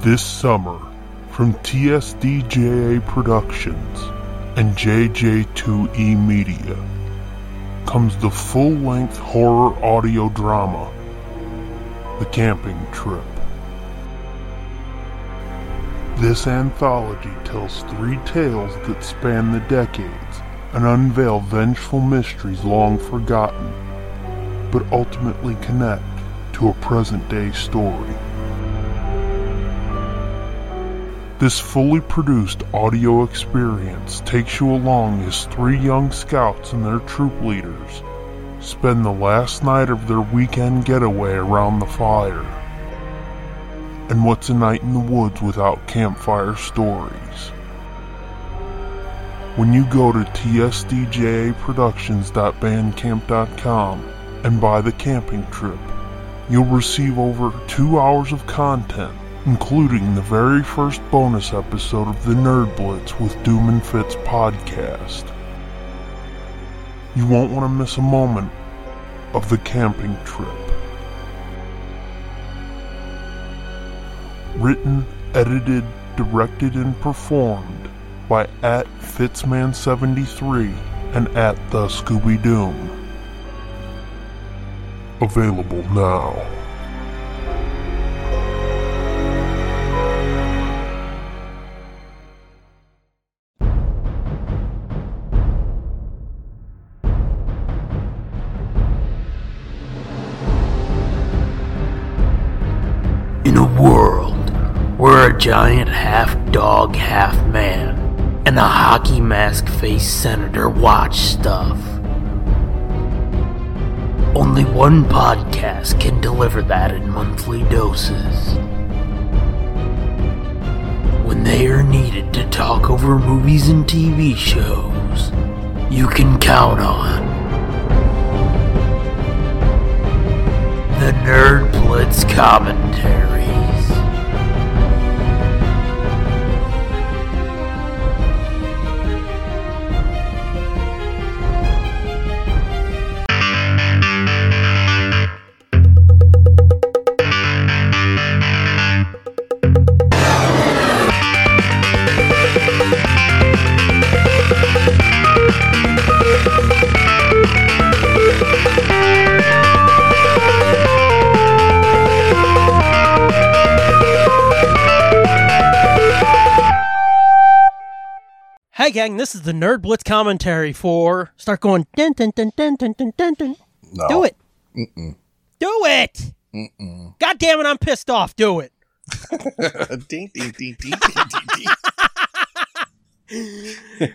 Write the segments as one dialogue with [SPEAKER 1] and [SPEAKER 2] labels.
[SPEAKER 1] This summer, from TSDJA Productions and JJ2E E Media, comes the full length horror audio drama The Camping Trip. This anthology tells three tales that span the decades and unveil vengeful mysteries long forgotten, but ultimately connect to a present day story. This fully produced audio experience takes you along as three young scouts and their troop leaders spend the last night of their weekend getaway around the fire. And what's a night in the woods without campfire stories? When you go to tsdjaproductions.bandcamp.com and buy the camping trip, you'll receive over two hours of content, including the very first bonus episode of the Nerd Blitz with Doom and Fitz podcast. You won't want to miss a moment of the camping trip. Written, edited, directed, and performed by at Fitzman73 and at the Scooby Doom available now.
[SPEAKER 2] In a world where a giant half dog, half man, and the hockey mask faced senator watch stuff, only one podcast can deliver that in monthly doses. When they are needed to talk over movies and TV shows, you can count on the Nerd Blitz commentaries.
[SPEAKER 3] Hey gang, this is the Nerd Blitz commentary for start going dun dun dun dun dun dun dun dun.
[SPEAKER 4] No.
[SPEAKER 3] Do it. Do it. God damn it, I'm pissed off. Do it.
[SPEAKER 4] ding, ding, ding, ding, ding, ding, ding.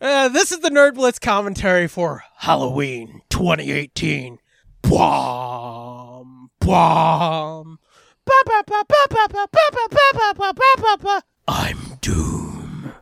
[SPEAKER 3] Uh, this is the Nerd Blitz commentary for Halloween 2018. Bwom, bwom. Ba, ba, ba, ba, ba, ba, ba, ba, ba, ba, ba, ba, ba. I'm doomed.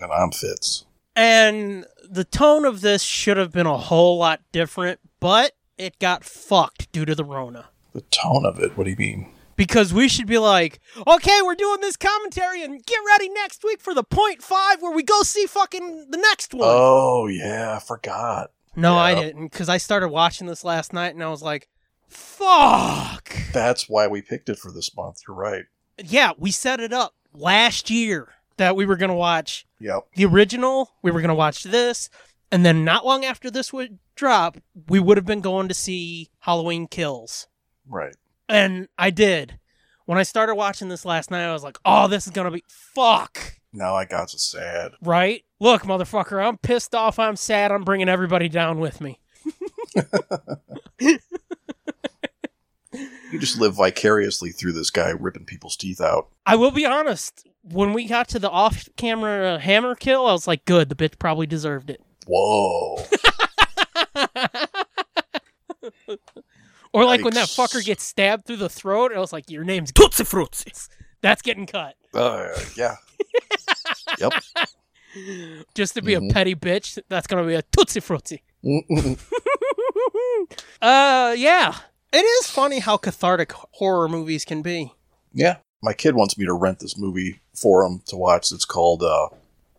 [SPEAKER 4] And I'm Fitz.
[SPEAKER 3] And the tone of this should have been a whole lot different, but it got fucked due to the Rona.
[SPEAKER 4] The tone of it. What do you mean?
[SPEAKER 3] because we should be like, okay, we're doing this commentary and get ready next week for the point five where we go see fucking the next one.
[SPEAKER 4] Oh yeah, I forgot.
[SPEAKER 3] no, I
[SPEAKER 4] yeah.
[SPEAKER 3] didn't because I started watching this last night and I was like, fuck.
[SPEAKER 4] That's why we picked it for this month. You're right.
[SPEAKER 3] Yeah, we set it up last year that we were going to watch
[SPEAKER 4] Yep.
[SPEAKER 3] the original, we were going to watch this, and then not long after this would drop, we would have been going to see Halloween Kills.
[SPEAKER 4] Right.
[SPEAKER 3] And I did. When I started watching this last night, I was like, oh, this is going to be fuck.
[SPEAKER 4] Now I got so sad.
[SPEAKER 3] right? Look, motherfucker, I'm pissed off. I'm sad. I'm bringing everybody down with me.
[SPEAKER 4] You just live vicariously through this guy ripping people's teeth out.
[SPEAKER 3] I will be honest. When we got to the off camera hammer kill, I was like, good, the bitch probably deserved it.
[SPEAKER 4] Whoa.
[SPEAKER 3] Or like when that
[SPEAKER 4] Yikes.
[SPEAKER 3] fucker gets stabbed through the throat, I was like, your name's Tootsie Fruitsis. That's getting cut.
[SPEAKER 4] uh, yeah. yep.
[SPEAKER 3] Just to be a
[SPEAKER 4] Mhm.
[SPEAKER 3] petty bitch, that's going to be a Tootsie Fruitsie.
[SPEAKER 4] Mm-mm.
[SPEAKER 3] uh, yeah. It is funny how cathartic horror movies can be.
[SPEAKER 4] Yeah. My kid wants me to rent this movie for him to watch. It's called uh,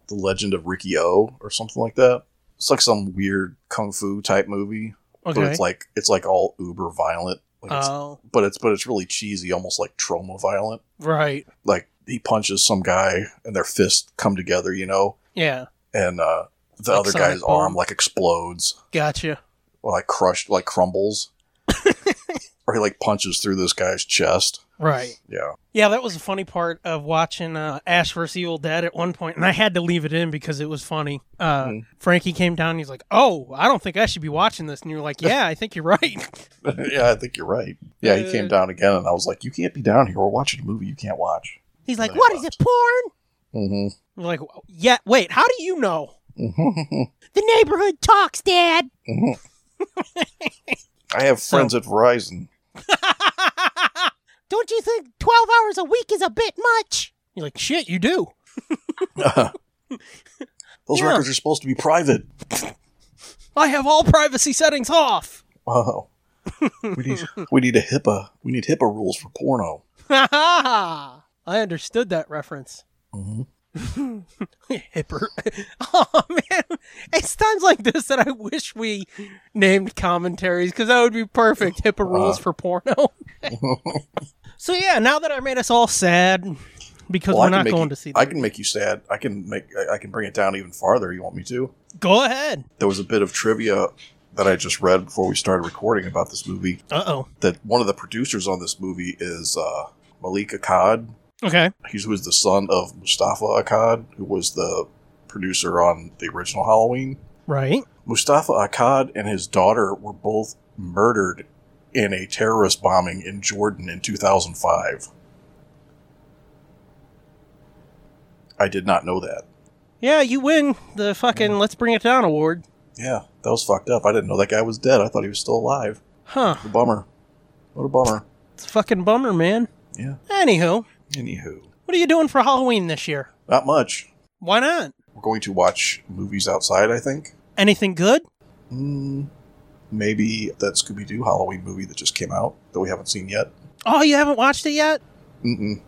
[SPEAKER 4] The Legend of Ricky O or something like that. It's like some weird kung fu type movie,
[SPEAKER 3] Okay.
[SPEAKER 4] but it's like it's like all uber violent. Like it's,
[SPEAKER 3] oh,
[SPEAKER 4] but it's but it's really cheesy, almost like trauma violent.
[SPEAKER 3] right.
[SPEAKER 4] Like he punches some guy and their fists come together, you know,
[SPEAKER 3] Yeah.
[SPEAKER 4] and uh, the
[SPEAKER 3] Like
[SPEAKER 4] other
[SPEAKER 3] Sonic
[SPEAKER 4] guy's
[SPEAKER 3] Boom.
[SPEAKER 4] arm like explodes
[SPEAKER 3] Gotcha.
[SPEAKER 4] or like crushed, like crumbles, or he like punches through this guy's chest.
[SPEAKER 3] Right.
[SPEAKER 4] Yeah,
[SPEAKER 3] Yeah, that was a funny part of watching uh, Ash vs. Evil Dead at one point, and I had to leave it in because it was funny. Uh,
[SPEAKER 4] Mhm.
[SPEAKER 3] Frankie came down and he's like, "Oh, I don't think I should be watching this," and you're like, "Yeah, I think you're right."
[SPEAKER 4] yeah, I think you're right. Yeah, he came
[SPEAKER 3] Uh.
[SPEAKER 4] down again, and I was like, "You can't be down here. We're watching a movie. You can't watch."
[SPEAKER 3] He's
[SPEAKER 4] No,
[SPEAKER 3] like,
[SPEAKER 4] he
[SPEAKER 3] "What is it,
[SPEAKER 4] wasn't.
[SPEAKER 3] porn?"
[SPEAKER 4] hmm
[SPEAKER 3] You're like, "Yeah, wait, how do you know?"
[SPEAKER 4] hmm
[SPEAKER 3] The neighborhood talks, Dad.
[SPEAKER 4] Mm-hmm. I have friends at Verizon.
[SPEAKER 3] Don't you think 12 hours a week is a bit much? You're like, shit, you do.
[SPEAKER 4] Those
[SPEAKER 3] Yeah.
[SPEAKER 4] records are supposed to be private.
[SPEAKER 3] I have all privacy settings off.
[SPEAKER 4] Wow. we need we need a HIPAA. We need HIPAA rules for porno.
[SPEAKER 3] Ha ha! I understood that reference.
[SPEAKER 4] Mhm.
[SPEAKER 3] Hipper. Oh, man. It's times like this that I wish we named commentaries because that would be perfect.
[SPEAKER 4] Uh.
[SPEAKER 3] HIPAA rules for porno. so, yeah, now that I made us all sad because
[SPEAKER 4] Well, I
[SPEAKER 3] we're
[SPEAKER 4] can
[SPEAKER 3] not
[SPEAKER 4] make
[SPEAKER 3] going
[SPEAKER 4] you-
[SPEAKER 3] to see
[SPEAKER 4] I
[SPEAKER 3] that.
[SPEAKER 4] can make you sad. I can make. I, I can bring it down even farther. You want me to?
[SPEAKER 3] Go ahead.
[SPEAKER 4] There was a bit of trivia that I just read before we started recording about this movie.
[SPEAKER 3] Uh oh.
[SPEAKER 4] That one of the producers on this movie is uh, Malik Akkad.
[SPEAKER 3] Okay.
[SPEAKER 4] He's who is the son of Mustafa Akkad, who was the producer on the original Halloween.
[SPEAKER 3] Right.
[SPEAKER 4] Mustafa Akkad and his daughter were both murdered in a terrorist bombing in Jordan in 2005. I did not know that.
[SPEAKER 3] Yeah, you win the
[SPEAKER 4] Mm.
[SPEAKER 3] fucking Let's Bring It Down award.
[SPEAKER 4] Yeah, that was fucked up. I didn't know that guy was dead. I thought he was still alive.
[SPEAKER 3] Huh.
[SPEAKER 4] What a bummer. What a bummer.
[SPEAKER 3] It's a fucking bummer, man.
[SPEAKER 4] Yeah.
[SPEAKER 3] Anywho,
[SPEAKER 4] Anywho,
[SPEAKER 3] what are you doing for Halloween this year?
[SPEAKER 4] not much.
[SPEAKER 3] Why not?
[SPEAKER 4] We're going to watch movies outside, I think.
[SPEAKER 3] Anything good?
[SPEAKER 4] Mm, maybe that Scooby Doo Halloween movie that just came out that we haven't seen yet.
[SPEAKER 3] Oh, you haven't watched it yet?
[SPEAKER 4] Mm-mm.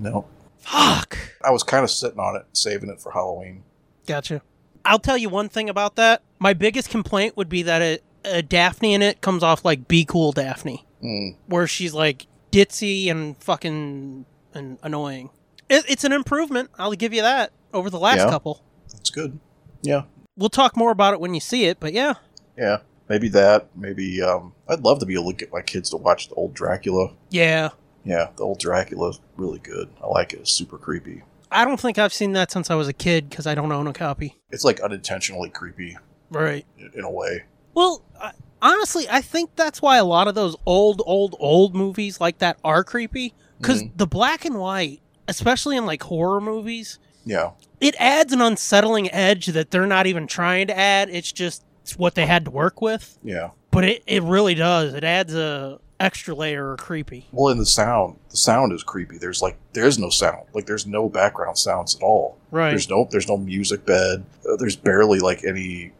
[SPEAKER 4] No.
[SPEAKER 3] Fuck.
[SPEAKER 4] I was kind of sitting on it, saving it for Halloween.
[SPEAKER 3] Gotcha. I'll tell you one thing about that. My biggest complaint would be that a, a Daphne in it comes off like Be Cool Daphne,
[SPEAKER 4] Mm.
[SPEAKER 3] where she's like ditzy and fucking and annoying. It, it's an improvement. I'll give you that over the last
[SPEAKER 4] Yeah.
[SPEAKER 3] couple.
[SPEAKER 4] That's good. Yeah.
[SPEAKER 3] We'll talk more about it when you see it, but yeah.
[SPEAKER 4] Yeah. Maybe that. Maybe um I'd love to be able to get my kids to watch the old Dracula.
[SPEAKER 3] Yeah.
[SPEAKER 4] Yeah, the old Dracula's really good. I like it. It's super creepy.
[SPEAKER 3] I don't think I've seen that since I was a kid because I don't own a copy.
[SPEAKER 4] It's like unintentionally creepy
[SPEAKER 3] Right.
[SPEAKER 4] i- in a way.
[SPEAKER 3] Well, I, honestly, I think that's why a lot of those old, old, old movies like that are creepy because
[SPEAKER 4] Mhm.
[SPEAKER 3] the black and white, especially in like horror movies,
[SPEAKER 4] Yeah.
[SPEAKER 3] it adds an unsettling edge that they're not even trying to add. It's just it's what they had to work with.
[SPEAKER 4] Yeah.
[SPEAKER 3] But it, it really does. It adds a extra layer of creepy.
[SPEAKER 4] Well, in the sound, the sound is creepy. There's like there is no sound. Like there's no background sounds at all.
[SPEAKER 3] Right.
[SPEAKER 4] There's no there's no music bed. Uh, there's barely like any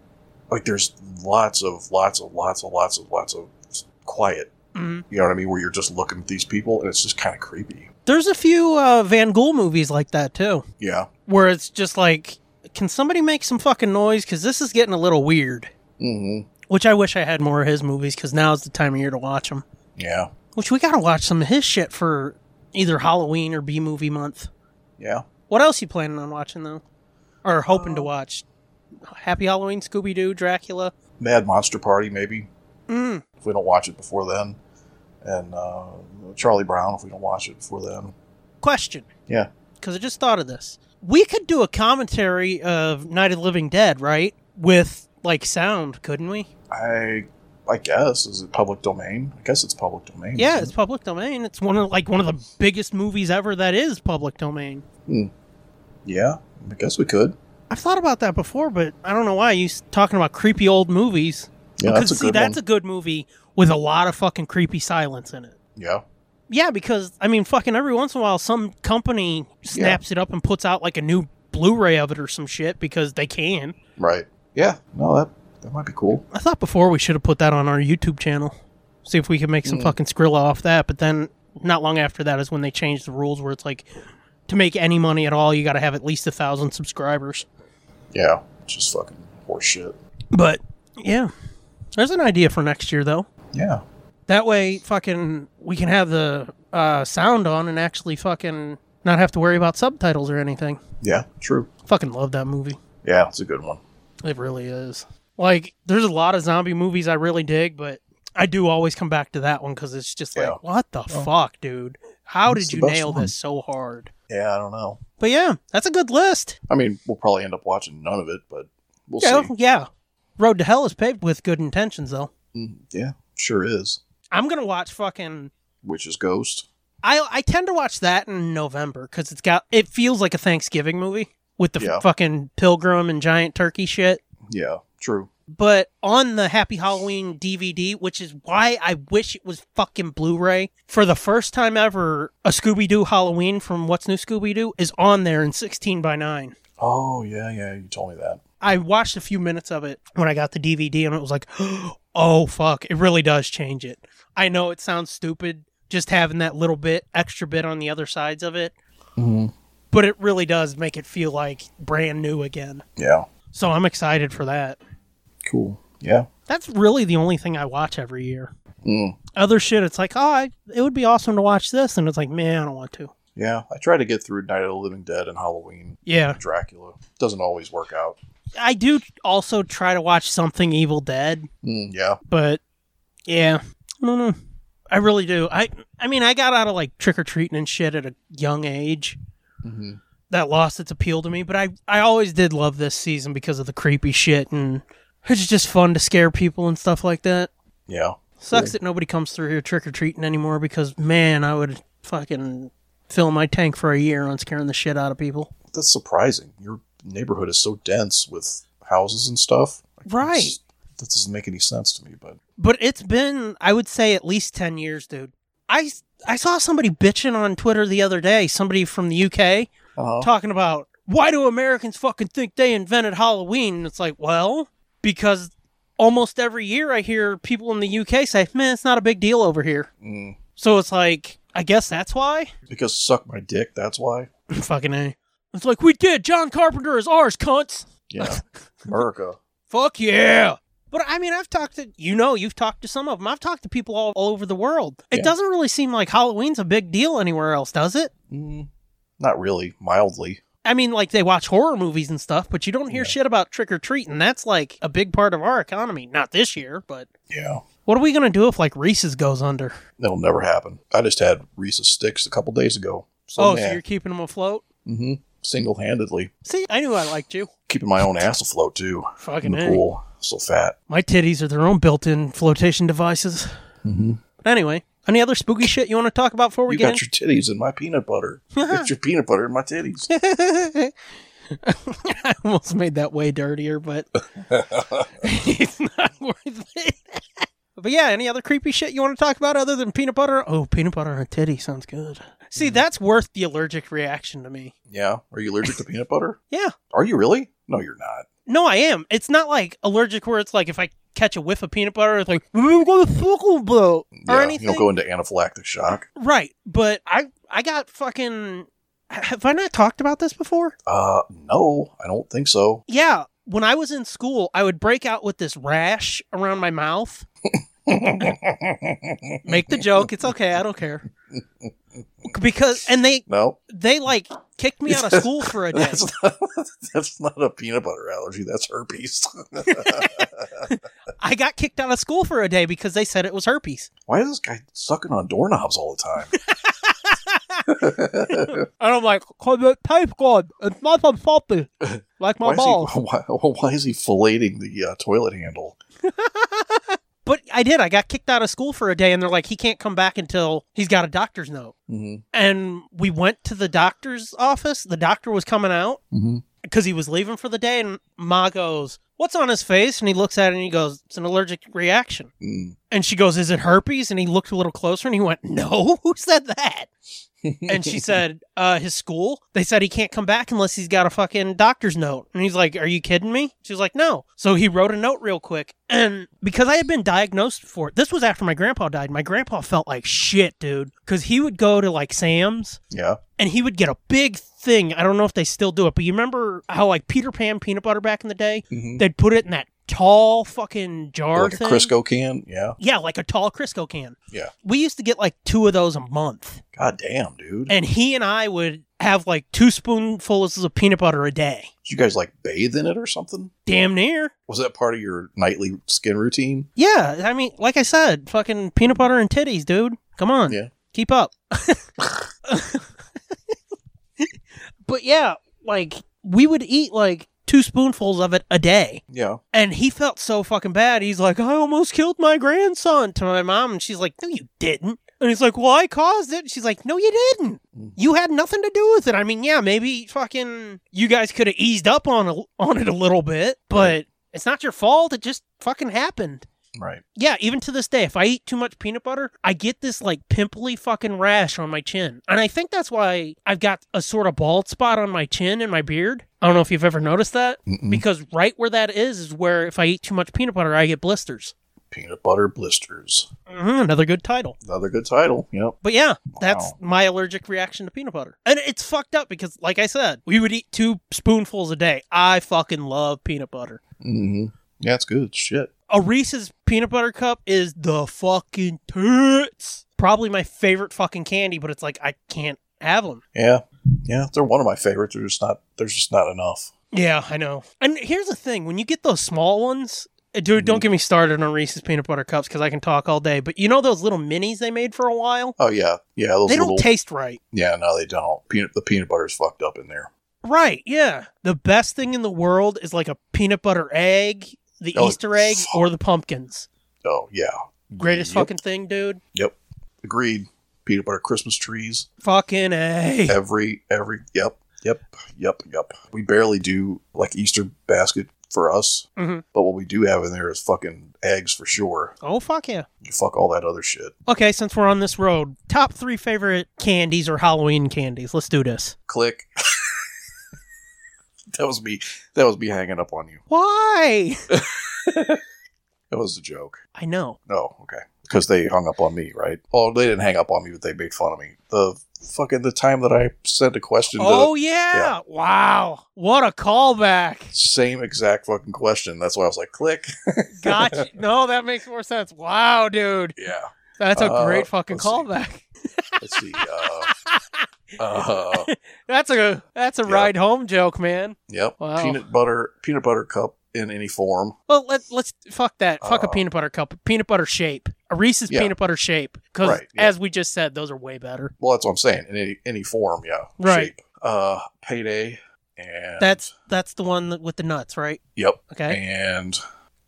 [SPEAKER 4] like there's lots of lots of lots of lots of lots of quiet.
[SPEAKER 3] Mhm.
[SPEAKER 4] You know what I mean? Where you're just looking at these people and it's just kind of creepy.
[SPEAKER 3] There's a few uh, Van Gogh movies like that too.
[SPEAKER 4] Yeah.
[SPEAKER 3] where it's just like, can somebody make some fucking noise? Because this is getting a little weird.
[SPEAKER 4] Mm-hmm.
[SPEAKER 3] Which I wish I had more of his movies because now is the time of year to watch them.
[SPEAKER 4] Yeah.
[SPEAKER 3] Which we gotta watch some of his shit for either Halloween or B movie month.
[SPEAKER 4] Yeah.
[SPEAKER 3] What else you planning on watching though, or hoping to watch? Happy Halloween, Scooby Doo, Dracula.
[SPEAKER 4] Mad Monster Party, maybe
[SPEAKER 3] Mm.
[SPEAKER 4] if we don't watch it before then, and uh, Charlie Brown if we don't watch it before then.
[SPEAKER 3] Question.
[SPEAKER 4] Yeah.
[SPEAKER 3] Because I just thought of this. We could do a commentary of Night of the Living Dead, right? With like sound, couldn't we?
[SPEAKER 4] I I guess is it public domain? I guess it's public domain.
[SPEAKER 3] Yeah, it's
[SPEAKER 4] isn't
[SPEAKER 3] public domain. It's one of like one of the biggest movies ever that is public domain.
[SPEAKER 4] it? yeah. I guess we could.
[SPEAKER 3] I've thought about that before, but I don't know why you s- talking about creepy old movies.
[SPEAKER 4] Yeah,
[SPEAKER 3] because
[SPEAKER 4] that's a
[SPEAKER 3] see,
[SPEAKER 4] good
[SPEAKER 3] that's
[SPEAKER 4] one.
[SPEAKER 3] a good movie with a lot of fucking creepy silence in it.
[SPEAKER 4] yeah,
[SPEAKER 3] Yeah, because I mean, fucking every once in a while, some company snaps it up and puts out like a new Blu-ray of it or some shit because they can.
[SPEAKER 4] right. Yeah, no, that that might be cool.
[SPEAKER 3] I thought before we should have put that on our YouTube channel, see if we could make some
[SPEAKER 4] Hmm.
[SPEAKER 3] fucking Skrilla off that. But then, not long after that is when they changed the rules where it's like, to make any money at all, you got to have at least a thousand subscribers.
[SPEAKER 4] Yeah, just fucking horseshit.
[SPEAKER 3] But yeah, there's an idea for next year though.
[SPEAKER 4] Yeah,
[SPEAKER 3] That way, fucking, we can have the uh, sound on and actually fucking Not have to worry about subtitles or anything.
[SPEAKER 4] Yeah, true.
[SPEAKER 3] Fucking love that movie.
[SPEAKER 4] Yeah, it's a good one.
[SPEAKER 3] It really is. Like, there's a lot of zombie movies I really dig, but I do always come back to that one because it's just like,
[SPEAKER 4] Yeah.
[SPEAKER 3] what the fuck, dude? How
[SPEAKER 4] It's
[SPEAKER 3] did
[SPEAKER 4] the
[SPEAKER 3] you
[SPEAKER 4] best
[SPEAKER 3] nail
[SPEAKER 4] one.
[SPEAKER 3] this so hard?
[SPEAKER 4] Yeah, I don't know.
[SPEAKER 3] But yeah, that's a good list.
[SPEAKER 4] I mean, we'll probably end up watching none of it, but we'll
[SPEAKER 3] yeah,
[SPEAKER 4] see.
[SPEAKER 3] yeah. Road to Hell is paved with good intentions, though.
[SPEAKER 4] Mm, yeah, sure is.
[SPEAKER 3] I'm gonna watch fucking.
[SPEAKER 4] Witch's Ghost.
[SPEAKER 3] I I tend to watch that in November because it's got it feels like a Thanksgiving movie with the
[SPEAKER 4] Yeah.
[SPEAKER 3] fucking pilgrim and giant turkey shit.
[SPEAKER 4] Yeah, true.
[SPEAKER 3] But on the Happy Halloween DVD, which is why I wish it was fucking Blu-ray. For the first time ever, a Scooby Doo Halloween from What's New Scooby Doo is on there in 16 by 9.
[SPEAKER 4] Oh, yeah, yeah, you told me that.
[SPEAKER 3] I watched a few minutes of it when I got the DVD and it was like, oh fuck, it really does change it. I know it sounds stupid just having that little bit, extra bit on the other sides of it, but it really does make it feel like brand new again.
[SPEAKER 4] Yeah,
[SPEAKER 3] So I'm excited for that.
[SPEAKER 4] cool. Yeah,
[SPEAKER 3] That's really the only thing I watch every year.
[SPEAKER 4] Mm.
[SPEAKER 3] Other shit, it's like, oh, I, it would be awesome to watch this. And it's like, man, I don't want to.
[SPEAKER 4] yeah. I try to get through Night of the Living Dead and Halloween,
[SPEAKER 3] Yeah.
[SPEAKER 4] Dracula. Doesn't always work out.
[SPEAKER 3] I do also try to watch something Evil Dead,
[SPEAKER 4] Mm, yeah,
[SPEAKER 3] but yeah, I don't know. I really do. I I mean, I got out of like trick or treating and shit at a young age. Mm-hmm.
[SPEAKER 4] Mhm.
[SPEAKER 3] That lost its appeal to me, but I I always did love this season because of the creepy shit and it's just fun to scare people and stuff like that.
[SPEAKER 4] yeah.
[SPEAKER 3] Sucks that nobody comes through here trick or treating anymore because man, I would fucking fill my tank for a year on scaring the shit out of people.
[SPEAKER 4] That's surprising. Your neighborhood is so dense with houses and stuff.
[SPEAKER 3] Right.
[SPEAKER 4] It's- That doesn't make any sense to me, but
[SPEAKER 3] But it's been, I would say, at least 10 years, dude. I, I saw somebody bitching on Twitter the other day, somebody from the UK,
[SPEAKER 4] uh
[SPEAKER 3] talking about why do Americans fucking think they invented Halloween? And it's like, well, because almost every year I hear people in the UK say, man, it's not a big deal over here.
[SPEAKER 4] mm,
[SPEAKER 3] So it's like, I guess that's why.
[SPEAKER 4] because suck my dick. That's why.
[SPEAKER 3] fucking A. It's like, we did. John Carpenter is ours, cunts.
[SPEAKER 4] Yeah, America.
[SPEAKER 3] Fuck yeah. But I mean, I've talked to, you know, you've talked to some of them. I've talked to people all, all over the world. It
[SPEAKER 4] Yeah.
[SPEAKER 3] doesn't really seem like Halloween's a big deal anywhere else, does it?
[SPEAKER 4] Mm, not really. Mildly.
[SPEAKER 3] I mean, like they watch horror movies and stuff, but you don't hear shit about trick or treating. That's like a big part of our economy. Not this year, but
[SPEAKER 4] Yeah.
[SPEAKER 3] what are we going to do if like Reese's goes under?
[SPEAKER 4] That'll never happen. I just had Reese's sticks a couple days ago. So
[SPEAKER 3] oh, so
[SPEAKER 4] yeah,
[SPEAKER 3] you're keeping them afloat?
[SPEAKER 4] hmm single-handedly
[SPEAKER 3] See, I knew I liked you.
[SPEAKER 4] keeping my own ass afloat too in
[SPEAKER 3] Fucking
[SPEAKER 4] the
[SPEAKER 3] A.
[SPEAKER 4] pool. So fat.
[SPEAKER 3] My titties are their own built in flotation devices.
[SPEAKER 4] Mhm.
[SPEAKER 3] But anyway, any other spooky shit you want to talk about before we
[SPEAKER 4] you
[SPEAKER 3] get
[SPEAKER 4] got your titties in my peanut butter. You got your peanut butter in my titties.
[SPEAKER 3] I almost made that way dirtier, but it's not worth it. But yeah, any other creepy shit you want to talk about other than peanut butter? Oh, peanut butter on a titty sounds good. See,
[SPEAKER 4] Mm.
[SPEAKER 3] that's worth the allergic reaction to me.
[SPEAKER 4] yeah. Are you allergic to peanut butter?
[SPEAKER 3] Yeah.
[SPEAKER 4] Are you really? No, you're not.
[SPEAKER 3] No, I am. It's not like allergic where it's like if I catch a whiff of peanut butter, it's like "We're gonna fucking blow,"
[SPEAKER 4] Yeah,
[SPEAKER 3] or anything.
[SPEAKER 4] You don't go into anaphylactic shock.
[SPEAKER 3] right, but I I got fucking. Have I not talked about this before?
[SPEAKER 4] Uh, no, I don't think so.
[SPEAKER 3] Yeah, when I was in school, I would break out with this rash around my mouth. Make the joke, it's okay, I don't care. Because and they
[SPEAKER 4] No,
[SPEAKER 3] they like kicked me out of school for a day.
[SPEAKER 4] that's not, that's not a peanut butter allergy. That's herpes.
[SPEAKER 3] I got kicked out of school for a day because they said it was herpes.
[SPEAKER 4] Why is this guy sucking on doorknobs all the time?
[SPEAKER 3] And I'm like, "Cause it tastes good. It's not unsalty, like
[SPEAKER 4] why,
[SPEAKER 3] my
[SPEAKER 4] is
[SPEAKER 3] balls."
[SPEAKER 4] he, why, why is he filleting the uh, toilet handle?
[SPEAKER 3] But I did. I got kicked out of school for a day, and they're like, "He can't come back until he's got a doctor's note."
[SPEAKER 4] Mm-hmm.
[SPEAKER 3] And we went to the doctor's office. The doctor was coming out,
[SPEAKER 4] Mm-hmm.
[SPEAKER 3] because he was leaving for the day, and Ma goes, "What's on his face?" And he looks at it and he goes, "It's an allergic reaction."
[SPEAKER 4] Mm.
[SPEAKER 3] And she goes, "Is it herpes?" And he looked a little closer and he went, "No, who said that?"
[SPEAKER 4] Mm-hmm.
[SPEAKER 3] and she said, "Uh, his school. They said he can't come back unless he's got a fucking doctor's note." And he's like, "Are you kidding me?" She was like, "No." So he wrote a note real quick, and because I had been diagnosed for it, this was after my grandpa died. My grandpa felt like shit, dude, because he would go to like Sam's
[SPEAKER 4] Yeah.
[SPEAKER 3] and he would get a big thing. I don't know if they still do it, but you remember how like Peter Pan peanut butter back in the day?
[SPEAKER 4] Mhm.
[SPEAKER 3] They'd put it in that tall fucking jar
[SPEAKER 4] like a
[SPEAKER 3] thing.
[SPEAKER 4] Crisco can. Yeah.
[SPEAKER 3] Yeah, like a tall Crisco can.
[SPEAKER 4] Yeah.
[SPEAKER 3] We used to get like two of those a month.
[SPEAKER 4] God damn, dude.
[SPEAKER 3] And he and I would have like two spoonfuls of peanut butter a day.
[SPEAKER 4] Did you guys like bathe in it or something?
[SPEAKER 3] Damn near.
[SPEAKER 4] Was that part of your nightly skin routine?
[SPEAKER 3] Yeah, I mean, like I said, fucking peanut butter and titties, dude. Come on.
[SPEAKER 4] Yeah.
[SPEAKER 3] Keep up. but yeah, like we would eat like two spoonfuls of it a day.
[SPEAKER 4] Yeah.
[SPEAKER 3] And he felt so fucking bad. He's like, I almost killed my grandson to my mom. And she's like, No, you didn't. And he's like, Well, I caused it. And she's like, No, you didn't.
[SPEAKER 4] Mm.
[SPEAKER 3] You had nothing to do with it. I mean, yeah, maybe fucking you guys could have eased up on, a, on it a little bit, but it's not your fault. It just fucking happened.
[SPEAKER 4] Right.
[SPEAKER 3] Yeah, even to this day, if I eat too much peanut butter, I get this like pimply fucking rash on my chin. And I think that's why I've got a sort of bald spot on my chin and my beard. I don't know if you've ever noticed that
[SPEAKER 4] Mm-mm.
[SPEAKER 3] because right where that is is where if I eat too much peanut butter, I get blisters.
[SPEAKER 4] Peanut butter blisters.
[SPEAKER 3] hmm another good title.
[SPEAKER 4] Another good title. Yep.
[SPEAKER 3] But yeah, that's
[SPEAKER 4] Wow.
[SPEAKER 3] my allergic reaction to peanut butter. And it's fucked up because, like I said, we would eat two spoonfuls a day. I fucking love peanut butter.
[SPEAKER 4] Mm-hmm. Yeah, it's good shit.
[SPEAKER 3] A Reese's peanut butter cup is the fucking tits. Probably my favorite fucking candy, but it's like I can't have them.
[SPEAKER 4] Yeah. Yeah. They're one of my favorites. They're just not. There's just not enough.
[SPEAKER 3] Yeah, I know. And here's the thing: when you get those small ones, uh,
[SPEAKER 4] Mm-hmm.
[SPEAKER 3] dude, don't get me started on Reese's peanut butter cups because I can talk all day. But you know those little minis they made for a while?
[SPEAKER 4] Oh yeah. Yeah. Those
[SPEAKER 3] they don't
[SPEAKER 4] little.
[SPEAKER 3] taste right.
[SPEAKER 4] yeah. No, they don't. Peanut. The peanut butter's fucked up in there.
[SPEAKER 3] Right? Yeah. The best thing in the world is like a peanut butter egg, the
[SPEAKER 4] Oh,
[SPEAKER 3] Easter egg,
[SPEAKER 4] fuck.
[SPEAKER 3] or the pumpkins.
[SPEAKER 4] Oh yeah.
[SPEAKER 3] Greatest
[SPEAKER 4] Yep.
[SPEAKER 3] fucking thing, dude.
[SPEAKER 4] Yep. Agreed. Peanut butter Christmas trees.
[SPEAKER 3] Fucking a.
[SPEAKER 4] Every every. Yep. Yep. Yep. Yep. We barely do like Easter basket for us,
[SPEAKER 3] Mhm.
[SPEAKER 4] but what we do have in there is fucking eggs for sure.
[SPEAKER 3] Oh fuck yeah.
[SPEAKER 4] You fuck all that other shit.
[SPEAKER 3] Okay, since we're on this road, top three favorite candies or Halloween candies. Let's do this.
[SPEAKER 4] Click. that was me. That was me hanging up on you.
[SPEAKER 3] Why?
[SPEAKER 4] That was a joke.
[SPEAKER 3] I know.
[SPEAKER 4] Oh, okay. Because they hung up on me, right? Well, they didn't hang up on me, but they made fun of me. The fucking the time that I sent a question to
[SPEAKER 3] Oh
[SPEAKER 4] the
[SPEAKER 3] yeah. Wow. What a callback.
[SPEAKER 4] same exact fucking question. That's why I was like, click.
[SPEAKER 3] Gotcha. no, that makes more sense. Wow, dude.
[SPEAKER 4] Yeah.
[SPEAKER 3] That's a
[SPEAKER 4] Uh,
[SPEAKER 3] great fucking
[SPEAKER 4] let's see.
[SPEAKER 3] callback.
[SPEAKER 4] Let's see. Uh, uh,
[SPEAKER 3] That's a that's a
[SPEAKER 4] Yeah.
[SPEAKER 3] ride home joke, man.
[SPEAKER 4] yep.
[SPEAKER 3] Wow.
[SPEAKER 4] Peanut butter peanut butter cup in any form.
[SPEAKER 3] Well, let, let's fuck that. Fuck a
[SPEAKER 4] Uh,
[SPEAKER 3] peanut butter cup. Peanut butter shape. A Reese's
[SPEAKER 4] Yeah.
[SPEAKER 3] peanut butter shape. Because
[SPEAKER 4] Right, yeah.
[SPEAKER 3] as we just said, those are way better.
[SPEAKER 4] Well, that's what I'm saying. In any any form, yeah.
[SPEAKER 3] Right.
[SPEAKER 4] Shape. Uh, payday. And
[SPEAKER 3] That's that's the one that- with the nuts, right?
[SPEAKER 4] yep.
[SPEAKER 3] Okay.
[SPEAKER 4] And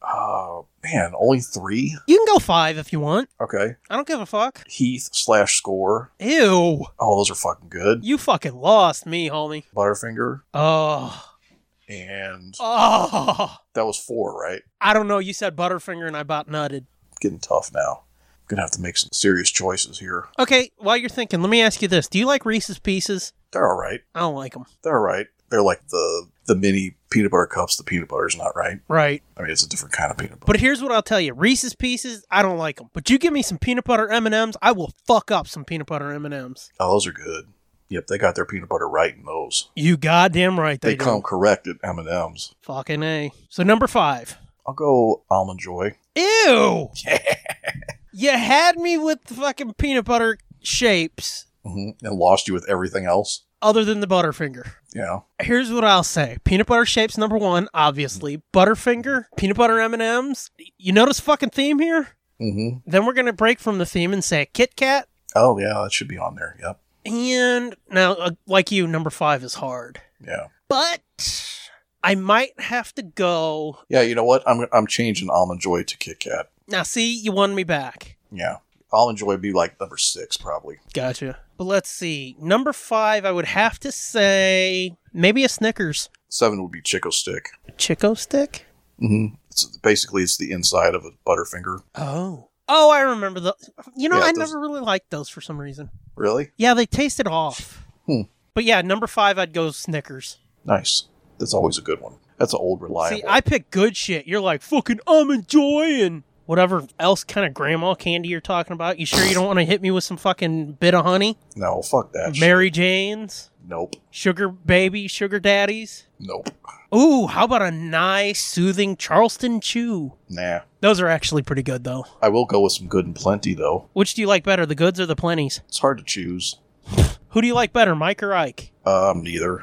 [SPEAKER 4] uh, man, only three.
[SPEAKER 3] You can go five if you want.
[SPEAKER 4] Okay.
[SPEAKER 3] I don't give a fuck.
[SPEAKER 4] Heath slash score.
[SPEAKER 3] Ew.
[SPEAKER 4] Oh, those are fucking good.
[SPEAKER 3] You fucking lost me, homie.
[SPEAKER 4] Butterfinger,
[SPEAKER 3] Oh.
[SPEAKER 4] and
[SPEAKER 3] Oh.
[SPEAKER 4] that was four, right?
[SPEAKER 3] I don't know. You said Butterfinger and I about nutted.
[SPEAKER 4] Getting tough now. Gonna have to make some serious choices here.
[SPEAKER 3] Okay, while you're thinking, let me ask you this. Do you like Reese's Pieces?
[SPEAKER 4] They're all right.
[SPEAKER 3] I don't like them.
[SPEAKER 4] They're all right. They're like the the mini peanut butter cups. The peanut butter's not right.
[SPEAKER 3] Right.
[SPEAKER 4] I mean, it's a different kind of peanut butter.
[SPEAKER 3] But here's what I'll tell you. Reese's Pieces, I don't like them. But you give me some peanut butter M&Ms, I will fuck up some peanut butter M&Ms.
[SPEAKER 4] Oh, those are good. Yep, they got their peanut butter right in those.
[SPEAKER 3] You goddamn right
[SPEAKER 4] They,
[SPEAKER 3] they, do.
[SPEAKER 4] come correct at M and M's.
[SPEAKER 3] Fucking A. So number 5.
[SPEAKER 4] I'll go almond joy.
[SPEAKER 3] Ew. you had me with the fucking peanut butter shapes
[SPEAKER 4] hmm And lost you with everything else.
[SPEAKER 3] other than the Butterfinger.
[SPEAKER 4] Yeah.
[SPEAKER 3] Here's what I'll say. Peanut butter shapes number 1, obviously. Butterfinger, peanut butter M&Ms. You notice fucking theme here?
[SPEAKER 4] Mm-hmm.
[SPEAKER 3] Then we're gonna break from the theme and say Kit Kat.
[SPEAKER 4] Oh yeah, that should be on there. Yep.
[SPEAKER 3] And now, uh, like you, number five is hard,
[SPEAKER 4] Yeah.
[SPEAKER 3] but I might have to go.
[SPEAKER 4] Yeah. You know what? I'm I'm changing almond joy to Kit Kat.
[SPEAKER 3] Now, see, you won me back.
[SPEAKER 4] Yeah. Almond Joy would be like number six, probably.
[SPEAKER 3] Gotcha. But let's see. Number five, I would have to say maybe a Snickers
[SPEAKER 4] Seven would be Chico Stick.
[SPEAKER 3] Chico stick.
[SPEAKER 4] Mm-hmm. It's, basically, it's the inside of a Butterfinger.
[SPEAKER 3] Oh. Oh, I remember the. You know,
[SPEAKER 4] Yeah,
[SPEAKER 3] I
[SPEAKER 4] those-
[SPEAKER 3] never really liked those for some reason.
[SPEAKER 4] Really?
[SPEAKER 3] Yeah, they tasted off.
[SPEAKER 4] Hmm.
[SPEAKER 3] But yeah, number five, I'd go Snickers.
[SPEAKER 4] Nice. That's always a good one. That's an old reliable.
[SPEAKER 3] See, I pick good shit. You're like fucking almond joy and whatever else kind of grandma candy you're talking about. You sure you don't want to hit me with some fucking bit of honey?
[SPEAKER 4] No, fuck that. shit.
[SPEAKER 3] Mary Jane's,
[SPEAKER 4] Nope.
[SPEAKER 3] sugar baby, sugar daddies.
[SPEAKER 4] Nope.
[SPEAKER 3] Ooh, how about a nice soothing Charleston chew?
[SPEAKER 4] Nah.
[SPEAKER 3] Those are actually pretty good though.
[SPEAKER 4] I will go with some good and plenty though.
[SPEAKER 3] Which do you like better, the goods or the plenties?
[SPEAKER 4] It's hard to choose.
[SPEAKER 3] Who do you like better, Mike or Ike?
[SPEAKER 4] Um, neither.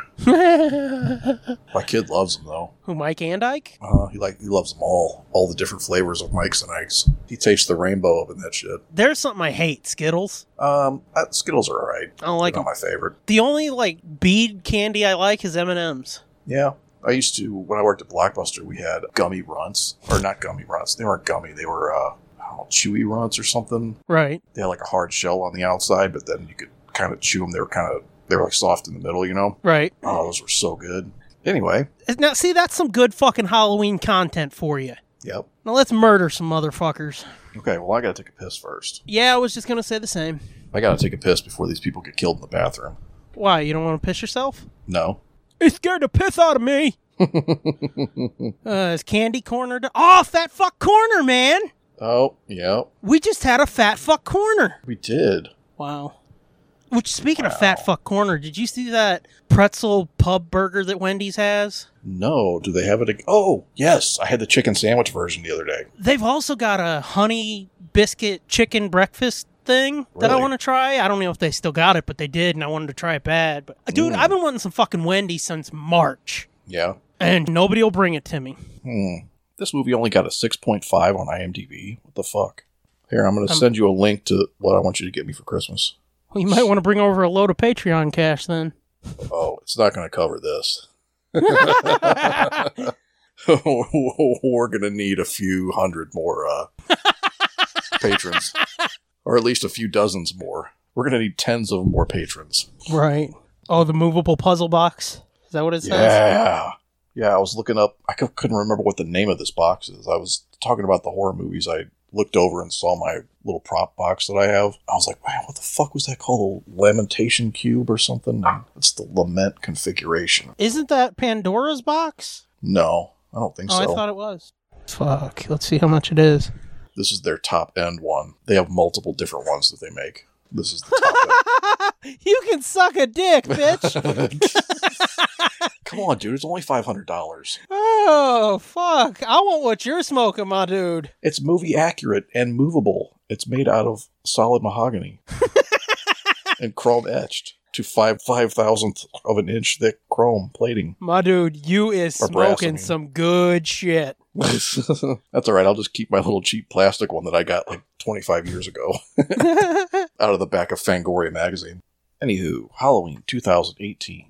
[SPEAKER 3] Who
[SPEAKER 4] My kid loves them though.
[SPEAKER 3] Mike and Ike?
[SPEAKER 4] Uh, he like he loves them all, all the different flavors of Mike's and Ike's. He tastes the rainbow up in that shit.
[SPEAKER 3] There's something I hate, Skittles.
[SPEAKER 4] Um, uh, Skittles are alright.
[SPEAKER 3] I don't like
[SPEAKER 4] They're
[SPEAKER 3] 'em.
[SPEAKER 4] not my favorite.
[SPEAKER 3] The only like bead candy I like is M&M's.
[SPEAKER 4] Yeah, I used to when I worked at Blockbuster. We had gummy runts, or not gummy runts. They weren't gummy. They were uh, I don't know, chewy runts or something.
[SPEAKER 3] Right.
[SPEAKER 4] They had like a hard shell on the outside, but then you could kind of chew them. They were kind of they were like soft in the middle, you know.
[SPEAKER 3] Right.
[SPEAKER 4] Oh, those were so good. Anyway,
[SPEAKER 3] Now see that's some good fucking Halloween content for you.
[SPEAKER 4] yep.
[SPEAKER 3] Now let's murder some motherfuckers.
[SPEAKER 4] Okay, well I gotta take a piss first.
[SPEAKER 3] Yeah, I was just gonna say the same.
[SPEAKER 4] I gotta take a piss before these people get killed in the bathroom.
[SPEAKER 3] Why, you don't want to piss yourself?
[SPEAKER 4] No.
[SPEAKER 3] It scared the piss out of me. uh, is candy corner to- off that fuck corner, man?
[SPEAKER 4] Oh, yeah,
[SPEAKER 3] We just had a fat fuck corner.
[SPEAKER 4] we did.
[SPEAKER 3] Wow. Which speaking of fat fuck corner, did you see that pretzel pub burger that Wendy's has?
[SPEAKER 4] No, do they have it? Ag- oh, yes, I had the chicken sandwich version the other day.
[SPEAKER 3] They've also got a honey biscuit chicken breakfast thing that I
[SPEAKER 4] Really?
[SPEAKER 3] want to try. I don't know if they still got it, but they did, and I wanted to try it bad. But dude,
[SPEAKER 4] Mm.
[SPEAKER 3] I've been wanting some fucking Wendy's since March,
[SPEAKER 4] Yeah.
[SPEAKER 3] and nobody will bring it to me.
[SPEAKER 4] Hmm. This movie only got a 6.5 on IMDb. What the fuck? Here, I'm going to
[SPEAKER 3] Um,
[SPEAKER 4] send you a link to what I want you to get me for Christmas.
[SPEAKER 3] Well, you might want to bring over a load of Patreon cash then.
[SPEAKER 4] Oh, it's not going to cover this.
[SPEAKER 3] All
[SPEAKER 4] We're going to need a few hundred more uh, patrons, or at least a few dozens more. We're going to need tens of more patrons.
[SPEAKER 3] right. Oh, the movable puzzle box. Is that what it says?
[SPEAKER 4] Yeah. Yeah, I was looking up. I cou- couldn't remember what the name of this box is. I was talking about the horror movies. I looked over and saw my little prop box that I have. I was like, wow, what the fuck was that called? A lamentation cube or something? It's the lament configuration.
[SPEAKER 3] Isn't that Pandora's box?
[SPEAKER 4] No, I don't think
[SPEAKER 3] Oh, I
[SPEAKER 4] so.
[SPEAKER 3] thought it was. Fuck. Let's see how much it is.
[SPEAKER 4] this is their top end one. They have multiple different ones that they make. This is the top end.
[SPEAKER 3] you can suck a dick, bitch.
[SPEAKER 4] Come on, dude. It's only $500.
[SPEAKER 3] oh, fuck. I want what you're smoking, my dude.
[SPEAKER 4] It's movie accurate and movable. It's made out of solid mahogany and chrome etched to five five thousandth of an inch thick chrome plating.
[SPEAKER 3] My dude, you is
[SPEAKER 4] Or brass, I
[SPEAKER 3] smoking
[SPEAKER 4] mean.
[SPEAKER 3] some good shit.
[SPEAKER 4] That's all right. I'll just keep my little cheap plastic one that I got like 25 years ago
[SPEAKER 3] yeah.
[SPEAKER 4] out of the back of Fangoria magazine. Anywho, Halloween 2018.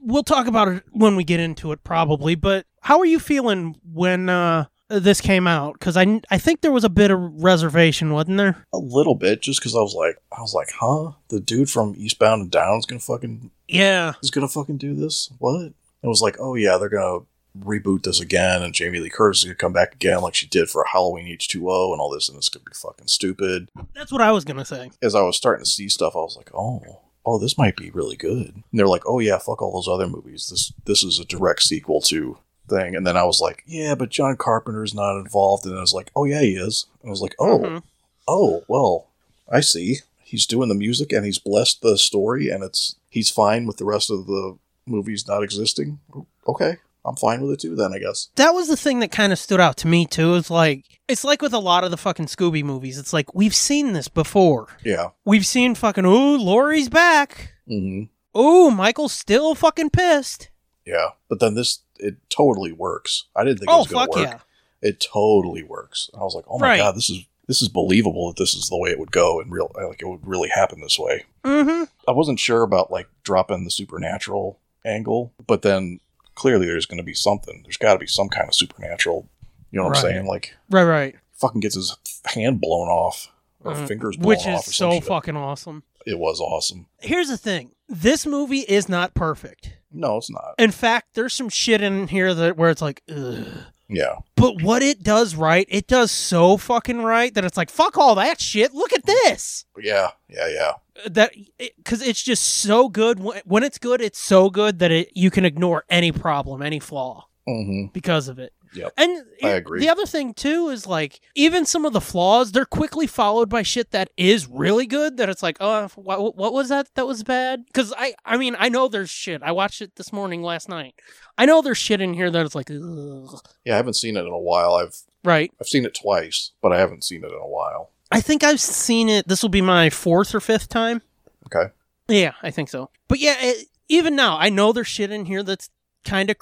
[SPEAKER 3] We'll talk about it when we get into it, probably. But how are you feeling when uh, this came out? Because I, I think there was a bit of reservation, wasn't there?
[SPEAKER 4] A little bit, just because I was like, I was like, huh? The dude from Eastbound and Down is gonna fucking
[SPEAKER 3] Yeah.
[SPEAKER 4] is gonna fucking do this? What? And it was like, oh yeah, they're gonna reboot this again, and Jamie Lee Curtis is gonna come back again, like she did for Halloween H two O, and all this, and it's gonna be fucking stupid.
[SPEAKER 3] That's what I was going to say.
[SPEAKER 4] As I was starting to see stuff, I was like, oh, oh, this might be really good. And they're like, oh yeah, fuck all those other movies. This this is a direct sequel to thing. And then I was like, yeah, but John Carpenter's not involved. And I was like, oh yeah, he is. And I was like, oh,
[SPEAKER 3] Mhm.
[SPEAKER 4] oh well i see he's doing the music and he's blessed the story and it's he's fine with the rest of the movies not existing okay i'm fine with it too then i guess
[SPEAKER 3] that was the thing that kind of stood out to me too. It's like it's like with a lot of the fucking Scooby movies. It's like we've seen this before.
[SPEAKER 4] yeah
[SPEAKER 3] We've seen fucking ooh Laurie's back.
[SPEAKER 4] mm-hmm.
[SPEAKER 3] Ooh Michael's still fucking pissed.
[SPEAKER 4] yeah but then this it totally works i didn't think it
[SPEAKER 3] oh
[SPEAKER 4] was gonna
[SPEAKER 3] fuck
[SPEAKER 4] work
[SPEAKER 3] yeah.
[SPEAKER 4] it totally works i was like oh my
[SPEAKER 3] Right.
[SPEAKER 4] god this is this is believable that this is the way it would go and real like it would really happen this way
[SPEAKER 3] Mm-hmm.
[SPEAKER 4] I wasn't sure about like dropping the supernatural angle, but then clearly there's going to be something. There's got to be some kind of supernatural. You know what I'm
[SPEAKER 3] Right.
[SPEAKER 4] saying? Like
[SPEAKER 3] Right, right.
[SPEAKER 4] fucking gets his hand blown off or
[SPEAKER 3] Mm,
[SPEAKER 4] fingers blown
[SPEAKER 3] Which
[SPEAKER 4] off.
[SPEAKER 3] is
[SPEAKER 4] or some
[SPEAKER 3] so
[SPEAKER 4] shit.
[SPEAKER 3] fucking awesome.
[SPEAKER 4] It was awesome.
[SPEAKER 3] Here's the thing. This movie is not perfect.
[SPEAKER 4] No, it's not.
[SPEAKER 3] In fact, there's some shit in here that where it's like, ugh.
[SPEAKER 4] Yeah,
[SPEAKER 3] But what it does right, it does so fucking right that it's like, fuck all that shit. Look at this.
[SPEAKER 4] yeah, yeah, yeah.
[SPEAKER 3] that because it's just so good Wh- when it's good it's so good that it you can ignore any problem any flaw
[SPEAKER 4] hmm
[SPEAKER 3] because of it
[SPEAKER 4] Yep.
[SPEAKER 3] And
[SPEAKER 4] I agree.
[SPEAKER 3] the other thing too is like even some of the flaws they're quickly followed by shit that is really good that it's like oh what, what was that that was bad because I I mean I know there's shit I watched it this morning last night I know there's shit in here that it's like Ugh.
[SPEAKER 4] Yeah, I haven't seen it in a while. I've
[SPEAKER 3] right
[SPEAKER 4] I've seen it twice, but I haven't seen it in a while.
[SPEAKER 3] I think I've seen it. This will be my fourth or fifth time.
[SPEAKER 4] Okay.
[SPEAKER 3] Yeah, I think so. But yeah, it, even now, I know there's shit in here that's kind of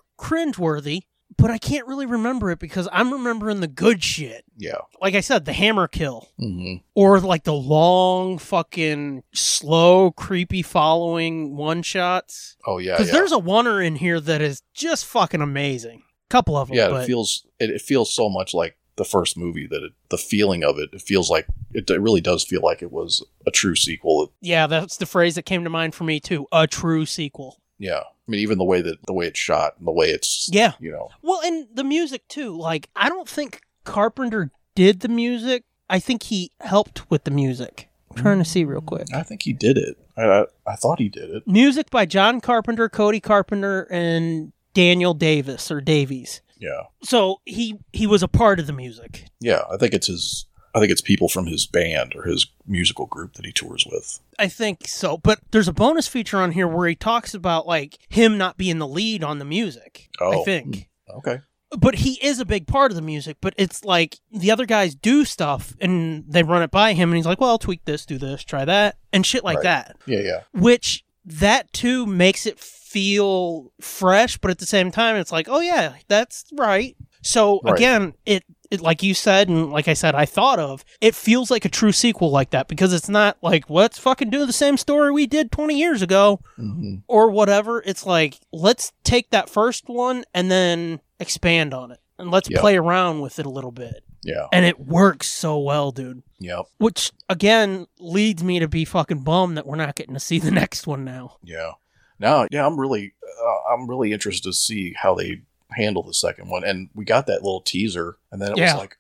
[SPEAKER 3] cringeworthy, but I can't really remember it because I'm remembering the good shit.
[SPEAKER 4] Yeah.
[SPEAKER 3] Like I said, the hammer kill,
[SPEAKER 4] Mm-hmm.
[SPEAKER 3] or like the long, fucking, slow, creepy following one shots.
[SPEAKER 4] Oh yeah.
[SPEAKER 3] Because
[SPEAKER 4] Yeah.
[SPEAKER 3] there's a oneer in here that is just fucking amazing. Couple of them.
[SPEAKER 4] yeah.
[SPEAKER 3] but
[SPEAKER 4] It feels it, it feels so much like the first movie that it, the feeling of it it feels like it, it really does feel like it was a true sequel.
[SPEAKER 3] yeah, that's the phrase that came to mind for me too. A true sequel.
[SPEAKER 4] Yeah. I mean, even the way that the way it's shot and the way it's
[SPEAKER 3] Yeah.
[SPEAKER 4] you know
[SPEAKER 3] Well, and the music too. Like, I don't think Carpenter did the music. I think he helped with the music. I'm trying to see real quick.
[SPEAKER 4] I think he did it. I I, I thought he did it.
[SPEAKER 3] Music by John Carpenter, Cody Carpenter, and Daniel Davis or Davies.
[SPEAKER 4] Yeah.
[SPEAKER 3] So he he was a part of the music.
[SPEAKER 4] Yeah. I think it's his. I think it's people from his band or his musical group that he tours with.
[SPEAKER 3] I think so. But there's a bonus feature on here where he talks about like him not being the lead on the music. I
[SPEAKER 4] Oh.
[SPEAKER 3] think.
[SPEAKER 4] Okay.
[SPEAKER 3] but he is a big part of the music but it's like the other guys do stuff and they run it by him and he's like well I'll tweak this do this try that and shit like
[SPEAKER 4] Right.
[SPEAKER 3] that
[SPEAKER 4] Yeah. Yeah.
[SPEAKER 3] which that too makes it feel fresh but at the same time it's like oh yeah that's right so
[SPEAKER 4] Right.
[SPEAKER 3] again it, it like you said and like i said i thought of it feels like a true sequel like that because it's not like let's fucking do the same story we did 20 years ago
[SPEAKER 4] Mm-hmm.
[SPEAKER 3] or whatever, it's like let's take that first one and then expand on it and let's
[SPEAKER 4] Yeah.
[SPEAKER 3] play around with it a little bit.
[SPEAKER 4] Yeah.
[SPEAKER 3] And it works so well, dude.
[SPEAKER 4] Yep.
[SPEAKER 3] Which again leads me to be fucking bummed that we're not getting to see the next one now.
[SPEAKER 4] Yeah. Now, yeah, I'm really, uh, I'm really interested to see how they handle the second one. And we got that little teaser, and then it
[SPEAKER 3] Yeah.
[SPEAKER 4] was like,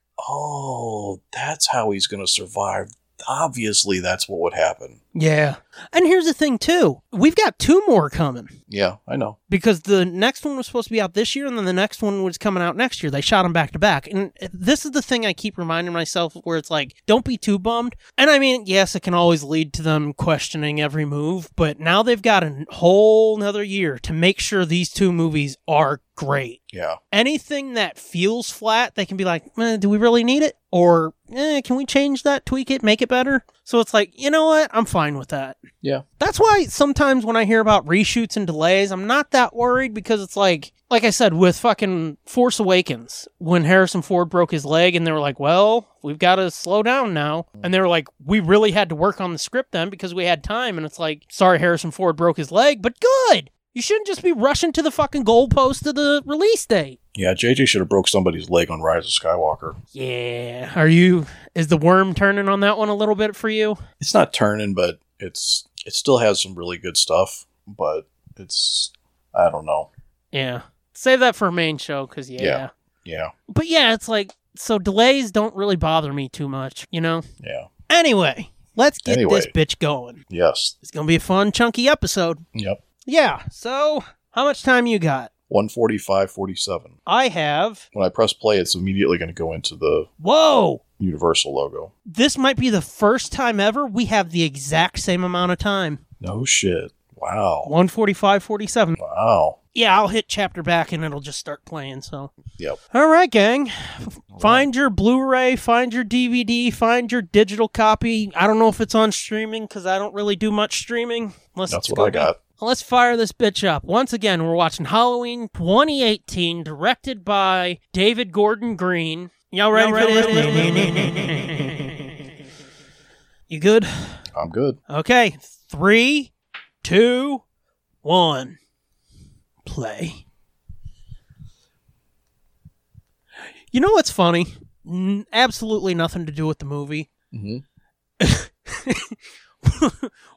[SPEAKER 4] oh, that's how he's going to survive. Obviously, that's what would happen.
[SPEAKER 3] Yeah. And here's the thing too. We've got two more coming
[SPEAKER 4] Yeah, I know.
[SPEAKER 3] because the next one was supposed to be out this year and then the next one was coming out next year. They shot them back to back. And this is the thing I keep reminding myself where it's like, don't be too bummed. And I mean, yes, it can always lead to them questioning every move, but now they've got a whole nother year to make sure these two movies are great.
[SPEAKER 4] Yeah,
[SPEAKER 3] Anything that feels flat, they can be like, eh, do we really need it? Or eh, can we change that, tweak it, make it better? So it's like, you know what? I'm fine with that.
[SPEAKER 4] yeah,
[SPEAKER 3] That's why sometimes when I hear about reshoots and delays, I'm not that worried because it's like, like I said, with fucking Force Awakens, when Harrison Ford broke his leg and they were like, well, we've got to slow down now. And they were like, we really had to work on the script then because we had time. And it's like, sorry, Harrison Ford broke his leg, but good. You shouldn't just be rushing to the fucking goalpost of the release date.
[SPEAKER 4] yeah. JJ should have broke somebody's leg on Rise of Skywalker.
[SPEAKER 3] Yeah. Are you, is the worm turning on that one a little bit for you?
[SPEAKER 4] It's not turning, but it's it still has some really good stuff. But it's, I don't know.
[SPEAKER 3] Yeah. Save that for a main show because, yeah.
[SPEAKER 4] Yeah. Yeah,
[SPEAKER 3] But yeah, it's like so delays don't really bother me too much, you know.
[SPEAKER 4] yeah,
[SPEAKER 3] Anyway, let's get
[SPEAKER 4] Anyway.
[SPEAKER 3] this bitch going.
[SPEAKER 4] yes,
[SPEAKER 3] It's gonna be a fun, chunky episode.
[SPEAKER 4] yep.
[SPEAKER 3] Yeah. So, how much time you got?
[SPEAKER 4] One forty-five, forty-seven.
[SPEAKER 3] I have.
[SPEAKER 4] When I press play, it's immediately going to go into the
[SPEAKER 3] Whoa.
[SPEAKER 4] Universal logo.
[SPEAKER 3] This might be the first time ever we have the exact same amount of time.
[SPEAKER 4] No shit. Wow.
[SPEAKER 3] 145 47.
[SPEAKER 4] Wow.
[SPEAKER 3] Yeah, I'll hit chapter back and it'll just start playing, so.
[SPEAKER 4] Yep.
[SPEAKER 3] All right, gang. Find your Blu-ray, find your DVD, find your digital copy. I don't know if it's on streaming because I don't really do much streaming. Unless
[SPEAKER 4] That's
[SPEAKER 3] it's
[SPEAKER 4] what I
[SPEAKER 3] Gobi.
[SPEAKER 4] got.
[SPEAKER 3] Let's fire this bitch up. Once again, we're watching Halloween 2018, directed by David Gordon Green. Y'all ready, for this? you good?
[SPEAKER 4] I'm good.
[SPEAKER 3] Okay. Three, two, one. Play. You know what's funny? N- absolutely nothing to do with the movie.
[SPEAKER 4] Mhm.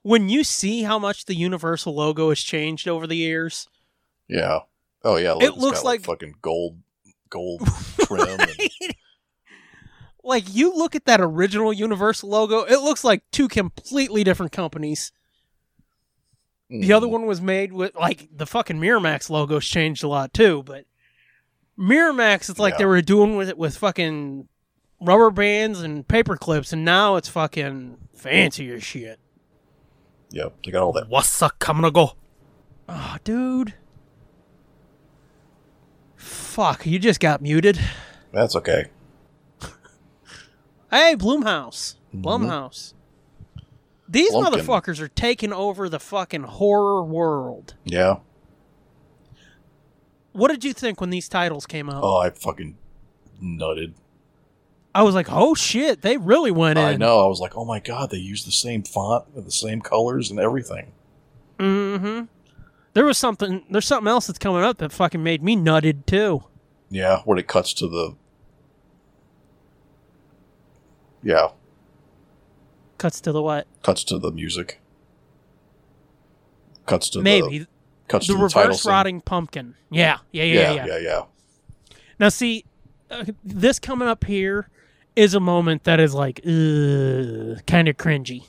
[SPEAKER 3] when you see how much the Universal logo has changed over the years,
[SPEAKER 4] Yeah. Oh yeah.
[SPEAKER 3] It
[SPEAKER 4] it's
[SPEAKER 3] looks
[SPEAKER 4] got,
[SPEAKER 3] like-
[SPEAKER 4] fucking gold, gold trim. and-
[SPEAKER 3] like you look at that original Universal logo, it looks like two completely different companies.
[SPEAKER 4] Mm.
[SPEAKER 2] Mm-hmm.
[SPEAKER 3] The other one was made with like the fucking Miramax logos changed a lot too, but Miramax, it's like
[SPEAKER 4] Yeah.
[SPEAKER 3] they were doing with it with fucking rubber bands and paper clips, and now it's fucking fancier shit.
[SPEAKER 4] Yep, they got all that.
[SPEAKER 2] What's up, go?
[SPEAKER 3] Oh, dude. Fuck, you just got muted.
[SPEAKER 4] That's okay.
[SPEAKER 3] Hey, Bloomhouse.
[SPEAKER 2] Mm-hmm.
[SPEAKER 3] Blumhouse. These
[SPEAKER 4] Blumpkin.
[SPEAKER 3] motherfuckers are taking over the fucking horror world.
[SPEAKER 4] Yeah.
[SPEAKER 3] What did you think when these titles came out?
[SPEAKER 4] Oh, I fucking nutted.
[SPEAKER 3] I was like, oh shit, they really went in.
[SPEAKER 4] I know. I was like, oh my god, they use the same font and the same colors and everything.
[SPEAKER 3] Mm-hmm. There was something. There's something else that's coming up that fucking made me nutted too.
[SPEAKER 4] Yeah, when it cuts to the. Yeah,
[SPEAKER 3] Cuts to the what?
[SPEAKER 4] cuts to the music. Cuts to
[SPEAKER 3] Maybe
[SPEAKER 4] the
[SPEAKER 3] the,
[SPEAKER 4] cuts to the title
[SPEAKER 3] reverse
[SPEAKER 4] scene.
[SPEAKER 3] rotting pumpkin. Yeah yeah yeah, yeah,
[SPEAKER 4] yeah, yeah, yeah.
[SPEAKER 3] Now see, uh, this coming up here is a moment that is like kind of cringy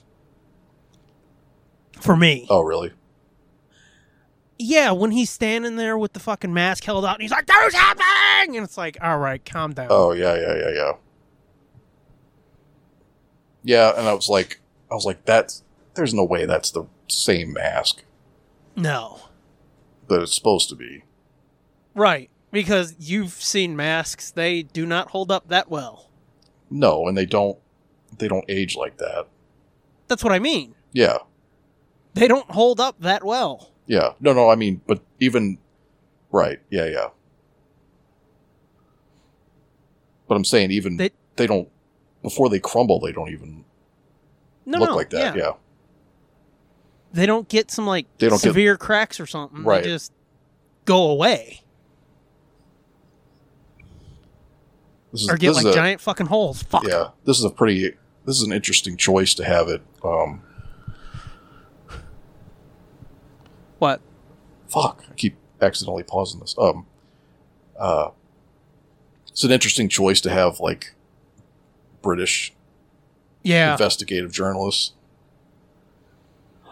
[SPEAKER 3] for me.
[SPEAKER 4] Oh, really?
[SPEAKER 3] Yeah, when he's standing there with the fucking mask held out, and he's like, "Do something," and it's like, "All right, calm down."
[SPEAKER 4] Oh, yeah, yeah, yeah, yeah. Yeah, and I was like, I was like, that's there's no way that's the same mask
[SPEAKER 3] No,
[SPEAKER 4] that it's supposed to be.
[SPEAKER 3] right? Because you've seen masks; they do not hold up that well.
[SPEAKER 4] No, and they don't they don't age like that.
[SPEAKER 3] That's what I mean.
[SPEAKER 4] Yeah,
[SPEAKER 3] they don't hold up that well.
[SPEAKER 4] yeah. No, no, I mean, but even right, yeah, yeah. But I'm saying even
[SPEAKER 3] They-
[SPEAKER 4] they, don't before they crumble, they don't even
[SPEAKER 3] No,
[SPEAKER 4] look
[SPEAKER 3] no,
[SPEAKER 4] like that.
[SPEAKER 3] Yeah.
[SPEAKER 4] Yeah.
[SPEAKER 3] they don't get some like
[SPEAKER 4] They don't get-
[SPEAKER 3] severe cracks or something.
[SPEAKER 4] Right.
[SPEAKER 3] They just go away
[SPEAKER 4] This is
[SPEAKER 3] or get
[SPEAKER 4] this
[SPEAKER 3] like
[SPEAKER 4] is a,
[SPEAKER 3] giant fucking holes. Fuck.
[SPEAKER 4] Yeah, this is a pretty this is an interesting choice to have it. Um,
[SPEAKER 3] What?
[SPEAKER 4] fuck, I keep accidentally pausing this. Um, uh, it's an interesting choice to have like British
[SPEAKER 3] Yeah.
[SPEAKER 4] investigative journalists.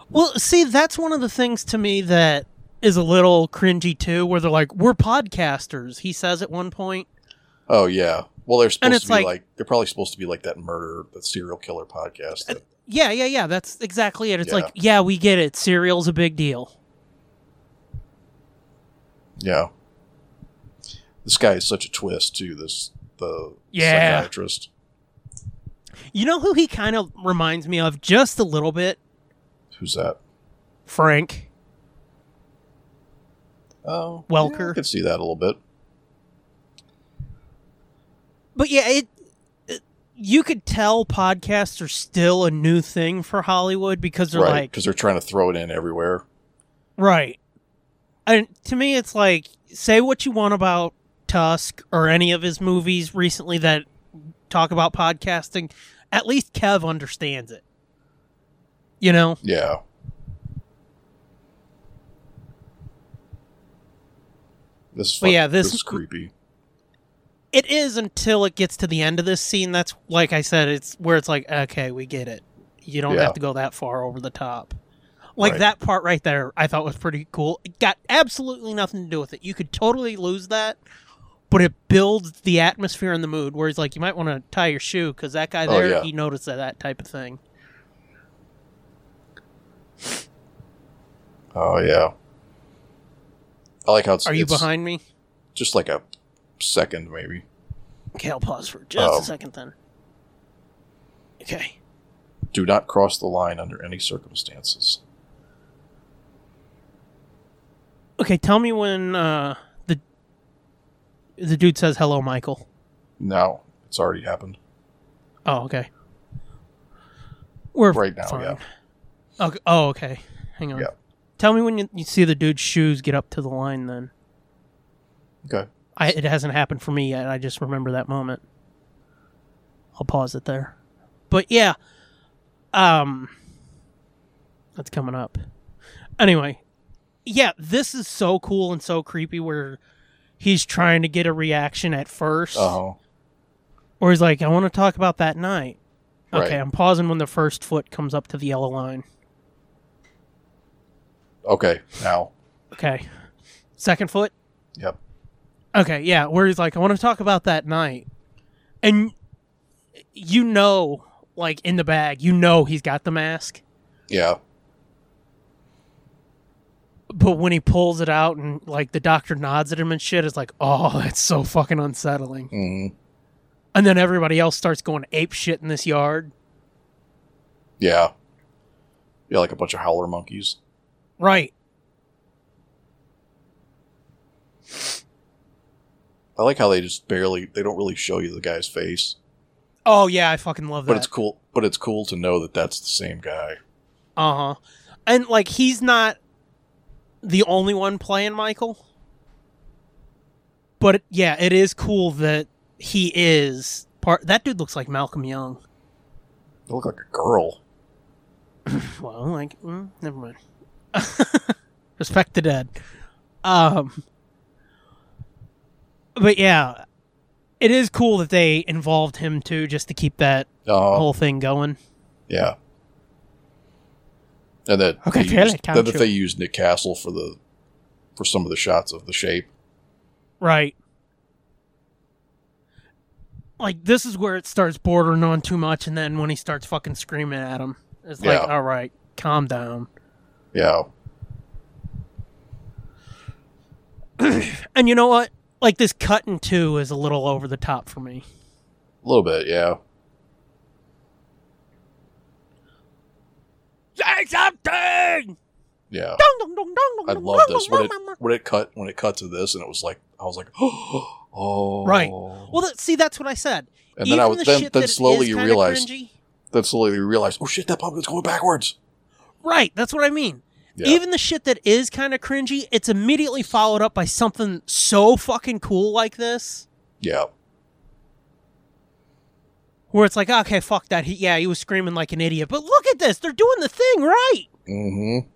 [SPEAKER 3] Well, see, that's one of the things to me that is a little cringy too, where they're like, "We're podcasters," he says at one point.
[SPEAKER 4] Oh yeah. Well, they're supposed
[SPEAKER 3] it's
[SPEAKER 4] to be
[SPEAKER 3] like-
[SPEAKER 4] like, they're probably supposed to be like that murder, that serial killer podcast. that-
[SPEAKER 3] Yeah, yeah, yeah. That's exactly it. It's
[SPEAKER 4] Yeah.
[SPEAKER 3] like, yeah, we get it. Serial's a big deal.
[SPEAKER 4] yeah. This guy is such a twist too. This the
[SPEAKER 3] Yeah.
[SPEAKER 4] psychiatrist.
[SPEAKER 3] You know who he kind of reminds me of just a little bit?
[SPEAKER 4] Who's that?
[SPEAKER 3] Frank.
[SPEAKER 4] Oh, Yeah,
[SPEAKER 3] Welker.
[SPEAKER 4] I could see that a little bit.
[SPEAKER 3] But yeah, it, it- you could tell podcasts are still a new thing for Hollywood because they're
[SPEAKER 4] right,
[SPEAKER 3] like
[SPEAKER 4] because they're trying to throw it in everywhere.
[SPEAKER 3] right. And to me it's like say what you want about Tusk or any of his movies recently that talk about podcasting, at least Kev understands it. You know?
[SPEAKER 4] Yeah. This is
[SPEAKER 3] Well,
[SPEAKER 4] fuck-
[SPEAKER 3] yeah, this-
[SPEAKER 4] is creepy.
[SPEAKER 3] It is until it gets to the end of this scene that's like I said it's where it's like okay, we get it. You don't
[SPEAKER 4] Yeah.
[SPEAKER 3] have to go that far over the top. Like
[SPEAKER 4] Right.
[SPEAKER 3] that part right there, I thought was pretty cool. It got absolutely nothing to do with it. You could totally lose that, but it builds the atmosphere and the mood. Where he's like, you might want to tie your shoe because that guy
[SPEAKER 4] Oh,
[SPEAKER 3] there,
[SPEAKER 4] yeah.
[SPEAKER 3] he noticed that, that type of thing.
[SPEAKER 4] Oh yeah. I like how it's,
[SPEAKER 3] Are you
[SPEAKER 4] it's
[SPEAKER 3] behind me?
[SPEAKER 4] just like a second maybe.
[SPEAKER 3] Okay, I'll pause for just
[SPEAKER 4] Oh.
[SPEAKER 3] a second then. Okay.
[SPEAKER 4] Do not cross the line under any circumstances.
[SPEAKER 3] Okay, tell me when uh, the the dude says hello, Michael.
[SPEAKER 4] No, it's already happened.
[SPEAKER 3] Oh, okay. We're
[SPEAKER 4] Right now,
[SPEAKER 3] fine.
[SPEAKER 4] yeah.
[SPEAKER 3] Okay. Oh, okay. Hang on.
[SPEAKER 4] Yeah.
[SPEAKER 3] Tell me when you, you see the dude's shoes get up to the line. Then
[SPEAKER 4] Okay.
[SPEAKER 3] I, it hasn't happened for me yet. I just remember that moment. I'll pause it there. But yeah, um, that's coming up. Anyway, yeah, this is so cool and so creepy. Where he's trying to get a reaction at first,
[SPEAKER 4] Uh huh.
[SPEAKER 3] or he's like, "I want to talk about that night." Okay,
[SPEAKER 4] Right.
[SPEAKER 3] I'm pausing when the first foot comes up to the yellow line.
[SPEAKER 4] Okay. Now.
[SPEAKER 3] Okay, second foot.
[SPEAKER 4] Yep.
[SPEAKER 3] Okay, yeah, where he's like, I want to talk about that night. And you know, like in the bag, you know he's got the mask,
[SPEAKER 4] Yeah.
[SPEAKER 3] but when he pulls it out and like the doctor nods at him and shit, it's like, oh, that's so fucking unsettling.
[SPEAKER 4] hmm
[SPEAKER 3] And then everybody else starts going ape shit in this yard.
[SPEAKER 4] Yeah. Yeah, like a bunch of howler monkeys.
[SPEAKER 3] Right.
[SPEAKER 4] I like how they just barely they don't really show you the guy's face,
[SPEAKER 3] Oh yeah, I fucking love that.
[SPEAKER 4] but it's cool. But it's cool to know that that's the same guy.
[SPEAKER 3] Uh huh. And like he's not the only one playing Michael, but it- yeah, it is cool that he is part. That dude looks like Malcolm Young.
[SPEAKER 4] They look like a girl.
[SPEAKER 3] Well, like mm, never mind. Respect the dead. Um, but yeah, it is cool that they involved him too, just to keep that
[SPEAKER 4] Oh,
[SPEAKER 3] whole thing going.
[SPEAKER 4] yeah. And that
[SPEAKER 3] Okay,
[SPEAKER 4] they
[SPEAKER 3] tell
[SPEAKER 4] used,
[SPEAKER 3] it, can't
[SPEAKER 4] that if
[SPEAKER 3] you?
[SPEAKER 4] they used Nick Castle for the for some of the shots of the shape.
[SPEAKER 3] Right. Like this is where it starts bordering on too much, and then when he starts fucking screaming at him, it's like,
[SPEAKER 4] Yeah.
[SPEAKER 3] all right, calm down.
[SPEAKER 4] Yeah,
[SPEAKER 3] And you know what? Like this cut in two is a little over the top for me.
[SPEAKER 4] a little bit. Yeah,
[SPEAKER 3] Say something.
[SPEAKER 4] yeah.
[SPEAKER 3] Dong, dong, dong, dong,
[SPEAKER 4] I
[SPEAKER 3] dong,
[SPEAKER 4] love
[SPEAKER 3] dong,
[SPEAKER 4] this
[SPEAKER 3] dong,
[SPEAKER 4] when it
[SPEAKER 3] dong, dong.
[SPEAKER 4] when it cut when it cut to this, and it was like I was like, oh,
[SPEAKER 3] Right. Well, that, see, that's what I said.
[SPEAKER 4] and
[SPEAKER 3] Even
[SPEAKER 4] then I was
[SPEAKER 3] the
[SPEAKER 4] then,
[SPEAKER 3] shit
[SPEAKER 4] then
[SPEAKER 3] that it
[SPEAKER 4] slowly
[SPEAKER 3] is
[SPEAKER 4] you
[SPEAKER 3] kinda
[SPEAKER 4] realized
[SPEAKER 3] cringy-
[SPEAKER 4] then slowly you realized, oh shit, that pumpkin's going backwards.
[SPEAKER 3] Right. That's what I mean.
[SPEAKER 4] Yeah,
[SPEAKER 3] Even the shit that is kind of cringy, it's immediately followed up by something so fucking cool like this.
[SPEAKER 4] yeah,
[SPEAKER 3] where it's like, okay, fuck that. He, yeah, he was screaming like an idiot, but look at this. They're doing the thing right.
[SPEAKER 4] mm-hmm.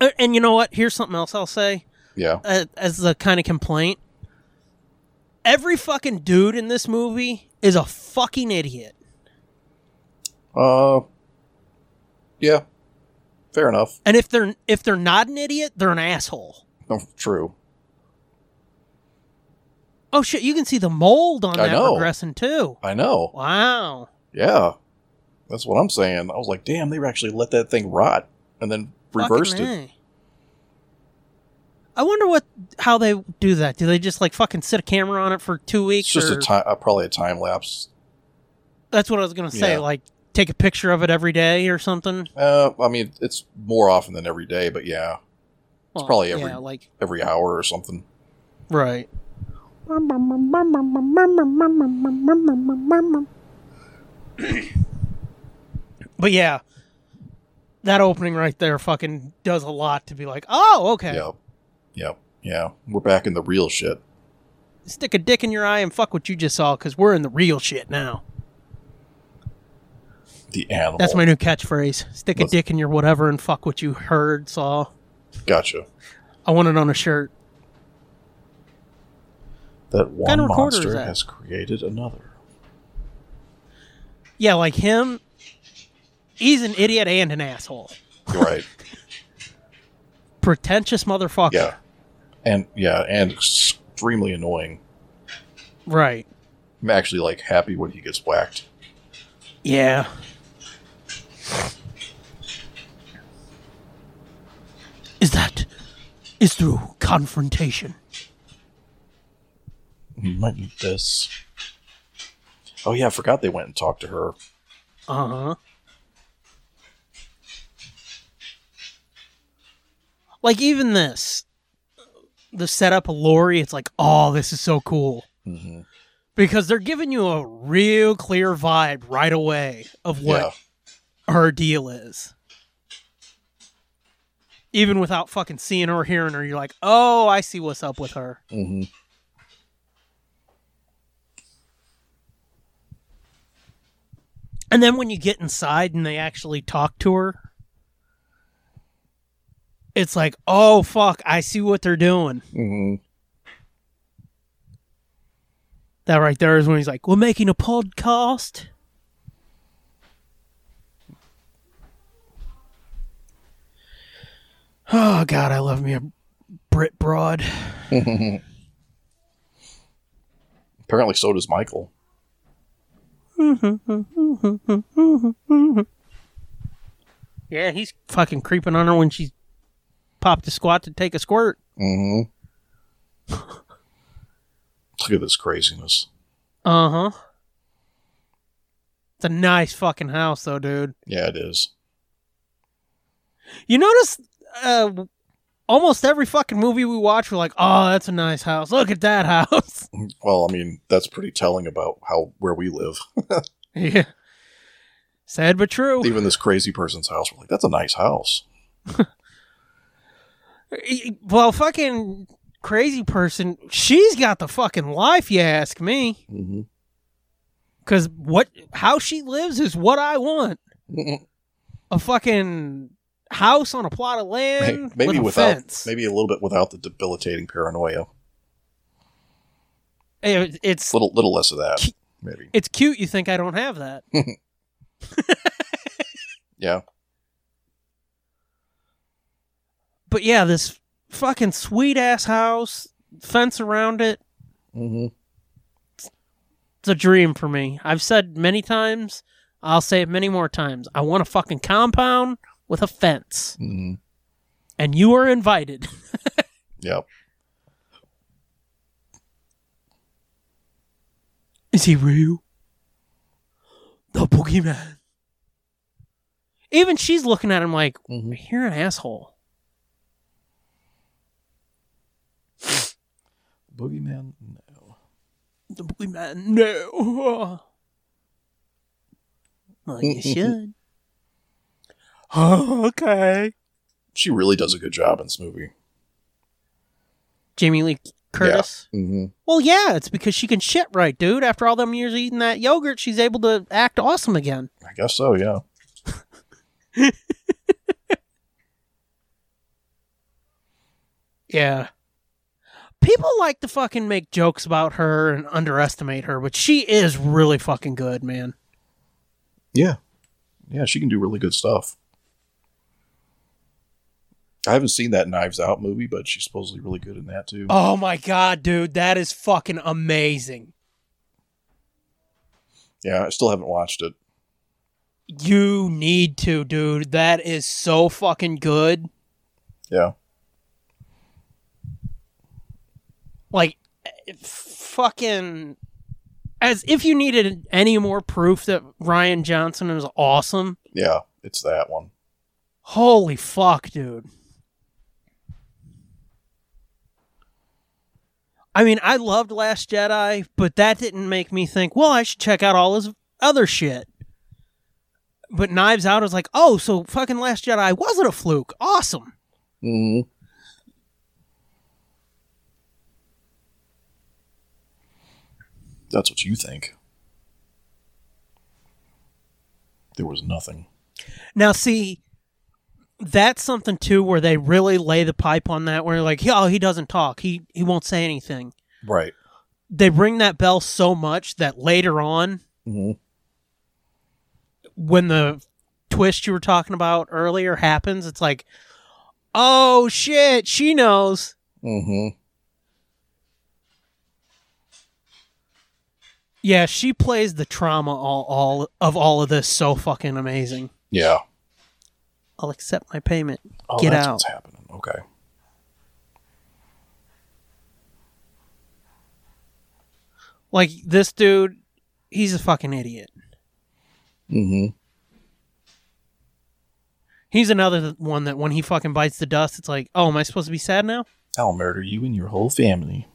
[SPEAKER 3] Uh, And you know what? Here's something else I'll say
[SPEAKER 4] yeah,
[SPEAKER 3] uh, as a kind of complaint. Every fucking dude in this movie is a fucking idiot.
[SPEAKER 4] uh, yeah. Fair enough.
[SPEAKER 3] And if they're if they're not an idiot, they're an asshole.
[SPEAKER 4] No, true.
[SPEAKER 3] Oh shit, you can see the mold on
[SPEAKER 4] I
[SPEAKER 3] that
[SPEAKER 4] know.
[SPEAKER 3] regressing too.
[SPEAKER 4] I know.
[SPEAKER 3] Wow.
[SPEAKER 4] Yeah, that's what I'm saying. I was like, damn, they actually let that thing rot and then reversed
[SPEAKER 3] Fucking
[SPEAKER 4] it.
[SPEAKER 3] A. I wonder what how they do that. Do they just like fucking sit a camera on it for two weeks?
[SPEAKER 4] It's just
[SPEAKER 3] or-
[SPEAKER 4] a time, uh, probably a time lapse.
[SPEAKER 3] That's what I was gonna say.
[SPEAKER 4] Yeah.
[SPEAKER 3] Like, take a picture of it every day or something.
[SPEAKER 4] Uh, I mean, it's more often than every day, but yeah,
[SPEAKER 3] Well,
[SPEAKER 4] probably every-
[SPEAKER 3] yeah, like
[SPEAKER 4] every hour or something.
[SPEAKER 3] right. But yeah, that opening right there fucking does a lot to be like, oh, okay,
[SPEAKER 4] Yep, yep, yeah. We're back in the real shit.
[SPEAKER 3] stick a dick in your eye and fuck what you just saw because we're in the real shit now.
[SPEAKER 4] The animal.
[SPEAKER 3] That's my new catchphrase. Stick a
[SPEAKER 4] Let's-
[SPEAKER 3] dick in your whatever and fuck what you heard, saw.
[SPEAKER 4] gotcha.
[SPEAKER 3] I want it on a shirt.
[SPEAKER 4] That one
[SPEAKER 3] kind of recorder is
[SPEAKER 4] monster
[SPEAKER 3] that?
[SPEAKER 4] has created another.
[SPEAKER 3] Yeah, like him. He's an idiot and an asshole.
[SPEAKER 4] Right.
[SPEAKER 3] Pretentious motherfucker.
[SPEAKER 4] yeah. And yeah, and extremely annoying.
[SPEAKER 3] Right.
[SPEAKER 4] I'm actually like happy when he gets whacked.
[SPEAKER 3] Yeah. Is that is through confrontation.
[SPEAKER 4] You might need this. Oh yeah, I forgot they went and talked to her.
[SPEAKER 3] Uh-huh. Like even this the setup of Lori, it's like, oh, this is so cool.
[SPEAKER 4] Mm-hmm.
[SPEAKER 3] Because they're giving you a real clear vibe right away of what
[SPEAKER 4] Yeah.
[SPEAKER 3] her deal is. Even without fucking seeing her or hearing her, you're like, oh, I see what's up with her.
[SPEAKER 4] Mm-hmm.
[SPEAKER 3] And then when you get inside and they actually talk to her, it's like, oh, fuck, I see what they're doing.
[SPEAKER 4] Mm-hmm.
[SPEAKER 3] That right there is when he's like, we're making a podcast. Oh God, I love me a Brit broad.
[SPEAKER 4] Apparently, so does Michael.
[SPEAKER 3] Yeah, he's fucking creeping on her when she popped a squat to take a squirt.
[SPEAKER 4] hmm Look at this craziness.
[SPEAKER 3] Uh huh. It's a nice fucking house, though, dude.
[SPEAKER 4] Yeah, it is.
[SPEAKER 3] You notice uh, almost every fucking movie we watch, we're like, oh, that's a nice house. Look at that house.
[SPEAKER 4] Well, I mean, that's pretty telling about how where we live.
[SPEAKER 3] yeah. Sad but true.
[SPEAKER 4] Even this crazy person's house, we're like, that's a nice house.
[SPEAKER 3] E, Well, fucking crazy person, she's got the fucking life, you ask me.
[SPEAKER 4] hmm
[SPEAKER 3] Because what, how she lives is what I want. A fucking house on a plot of land
[SPEAKER 4] maybe
[SPEAKER 3] with a
[SPEAKER 4] without,
[SPEAKER 3] fence.
[SPEAKER 4] maybe a little bit without the debilitating paranoia.
[SPEAKER 3] It- Eh, it's
[SPEAKER 4] Little, little less of that, maybe.
[SPEAKER 3] it's cute. You think I don't have that?
[SPEAKER 4] Yeah.
[SPEAKER 3] But yeah, this fucking sweet ass house, fence around it.
[SPEAKER 4] hmm
[SPEAKER 3] It's a dream for me. I've said many times. I'll say it many more times. I want a fucking compound with a fence,
[SPEAKER 4] hmm
[SPEAKER 3] and you are invited.
[SPEAKER 4] Yeah.
[SPEAKER 3] Is he real? The boogeyman. Even she's looking at him like,
[SPEAKER 4] Mhm.
[SPEAKER 3] you're an asshole.
[SPEAKER 4] Boogeyman? No.
[SPEAKER 3] The boogeyman, no. Well, you should. oh, okay.
[SPEAKER 4] She really does a good job in this movie.
[SPEAKER 3] Jamie Lee Curtis.
[SPEAKER 4] hmm
[SPEAKER 3] Well, yeah, it's because she can shit right, dude. After all them years eating that yogurt, she's able to act awesome again.
[SPEAKER 4] I guess so, yeah.
[SPEAKER 3] Yeah. People like to fucking make jokes about her and underestimate her, but she is really fucking good, man.
[SPEAKER 4] Yeah. Yeah, she can do really good stuff. I haven't seen that Knives Out movie, but she's supposedly really good in that too.
[SPEAKER 3] Oh my god, dude, that is fucking amazing.
[SPEAKER 4] Yeah, I still haven't watched it.
[SPEAKER 3] You need to, dude. That is so fucking good.
[SPEAKER 4] Yeah.
[SPEAKER 3] Like eh, fucking as if you needed any more proof that Ryan Johnson is awesome.
[SPEAKER 4] Yeah, it's that one.
[SPEAKER 3] Holy fuck, dude. I mean, I loved Last Jedi, but that didn't make me think, well, I should check out all his other shit. But Knives Out was like, oh, so fucking Last Jedi wasn't a fluke. Awesome.
[SPEAKER 4] Mm-hmm. That's what you think. There was nothing.
[SPEAKER 3] Now, see, that's something too where they really lay the pipe on that, where like, oh, he doesn't talk, he, he won't say anything.
[SPEAKER 4] Right.
[SPEAKER 3] They ring that bell so much that later on,
[SPEAKER 4] hmm
[SPEAKER 3] when the twist you were talking about earlier happens, it's like, oh shit, she knows.
[SPEAKER 4] hmm
[SPEAKER 3] Yeah, she plays the trauma all, all of all of this so fucking amazing.
[SPEAKER 4] Yeah.
[SPEAKER 3] I'll accept my payment.
[SPEAKER 4] Oh,
[SPEAKER 3] Get
[SPEAKER 4] that's
[SPEAKER 3] out.
[SPEAKER 4] what's happening. Okay.
[SPEAKER 3] Like this dude, he's a fucking idiot.
[SPEAKER 4] hmm
[SPEAKER 3] He's another one that when he fucking bites the dust, it's like, oh, am I supposed to be sad now?
[SPEAKER 4] I'll murder you and your whole family.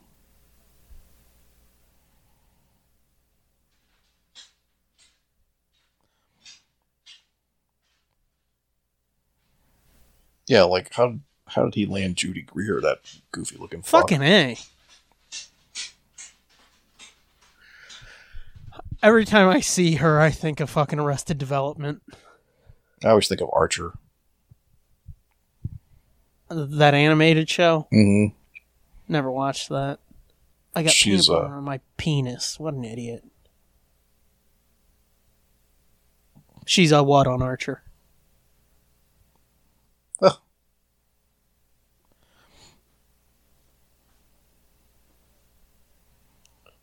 [SPEAKER 4] Yeah, like how how did he land Judy Greer, that goofy looking fuck?
[SPEAKER 3] Fucking A. Every time I see her, I think of fucking Arrested Development.
[SPEAKER 4] I always think of Archer.
[SPEAKER 3] That animated show.
[SPEAKER 4] Mm-hmm.
[SPEAKER 3] Never watched that. I got
[SPEAKER 4] She's,
[SPEAKER 3] peanut
[SPEAKER 4] uh,
[SPEAKER 3] butter on my penis. What an idiot. uh,
[SPEAKER 4] Oh.
[SPEAKER 3] She's a what on Archer?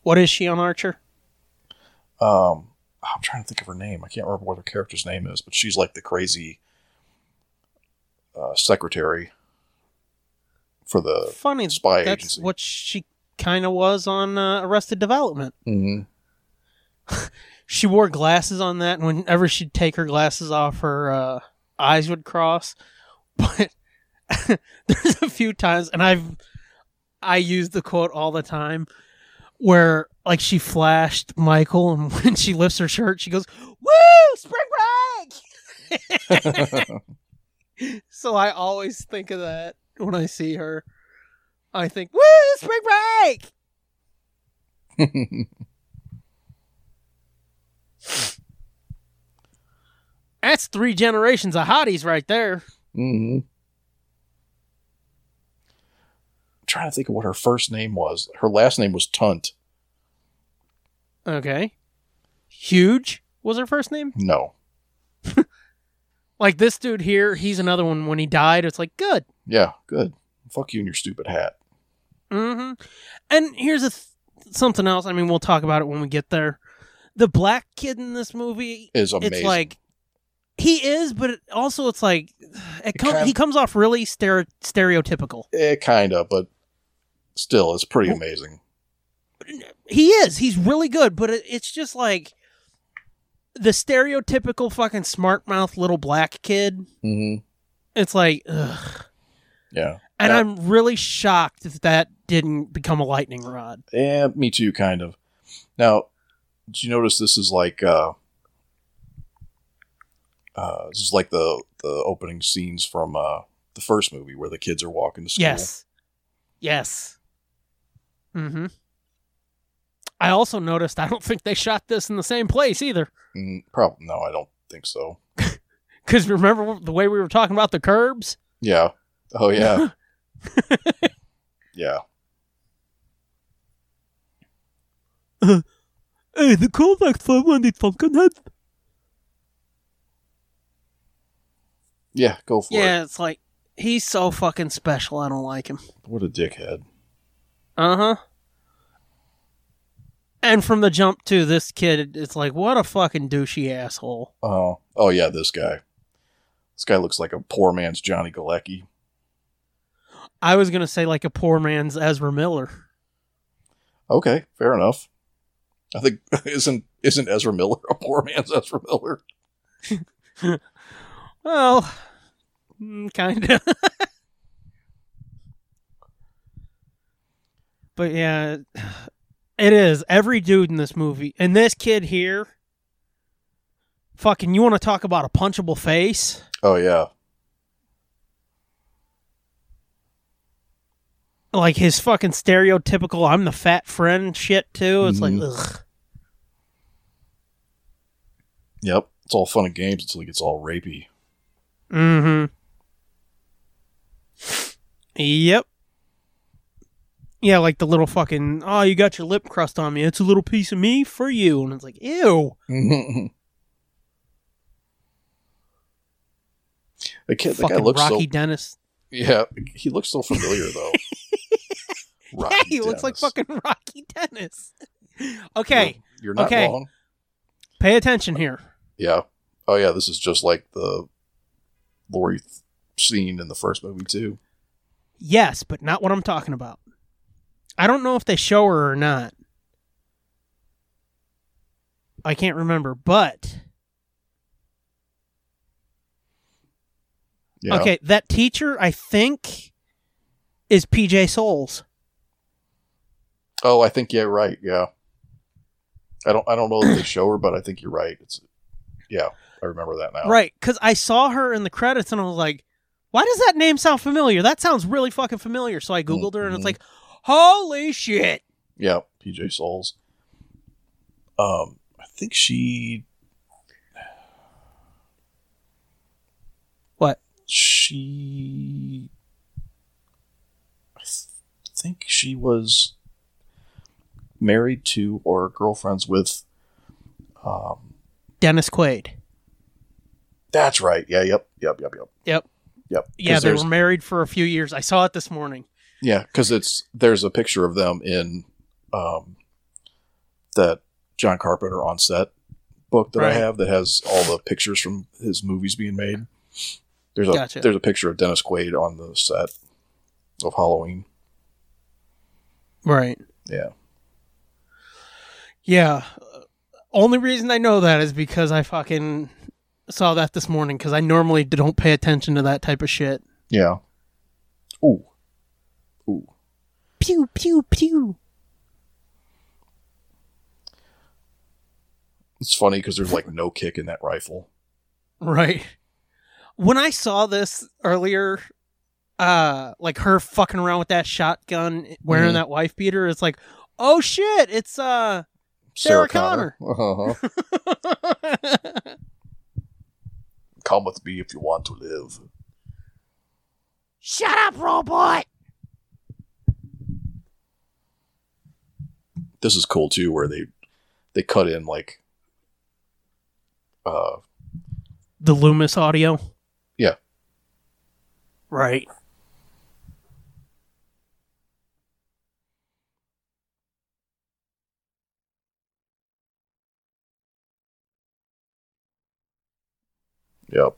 [SPEAKER 3] What is she on Archer?
[SPEAKER 4] Um, I'm trying to think of her name. I can't remember what her character's name is, but she's like the crazy uh, secretary for the.
[SPEAKER 3] Funny,
[SPEAKER 4] Uh, Spy
[SPEAKER 3] that's
[SPEAKER 4] agency.
[SPEAKER 3] what she kind of was on uh, Arrested Development.
[SPEAKER 4] Mhm.
[SPEAKER 3] She wore glasses on that, and whenever she'd take her glasses off, her uh, eyes would cross. But there's a few times, and I've I use the quote all the time, where like she flashed Michael, and when she lifts her shirt, she goes, "Woo, spring break!" So I always think of that when I see her. I think, "Woo, spring break!" That's three generations of hotties right there.
[SPEAKER 4] Mm-hmm. I'm trying to think of what her first name was. Her last name was Tunt.
[SPEAKER 3] Okay. Huge was her first name.
[SPEAKER 4] No.
[SPEAKER 3] Like this dude here, he's another one. When he died, it's like good.
[SPEAKER 4] Yeah, good. Fuck you and your stupid hat.
[SPEAKER 3] hmm And here's a th- something else. I mean, we'll talk about it when we get there. The black kid in this movie,
[SPEAKER 4] Is amazing.
[SPEAKER 3] it's like he is, but it, also it's like it com-
[SPEAKER 4] kinda-
[SPEAKER 3] he comes off really stere- stereotypical.
[SPEAKER 4] eh, kinda, but still, it's pretty amazing.
[SPEAKER 3] He is. He's really good, but it, it's just like the stereotypical fucking smart mouth little black kid.
[SPEAKER 4] Mm-hmm.
[SPEAKER 3] It's like. Ugh.
[SPEAKER 4] Yeah.
[SPEAKER 3] And
[SPEAKER 4] Yeah.
[SPEAKER 3] I'm really shocked that that didn't become a lightning rod.
[SPEAKER 4] Yeah, Eh, me too, kind of. Now, did you notice this is like uh, uh this is like the the opening scenes from uh the first movie where the kids are walking to school.
[SPEAKER 3] Yes. Yes. Mm-hmm. I also noticed I don't think they shot this in the same place either.
[SPEAKER 4] Mm, probably no, I don't think so.
[SPEAKER 3] Because remember the way we were talking about the curbs?
[SPEAKER 4] Yeah. Oh yeah. yeah.
[SPEAKER 3] Hey, the callback from when the Funkinhead.
[SPEAKER 4] Yeah, go for it.
[SPEAKER 3] Yeah, it's like he's so fucking special. I don't like him.
[SPEAKER 4] What a dickhead.
[SPEAKER 3] Uh huh. And from the jump too, this kid, it's like what a fucking douchey asshole.
[SPEAKER 4] Oh, oh yeah, this guy. This guy looks like a poor man's Johnny Galecki.
[SPEAKER 3] I was gonna say like a poor man's Ezra Miller.
[SPEAKER 4] Okay, fair enough. I think isn't isn't Ezra Miller a poor man's Ezra Miller?
[SPEAKER 3] Well, mm, kind of. but yeah, it is. Every dude in this movie, and this kid here, fucking, you want to talk about a punchable face?
[SPEAKER 4] Oh yeah.
[SPEAKER 3] Like his fucking stereotypical, I'm the fat friend shit, too. It's like, ugh.
[SPEAKER 4] Yep. It's all fun and games until he gets all rapey.
[SPEAKER 3] Mm hmm. Yep. Yeah, like the little fucking, oh, you got your lip crust on me. It's a little piece of me for you. And it's like, ew.
[SPEAKER 4] the kid, the guy
[SPEAKER 3] fucking
[SPEAKER 4] looks
[SPEAKER 3] Rocky
[SPEAKER 4] so
[SPEAKER 3] Dennis.
[SPEAKER 4] yeah. He looks so familiar though. Rocky
[SPEAKER 3] yeah, he looks like
[SPEAKER 4] Dennis.
[SPEAKER 3] fucking Rocky Dennis. okay,
[SPEAKER 4] You're, you're not
[SPEAKER 3] okay.
[SPEAKER 4] wrong.
[SPEAKER 3] pay attention here.
[SPEAKER 4] Yeah. Oh yeah, this is just like the Lori th- scene in the first movie too.
[SPEAKER 3] Yes, but not what I'm talking about. I don't know if they show her or not. I can't remember, but
[SPEAKER 4] Yeah.
[SPEAKER 3] okay, that teacher I think is PJ Souls.
[SPEAKER 4] Oh, I think yeah, right. Yeah. I don't I don't know if they show her, but I think you're right. It's yeah, I remember that now.
[SPEAKER 3] Right, cuz I saw her in the credits and I was like, why does that name sound familiar? That sounds really fucking familiar. So I googled her and
[SPEAKER 4] Mhm.
[SPEAKER 3] it's like, holy shit.
[SPEAKER 4] Yeah, PJ Souls. Um, I think she
[SPEAKER 3] What?
[SPEAKER 4] she I th- think she was married to or girlfriends with um
[SPEAKER 3] Dennis Quaid.
[SPEAKER 4] that's right. Yeah, yep, yep, yep, yep.
[SPEAKER 3] Yep.
[SPEAKER 4] Yep. 'Cause
[SPEAKER 3] Yeah, they
[SPEAKER 4] there's-
[SPEAKER 3] were married for a few years. I saw it this morning.
[SPEAKER 4] Yeah, because it's there's a picture of them in um, that John Carpenter on set book that I
[SPEAKER 3] Right.
[SPEAKER 4] have that has all the pictures from his movies being made. There's a
[SPEAKER 3] Gotcha.
[SPEAKER 4] there's a picture of Dennis Quaid on the set of Halloween.
[SPEAKER 3] Right.
[SPEAKER 4] Yeah.
[SPEAKER 3] Yeah. Uh, Only reason I know that is because I fucking saw that this morning because I normally don't pay attention to that type of shit.
[SPEAKER 4] Yeah. Ooh. Ooh.
[SPEAKER 3] Pew, pew, pew.
[SPEAKER 4] It's funny because there's like no kick in that rifle.
[SPEAKER 3] Right. When I saw this earlier, uh, like her fucking around with that shotgun wearing
[SPEAKER 4] Mhm.
[SPEAKER 3] that wife beater, it's like, oh shit, it's uh Sarah
[SPEAKER 4] Uh-huh. Come with me if you want to live.
[SPEAKER 3] Shut up, robot.
[SPEAKER 4] This is cool too, where they they cut in like uh
[SPEAKER 3] The Loomis audio.
[SPEAKER 4] Yeah.
[SPEAKER 3] Right.
[SPEAKER 4] Yep.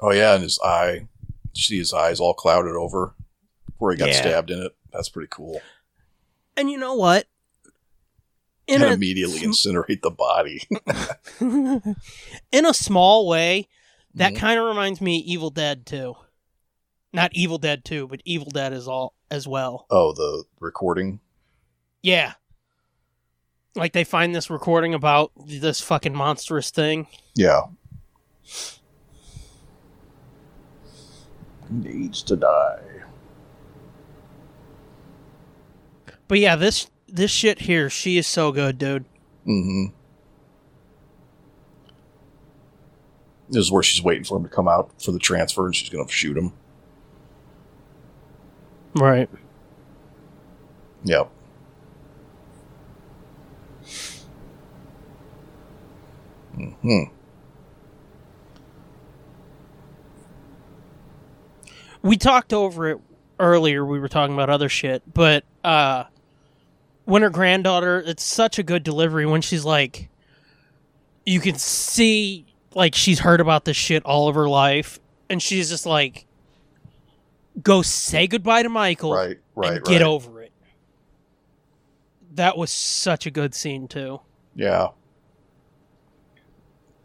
[SPEAKER 4] Oh yeah, and his eye. You see his eyes all clouded over where he got
[SPEAKER 3] Yeah.
[SPEAKER 4] stabbed in it. That's pretty cool.
[SPEAKER 3] And you know what? In
[SPEAKER 4] and
[SPEAKER 3] a,
[SPEAKER 4] immediately incinerate the body.
[SPEAKER 3] in a small way, that
[SPEAKER 4] Mhm.
[SPEAKER 3] kind of reminds me of Evil Dead too. Not Evil Dead 2, but Evil Dead is all as well.
[SPEAKER 4] Oh, the recording.
[SPEAKER 3] Yeah. Like they find this recording about this fucking monstrous thing.
[SPEAKER 4] Yeah. Needs to die.
[SPEAKER 3] But yeah, this this shit here, she is so good, dude.
[SPEAKER 4] Mm-hmm. This is where she's waiting for him to come out for the transfer, and she's going to shoot him.
[SPEAKER 3] Right.
[SPEAKER 4] Yep. Hmm.
[SPEAKER 3] we talked over it earlier we were talking about other shit but uh when her granddaughter it's such a good delivery when she's like you can see like she's heard about this shit all of her life and she's just like go say goodbye to michael
[SPEAKER 4] Right. Right.
[SPEAKER 3] and get
[SPEAKER 4] right.
[SPEAKER 3] over it that was such a good scene too
[SPEAKER 4] Yeah.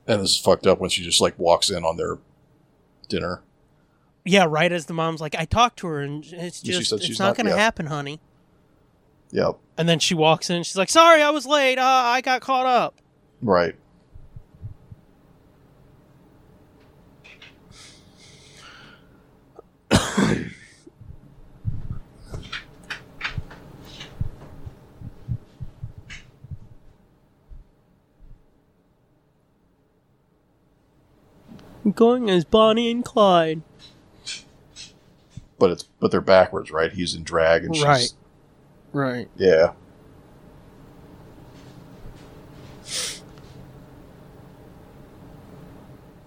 [SPEAKER 4] And this is fucked up when she just like walks in on their dinner.
[SPEAKER 3] yeah right as the mom's like i talked to her and it's
[SPEAKER 4] She
[SPEAKER 3] just
[SPEAKER 4] said
[SPEAKER 3] it's
[SPEAKER 4] she's
[SPEAKER 3] not,
[SPEAKER 4] not-
[SPEAKER 3] gonna
[SPEAKER 4] yeah.
[SPEAKER 3] happen honey
[SPEAKER 4] Yep.
[SPEAKER 3] and then she walks in she's like sorry i was late uh, i got caught up
[SPEAKER 4] Right.
[SPEAKER 3] Going as Bonnie and Clyde.
[SPEAKER 4] But it's but they're backwards, right? He's in drag and she's
[SPEAKER 3] Right. Right.
[SPEAKER 4] Yeah.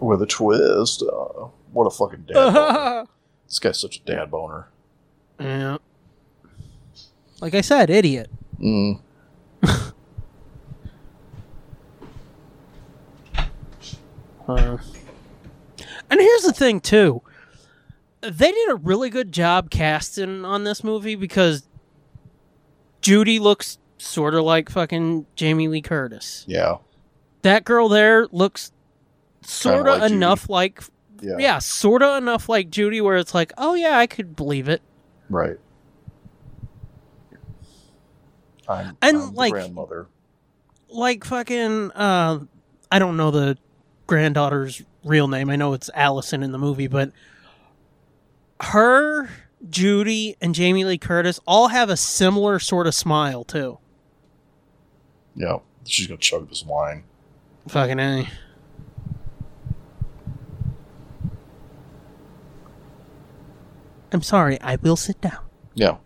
[SPEAKER 4] With a twist. Uh, what a fucking dad. boner. This guy's such a dad boner.
[SPEAKER 3] yeah. Like I said, idiot.
[SPEAKER 4] Mm.
[SPEAKER 3] And here's the thing, too. They did a really good job casting on this movie because Judy looks sort of like fucking Jamie Lee Curtis.
[SPEAKER 4] Yeah.
[SPEAKER 3] That girl there looks sort of
[SPEAKER 4] like Judy.
[SPEAKER 3] enough like.
[SPEAKER 4] Yeah.
[SPEAKER 3] Yeah, sort of enough like Judy where it's like, oh, yeah, I could believe it.
[SPEAKER 4] Right. I'm,
[SPEAKER 3] And,
[SPEAKER 4] I'm the
[SPEAKER 3] like-
[SPEAKER 4] grandmother.
[SPEAKER 3] like fucking uh I don't know the granddaughter's real name. I know it's Allison in the movie, but her, Judy, and Jamie Lee Curtis all have a similar sort of smile too.
[SPEAKER 4] Yeah. She's gonna chug this wine.
[SPEAKER 3] Fucking A. I'm sorry, I will sit down.
[SPEAKER 4] Yeah.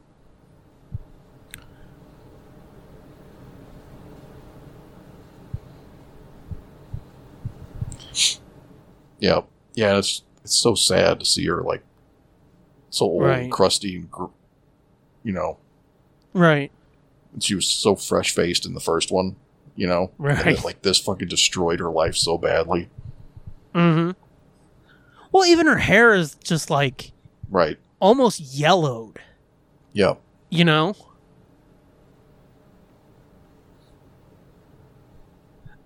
[SPEAKER 4] Yeah, yeah. and It's it's so sad to see her like so old,
[SPEAKER 3] Right.
[SPEAKER 4] and crusty, and gr- you know,
[SPEAKER 3] Right.
[SPEAKER 4] and she was so fresh faced in the first one. You know, And
[SPEAKER 3] Right.
[SPEAKER 4] it, like this fucking destroyed her life so badly.
[SPEAKER 3] Mm-hmm. Well, even her hair is just like
[SPEAKER 4] Right.
[SPEAKER 3] almost yellowed.
[SPEAKER 4] Yeah.
[SPEAKER 3] You know.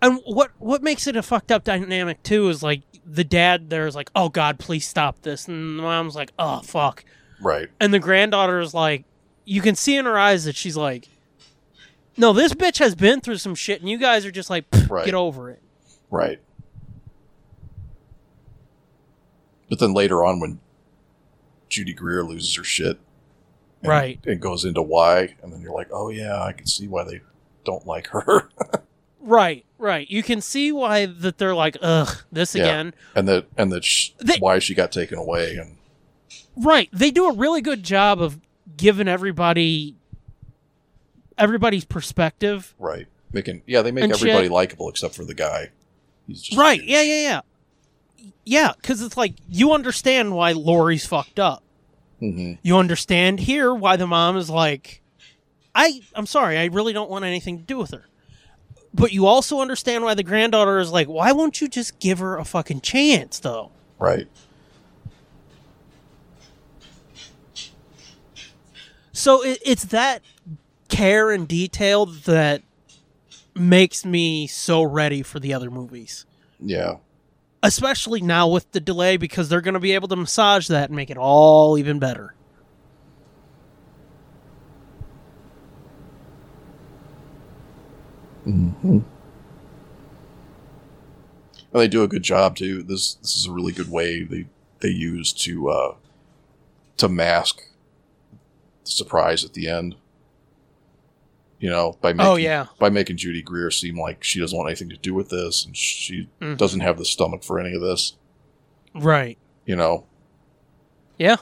[SPEAKER 3] And what what makes it a fucked up dynamic too is like the dad there is like, oh god, please stop this, and the mom's like, oh fuck,
[SPEAKER 4] Right.
[SPEAKER 3] and the granddaughter is like, you can see in her eyes that she's like, no, this bitch has been through some shit, and you guys are just like, "Pfft,
[SPEAKER 4] Right.
[SPEAKER 3] get over it.
[SPEAKER 4] Right. But then later on, when Judy Greer loses her shit, and-
[SPEAKER 3] Right.
[SPEAKER 4] and goes into why, and then you're like, oh yeah, I can see why they don't like her.
[SPEAKER 3] Right, right. You can see why that they're like, ugh, this
[SPEAKER 4] Yeah.
[SPEAKER 3] again.
[SPEAKER 4] and that and that sh-
[SPEAKER 3] They-
[SPEAKER 4] why she got taken away and
[SPEAKER 3] Right. They do a really good job of giving everybody everybody's perspective.
[SPEAKER 4] right making yeah they make
[SPEAKER 3] And
[SPEAKER 4] everybody
[SPEAKER 3] shit.
[SPEAKER 4] likable except for the guy he's just
[SPEAKER 3] Right.
[SPEAKER 4] huge.
[SPEAKER 3] Yeah, yeah, yeah. Yeah, cuz it's like you understand why Lori's fucked up.
[SPEAKER 4] Mhm.
[SPEAKER 3] You understand here why the mom is like I I'm sorry, I really don't want anything to do with her. But you also understand why the granddaughter is like, why won't you just give her a fucking chance though?
[SPEAKER 4] right
[SPEAKER 3] So it, it's that care and detail that makes me so ready for the other movies,
[SPEAKER 4] yeah
[SPEAKER 3] especially now with the delay because they're going to be able to massage that and make it all even better.
[SPEAKER 4] and they do a good job too this this is a really good way they they use to uh to mask the surprise at the end you know by making
[SPEAKER 3] Oh, yeah.
[SPEAKER 4] by making Judy Greer seem like she doesn't want anything to do with this and she
[SPEAKER 3] Mhm.
[SPEAKER 4] doesn't have the stomach for any of this
[SPEAKER 3] Right.
[SPEAKER 4] you know
[SPEAKER 3] Yeah.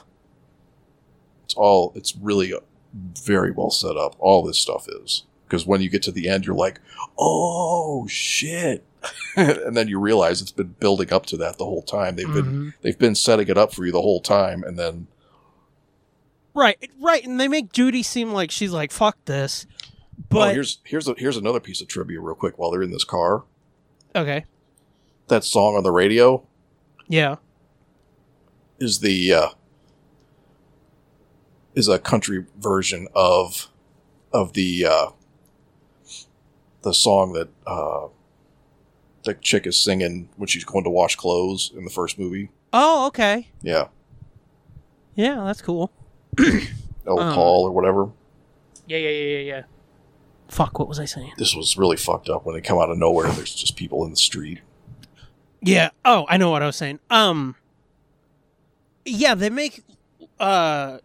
[SPEAKER 4] it's all it's really very well set up all this stuff is because when you get to the end you're like oh shit and then you realize it's been building up to that the whole time they've been
[SPEAKER 3] Mhm.
[SPEAKER 4] they've been setting it up for you the whole time and then oh,
[SPEAKER 3] Right. Right. And they make Judy seem like she's like, fuck this.
[SPEAKER 4] oh,
[SPEAKER 3] But,
[SPEAKER 4] here's here's a, here's another piece of trivia real quick while they're in this car
[SPEAKER 3] okay.
[SPEAKER 4] that song on the radio
[SPEAKER 3] Yeah.
[SPEAKER 4] is the uh, is a country version of of the uh, the song that uh, the chick is singing when she's going to wash clothes in the first movie.
[SPEAKER 3] Oh, okay.
[SPEAKER 4] Yeah,
[SPEAKER 3] Yeah, that's cool.
[SPEAKER 4] Oh
[SPEAKER 3] Uh.
[SPEAKER 4] Paul or whatever.
[SPEAKER 3] Yeah, yeah, yeah, yeah, yeah. Fuck, what was I saying?
[SPEAKER 4] This was really fucked up when they come out of nowhere. There's just people in the street.
[SPEAKER 3] Yeah. Oh, I know what I was saying. Um Yeah, they make uh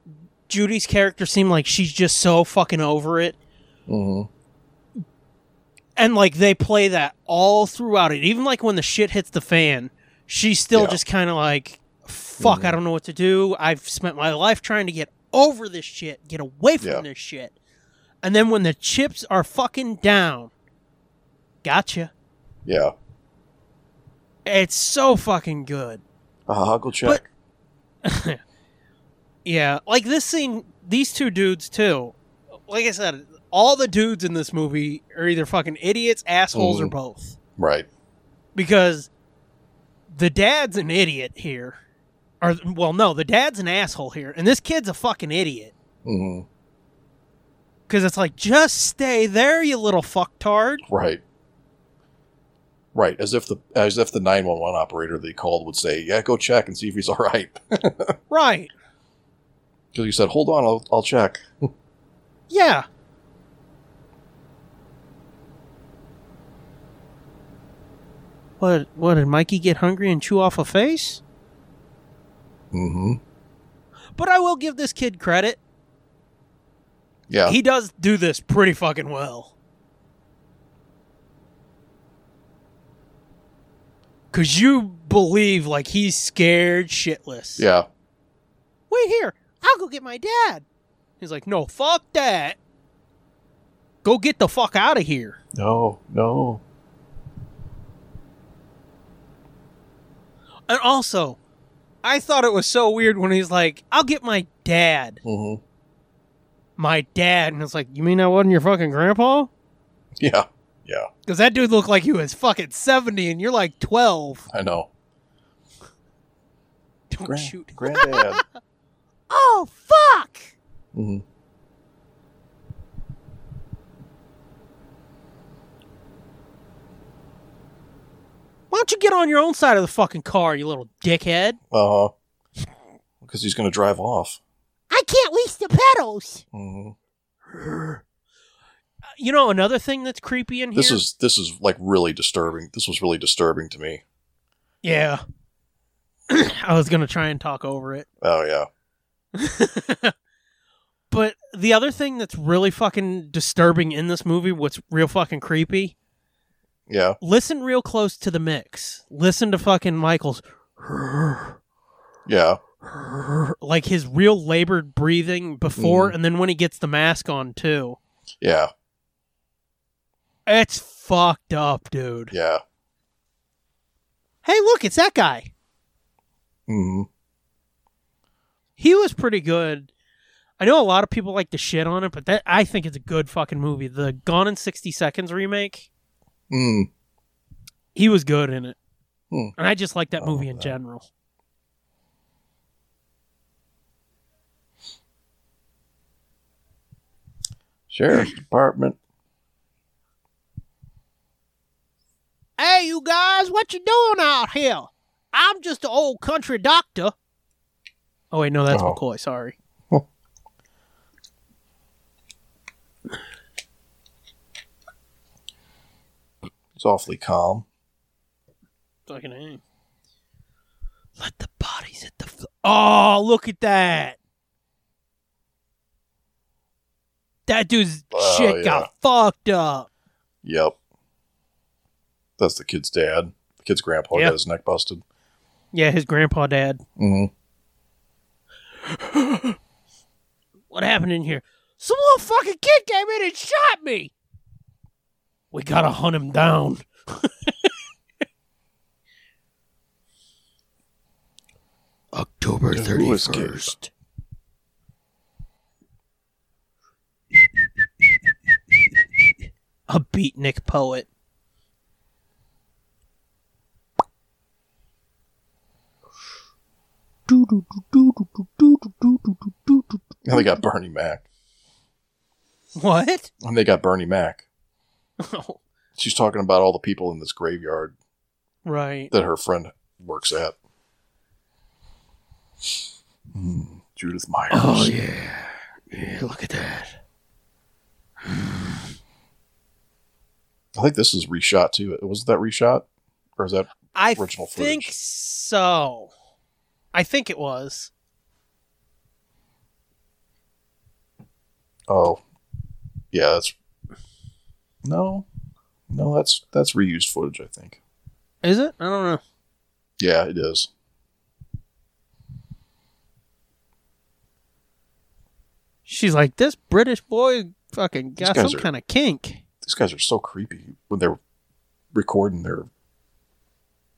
[SPEAKER 3] Judy's character seem like she's just so fucking over it.
[SPEAKER 4] Mm-hmm.
[SPEAKER 3] And like they play that all throughout it. Even like when the shit hits the fan, she's still
[SPEAKER 4] Yeah.
[SPEAKER 3] just kind of like fuck, I
[SPEAKER 4] Mhm.
[SPEAKER 3] don't know what to do. I've spent my life trying to get over this shit, get away from
[SPEAKER 4] Yeah.
[SPEAKER 3] this shit. And then when the chips are fucking down, gotcha.
[SPEAKER 4] Yeah,
[SPEAKER 3] It's so fucking good.
[SPEAKER 4] uh, Uncle Chuck.
[SPEAKER 3] But- Yeah, like this scene, these two dudes too. Like I said, all the dudes in this movie are either fucking idiots, assholes, or
[SPEAKER 4] Mhm.
[SPEAKER 3] both.
[SPEAKER 4] right.
[SPEAKER 3] Because the dad's an idiot here, or well, no, the dad's an asshole here, and this kid's a fucking idiot.
[SPEAKER 4] hmm
[SPEAKER 3] Because it's like, just stay there, you little fucktard.
[SPEAKER 4] Right. Right, as if the as if the nine one one operator they called would say, "Yeah, go check and see if he's all right."
[SPEAKER 3] Right?
[SPEAKER 4] Because you said, "Hold on, I'll, I'll check."
[SPEAKER 3] Yeah. What? What did Mikey get hungry and chew off a face?
[SPEAKER 4] Mm-hmm.
[SPEAKER 3] But I will give this kid credit.
[SPEAKER 4] Yeah,
[SPEAKER 3] He does do this pretty fucking well. Cause you believe like he's scared shitless.
[SPEAKER 4] yeah,
[SPEAKER 3] Wait here. I'll go get my dad. He's like, no, fuck that. Go get the fuck out of here.
[SPEAKER 4] No, no.
[SPEAKER 3] And also, I thought it was so weird when he's like, I'll get my dad.
[SPEAKER 4] Mm-hmm.
[SPEAKER 3] My dad. And it's like, you mean that wasn't your fucking grandpa?
[SPEAKER 4] Yeah, yeah,
[SPEAKER 3] Because that dude looked like he was fucking 70 and you're like 12.
[SPEAKER 4] I know.
[SPEAKER 3] Don't
[SPEAKER 4] Grand-
[SPEAKER 3] Oh, shoot.
[SPEAKER 4] Granddad.
[SPEAKER 3] Oh, fuck!
[SPEAKER 4] hmm
[SPEAKER 3] Why don't you get on your own side of the fucking car, you little dickhead?
[SPEAKER 4] Uh huh. Because he's going to drive off.
[SPEAKER 3] I can't lease the pedals.
[SPEAKER 4] hmm
[SPEAKER 3] Uh, You know another thing that's creepy in here.
[SPEAKER 4] This is this is like really disturbing. This was really disturbing to me.
[SPEAKER 3] yeah. I was gonna try and talk over it,
[SPEAKER 4] Oh yeah.
[SPEAKER 3] but the other thing that's really fucking disturbing in this movie, what's real fucking creepy.
[SPEAKER 4] Yeah.
[SPEAKER 3] Listen real close to the mix. Listen to fucking Michael's
[SPEAKER 4] Yeah.
[SPEAKER 3] like his real labored breathing
[SPEAKER 4] Mm.
[SPEAKER 3] before, and then when he gets the mask on too.
[SPEAKER 4] Yeah.
[SPEAKER 3] It's fucked up, dude.
[SPEAKER 4] Yeah.
[SPEAKER 3] Hey, look, it's that guy.
[SPEAKER 4] hmm
[SPEAKER 3] he was pretty good. I know a lot of people like to shit on it, but that I think it's a good fucking movie. The Gone in sixty seconds remake,
[SPEAKER 4] Mm.
[SPEAKER 3] he was good in it,
[SPEAKER 4] Hmm.
[SPEAKER 3] and I just like that
[SPEAKER 4] I
[SPEAKER 3] movie
[SPEAKER 4] love
[SPEAKER 3] in
[SPEAKER 4] that.
[SPEAKER 3] general.
[SPEAKER 4] Sheriff's department.
[SPEAKER 3] Hey, you guys, what you doing out here? I'm just an old country doctor. Oh wait, no, that's
[SPEAKER 4] Oh.
[SPEAKER 3] McCoy. Sorry.
[SPEAKER 4] He's awfully calm.
[SPEAKER 3] Fucking A. Let the bodies hit the. Fl- oh, look at that. That dude's
[SPEAKER 4] Oh,
[SPEAKER 3] shit got fucked up.
[SPEAKER 4] Yep. That's the kid's dad. The kid's grandpa
[SPEAKER 3] Yeah.
[SPEAKER 4] got his neck busted.
[SPEAKER 3] Yeah, his grandpa dad.
[SPEAKER 4] Mm-hmm.
[SPEAKER 3] What happened in here? Some little fucking kid came in and shot me. We gotta hunt him down.
[SPEAKER 2] October
[SPEAKER 4] Yeah, who is gay?
[SPEAKER 2] 31st.
[SPEAKER 3] A beatnik poet.
[SPEAKER 4] And they got Bernie Mac.
[SPEAKER 3] What?
[SPEAKER 4] And they got Bernie Mac.
[SPEAKER 3] Oh,
[SPEAKER 4] She's talking about all the people in this graveyard
[SPEAKER 3] right.
[SPEAKER 4] that her friend works at. Mm, Judith Myers.
[SPEAKER 2] Oh, yeah. Yeah, look at that.
[SPEAKER 4] I think this is reshot too. Was that reshot? Or is that
[SPEAKER 3] I
[SPEAKER 4] Original
[SPEAKER 3] think
[SPEAKER 4] footage.
[SPEAKER 3] so. I think it was.
[SPEAKER 4] oh yeah, that's no. No, that's that's reused footage, I think.
[SPEAKER 3] Is it? I don't know.
[SPEAKER 4] Yeah, it is.
[SPEAKER 3] She's like, this British boy fucking
[SPEAKER 4] These
[SPEAKER 3] got
[SPEAKER 4] guys
[SPEAKER 3] some
[SPEAKER 4] are-
[SPEAKER 3] kind of kink.
[SPEAKER 4] These guys are so creepy when they're recording their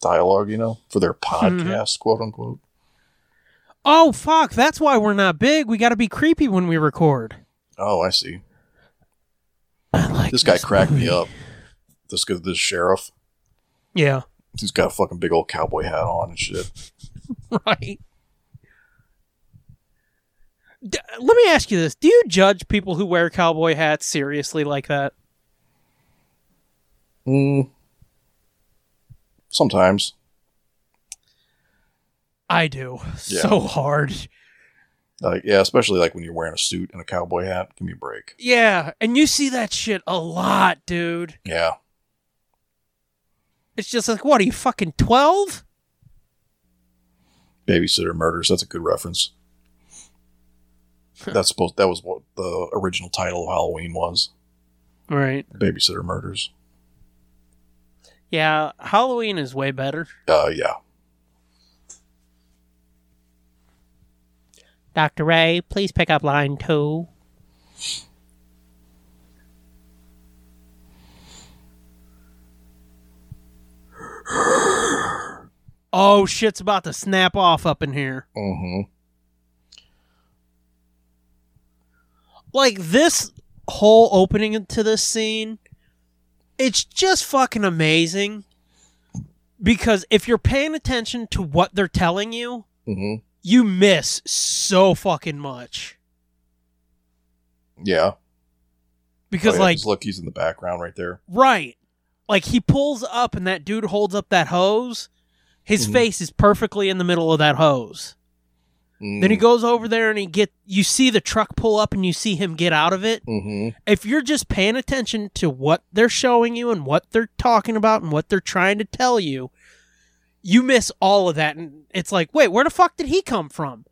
[SPEAKER 4] dialogue, you know, for their
[SPEAKER 2] Mm-hmm.
[SPEAKER 4] podcast, quote unquote.
[SPEAKER 3] Oh fuck, that's why we're not big. We gotta be creepy when we record.
[SPEAKER 4] Oh, I see.
[SPEAKER 2] I like
[SPEAKER 4] This guy cracked me
[SPEAKER 2] movie.
[SPEAKER 4] up. This guy, this sheriff,
[SPEAKER 3] Yeah.
[SPEAKER 4] he's got a fucking big old cowboy hat on and shit.
[SPEAKER 3] Right. D- let me ask you this. Do you judge people who wear cowboy hats seriously like that?
[SPEAKER 4] Mm. Sometimes.
[SPEAKER 3] I do.
[SPEAKER 4] Yeah.
[SPEAKER 3] So hard.
[SPEAKER 4] Like, yeah, especially like when you're wearing a suit and a cowboy hat. Give me a break.
[SPEAKER 3] Yeah, and you see that shit a lot, dude.
[SPEAKER 4] Yeah.
[SPEAKER 3] It's just like, what are you fucking 12?
[SPEAKER 4] Babysitter Murders. That's a good reference. That's supposed. That was what the original title of Halloween was.
[SPEAKER 3] Right.
[SPEAKER 4] Babysitter Murders.
[SPEAKER 3] Yeah, Halloween is way better.
[SPEAKER 4] Uh, yeah.
[SPEAKER 3] Dr. Ray, please pick up line 2. Oh, shit's about to snap off up in here.
[SPEAKER 4] hmm
[SPEAKER 3] like this whole opening to this scene it's just fucking amazing because if you're paying attention to what they're telling you
[SPEAKER 4] hmm
[SPEAKER 3] you miss so fucking much
[SPEAKER 4] Yeah.
[SPEAKER 3] because
[SPEAKER 4] Oh, yeah,
[SPEAKER 3] like
[SPEAKER 4] just look, he's in the background right there.
[SPEAKER 3] right like he pulls up and that dude holds up that hose his
[SPEAKER 4] Mhm.
[SPEAKER 3] face is perfectly in the middle of that hose then he
[SPEAKER 4] Mm.
[SPEAKER 3] goes over there and he get you see the truck pull up and you see him get out of it
[SPEAKER 4] hmm
[SPEAKER 3] if you're just paying attention to what they're showing you and what they're talking about and what they're trying to tell you, you miss all of that. And it's like, wait, where the fuck did he come from?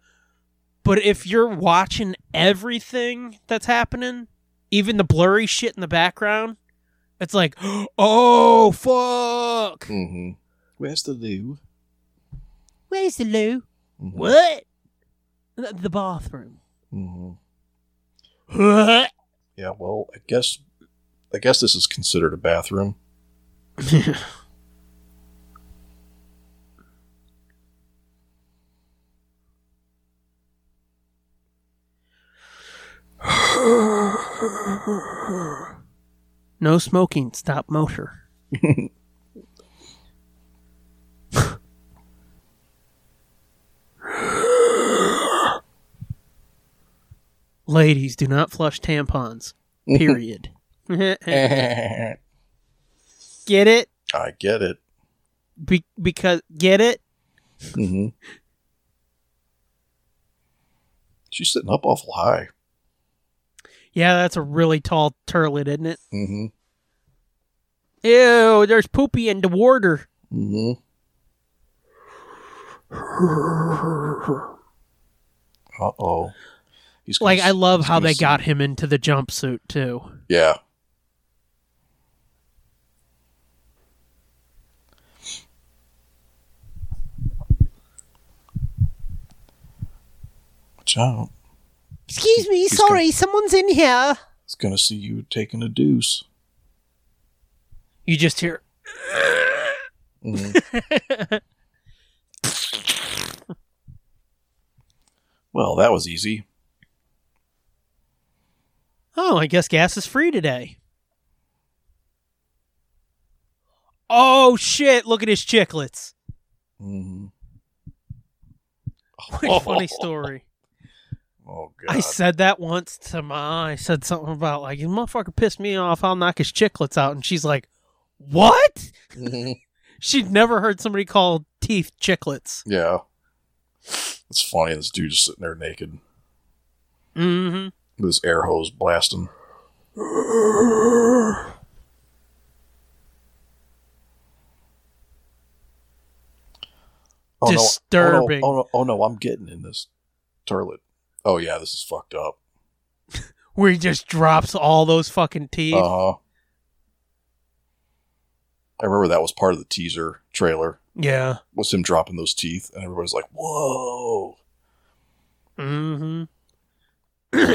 [SPEAKER 3] But if you're watching everything that's happening, even the blurry shit in the background, it's like, oh, fuck.
[SPEAKER 4] hmm Where's the loo?
[SPEAKER 3] Where's the loo?
[SPEAKER 4] Mhm.
[SPEAKER 3] What? The, the bathroom.
[SPEAKER 4] Mhm.
[SPEAKER 3] What?
[SPEAKER 4] Yeah. Well, I guess, I guess this is considered a bathroom.
[SPEAKER 3] No smoking, stop motor. Ladies, do not flush tampons. Period. Get
[SPEAKER 4] I
[SPEAKER 3] it?
[SPEAKER 4] get it.
[SPEAKER 3] Be- because get it?
[SPEAKER 4] hmm She's sitting up awful high.
[SPEAKER 3] Yeah, that's a really tall turlet, isn't it?
[SPEAKER 4] hmm
[SPEAKER 3] Ew, there's poopy in the water.
[SPEAKER 4] hmm Uh oh. He's gonna
[SPEAKER 3] Like I
[SPEAKER 4] s-
[SPEAKER 3] love
[SPEAKER 4] he's
[SPEAKER 3] how
[SPEAKER 4] gonna
[SPEAKER 3] they
[SPEAKER 4] s-
[SPEAKER 3] got him into the jumpsuit too.
[SPEAKER 4] Yeah. Watch out.
[SPEAKER 3] Excuse me,
[SPEAKER 4] He's sorry,
[SPEAKER 3] someone's in here.
[SPEAKER 4] He's gonna see you taking a deuce.
[SPEAKER 3] You just hear
[SPEAKER 4] Mhm. well, that was easy.
[SPEAKER 3] Oh, I guess gas is free today. Oh shit, look at his chicklets.
[SPEAKER 4] Mhm.
[SPEAKER 3] What a funny story.
[SPEAKER 4] Oh god.
[SPEAKER 3] I said that once to my I said something about like you motherfucker pissed me off, I'll knock his chicklets out and she's like, What?
[SPEAKER 4] Mhm.
[SPEAKER 3] She'd never heard somebody call teeth chicklets.
[SPEAKER 4] yeah. It's funny. This dude just sitting there naked
[SPEAKER 3] Mm-hmm.
[SPEAKER 4] with his air hose blasting. Oh, no.
[SPEAKER 3] Disturbing.
[SPEAKER 4] Oh no, oh, no, oh no, I'm getting in this toilet. Oh yeah, this is fucked up.
[SPEAKER 3] Where he just drops all those fucking teeth.
[SPEAKER 4] Uh, I remember that was part of the teaser trailer.
[SPEAKER 3] yeah.
[SPEAKER 4] Was him dropping those teeth, and everybody's like, "Whoa!"
[SPEAKER 3] Mm-hmm.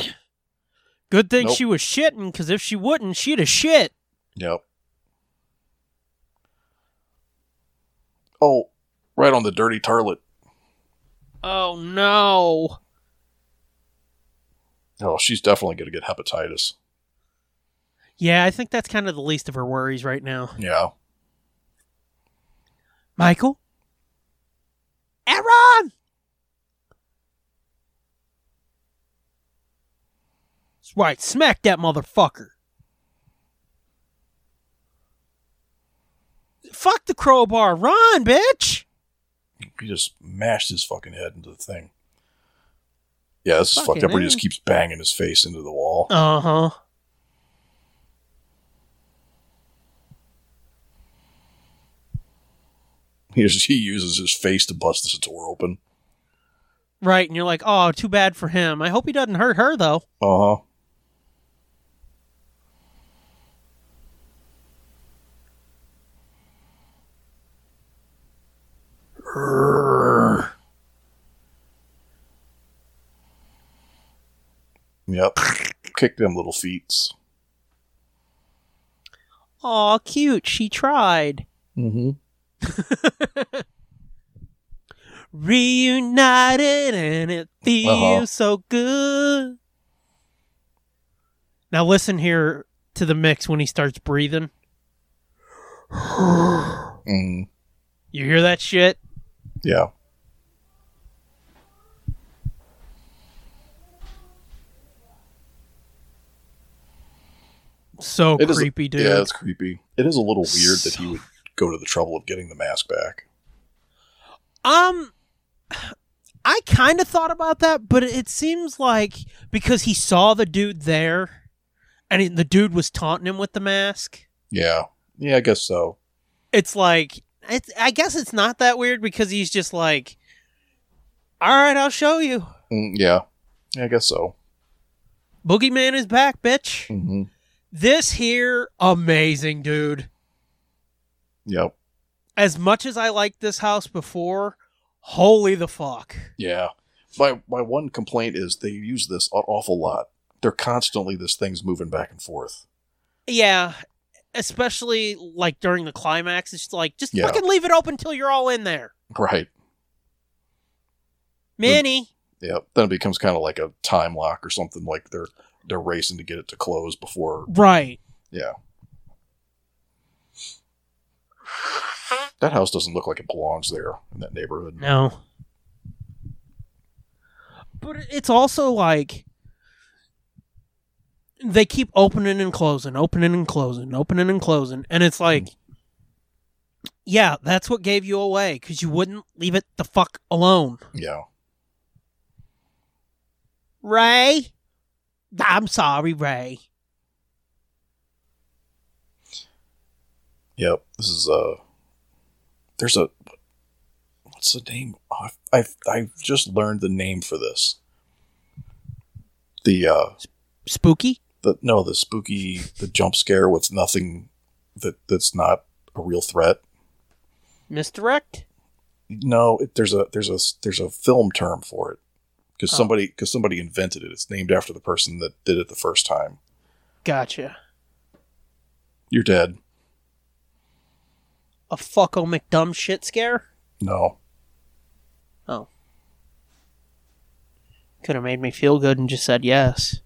[SPEAKER 3] Good thing
[SPEAKER 4] Nope.
[SPEAKER 3] she was shitting, because if she wouldn't, she'd have shit.
[SPEAKER 4] Yep. Oh, right on the dirty toilet.
[SPEAKER 3] Oh no.
[SPEAKER 4] Oh, she's definitely gonna get hepatitis.
[SPEAKER 3] Yeah, I think that's kind of the least of her worries right now.
[SPEAKER 4] Yeah.
[SPEAKER 3] Michael? Aaron! That's right, smack that motherfucker. Fuck the crowbar, run, bitch!
[SPEAKER 4] He just mashed his fucking head into the thing. Yeah, this is fucked
[SPEAKER 3] Fucking
[SPEAKER 4] up. Where he
[SPEAKER 3] A.
[SPEAKER 4] just keeps banging his face into the wall.
[SPEAKER 3] Uh huh.
[SPEAKER 4] He, just, he uses his face to bust this door open.
[SPEAKER 3] Right, and you're like, oh, too bad for him. I hope he doesn't hurt her, though.
[SPEAKER 4] Uh huh. Yep. Kick them little feets.
[SPEAKER 3] Aw, cute. She tried.
[SPEAKER 4] Mm-hmm.
[SPEAKER 3] reunited and it feels
[SPEAKER 4] Uh-huh.
[SPEAKER 3] so good. Now listen here to the mix when he starts breathing.
[SPEAKER 4] Mm,
[SPEAKER 3] You hear that shit?
[SPEAKER 4] yeah.
[SPEAKER 3] So
[SPEAKER 4] It is-
[SPEAKER 3] creepy, dude.
[SPEAKER 4] Yeah, it's creepy. It is a little weird that he would go to the trouble of getting the mask back.
[SPEAKER 3] Um, I kind of thought about that, but it seems like because he saw the dude there, and it- the dude was taunting him with the mask.
[SPEAKER 4] Yeah. Yeah, I guess so.
[SPEAKER 3] It's like it's. I guess it's not that weird because he's just like, "All right, I'll show you.
[SPEAKER 4] Mm, yeah. Yeah, I guess so.
[SPEAKER 3] Boogeyman is back, bitch."
[SPEAKER 4] hmm
[SPEAKER 3] This here, amazing, dude.
[SPEAKER 4] Yep.
[SPEAKER 3] As much as I liked this house before, holy the fuck.
[SPEAKER 4] Yeah. My my one complaint is they use this an awful lot. They're constantly this thing's moving back and forth.
[SPEAKER 3] Yeah, especially like during the climax, it's just like just
[SPEAKER 4] Yeah.
[SPEAKER 3] fucking leave it open till you're all in there,
[SPEAKER 4] Right.
[SPEAKER 3] Manny.
[SPEAKER 4] Yeah. Then it becomes kind of like a time lock or something like they're they're racing to get it to close before
[SPEAKER 3] Right.
[SPEAKER 4] yeah. That house doesn't look like it belongs there in that neighborhood.
[SPEAKER 3] No. But it's also like they keep opening and closing, opening and closing, opening and closing, and it's like, yeah, that's what gave you away because you wouldn't leave it the fuck alone,
[SPEAKER 4] Yeah.
[SPEAKER 3] Ray. I'm sorry, Ray.
[SPEAKER 4] Yep. This is uh there's a what's the name? I I I just learned the name for this. The uh
[SPEAKER 3] Spooky.
[SPEAKER 4] the no, the spooky the jump scare with nothing that that's not a real threat.
[SPEAKER 3] Misdirect?
[SPEAKER 4] No, it, there's a there's a there's a film term for it because
[SPEAKER 3] Oh.
[SPEAKER 4] somebody because somebody invented it. It's named after the person that did it the first time.
[SPEAKER 3] Gotcha.
[SPEAKER 4] You're dead.
[SPEAKER 3] A fucko McDumb shit scare?
[SPEAKER 4] No.
[SPEAKER 3] Oh. Could have made me feel good and just said yes.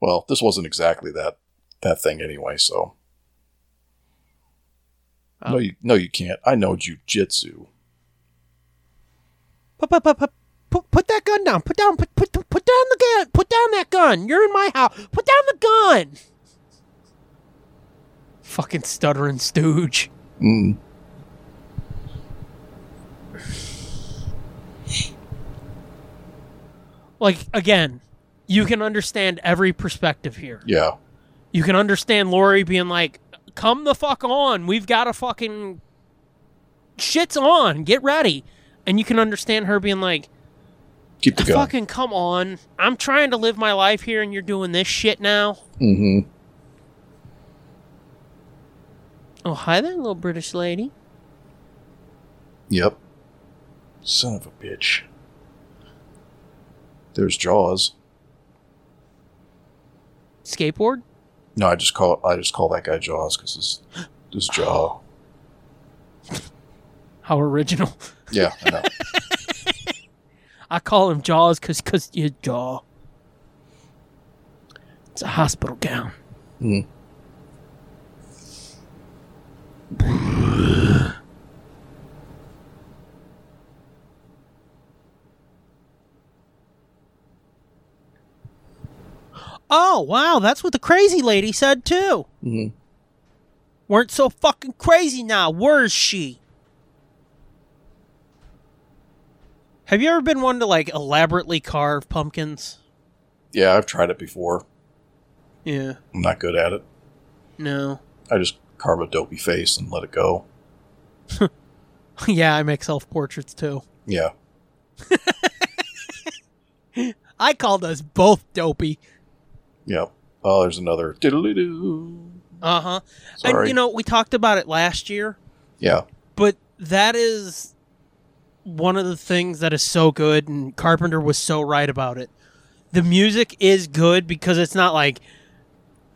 [SPEAKER 4] Well, this wasn't exactly that that thing anyway. So.
[SPEAKER 3] Oh.
[SPEAKER 4] No, you no, you can't. I know jujitsu.
[SPEAKER 3] Put, put, put, put, put, put that gun down. Put down put, put put down the gun. Put down that gun. You're in my house. Put down the gun. Fucking stuttering stooge.
[SPEAKER 4] Mm.
[SPEAKER 3] Like again, you can understand every perspective here.
[SPEAKER 4] Yeah,
[SPEAKER 3] You can understand Lori being like, "Come the fuck on. We've got a fucking shit's on. Get ready." And you can understand her being like,
[SPEAKER 4] keep the gun.
[SPEAKER 3] Fucking come on. I'm trying to live my life here and you're doing this shit now.
[SPEAKER 4] hmm
[SPEAKER 3] Oh, hi there, little British lady.
[SPEAKER 4] Yep. Son of a bitch. There's Jaws.
[SPEAKER 3] Skateboard?
[SPEAKER 4] No, I just call I just call that guy Jaws because his his jaw.
[SPEAKER 3] How original.
[SPEAKER 4] Yeah, I know.
[SPEAKER 3] I call him Jaws because cause your jaw. It's a hospital gown.
[SPEAKER 4] Hmm.
[SPEAKER 3] Oh, wow. That's what the crazy lady said, too.
[SPEAKER 4] Mhm.
[SPEAKER 3] Weren't so fucking crazy now. Where's she? Have you ever been one to, like, elaborately carve pumpkins?
[SPEAKER 4] Yeah, I've tried it before.
[SPEAKER 3] Yeah.
[SPEAKER 4] I'm not good at it.
[SPEAKER 3] No.
[SPEAKER 4] I just carve a dopey face and let it go.
[SPEAKER 3] yeah, I make self portraits too.
[SPEAKER 4] Yeah.
[SPEAKER 3] I called us both dopey.
[SPEAKER 4] Yep. Oh, there's another. Diddly-doo.
[SPEAKER 3] Uh huh.
[SPEAKER 4] Sorry.
[SPEAKER 3] And you know, we talked about it last year,
[SPEAKER 4] yeah.
[SPEAKER 3] but that is one of the things that is so good, and Carpenter was so right about it. The music is good because it's not like.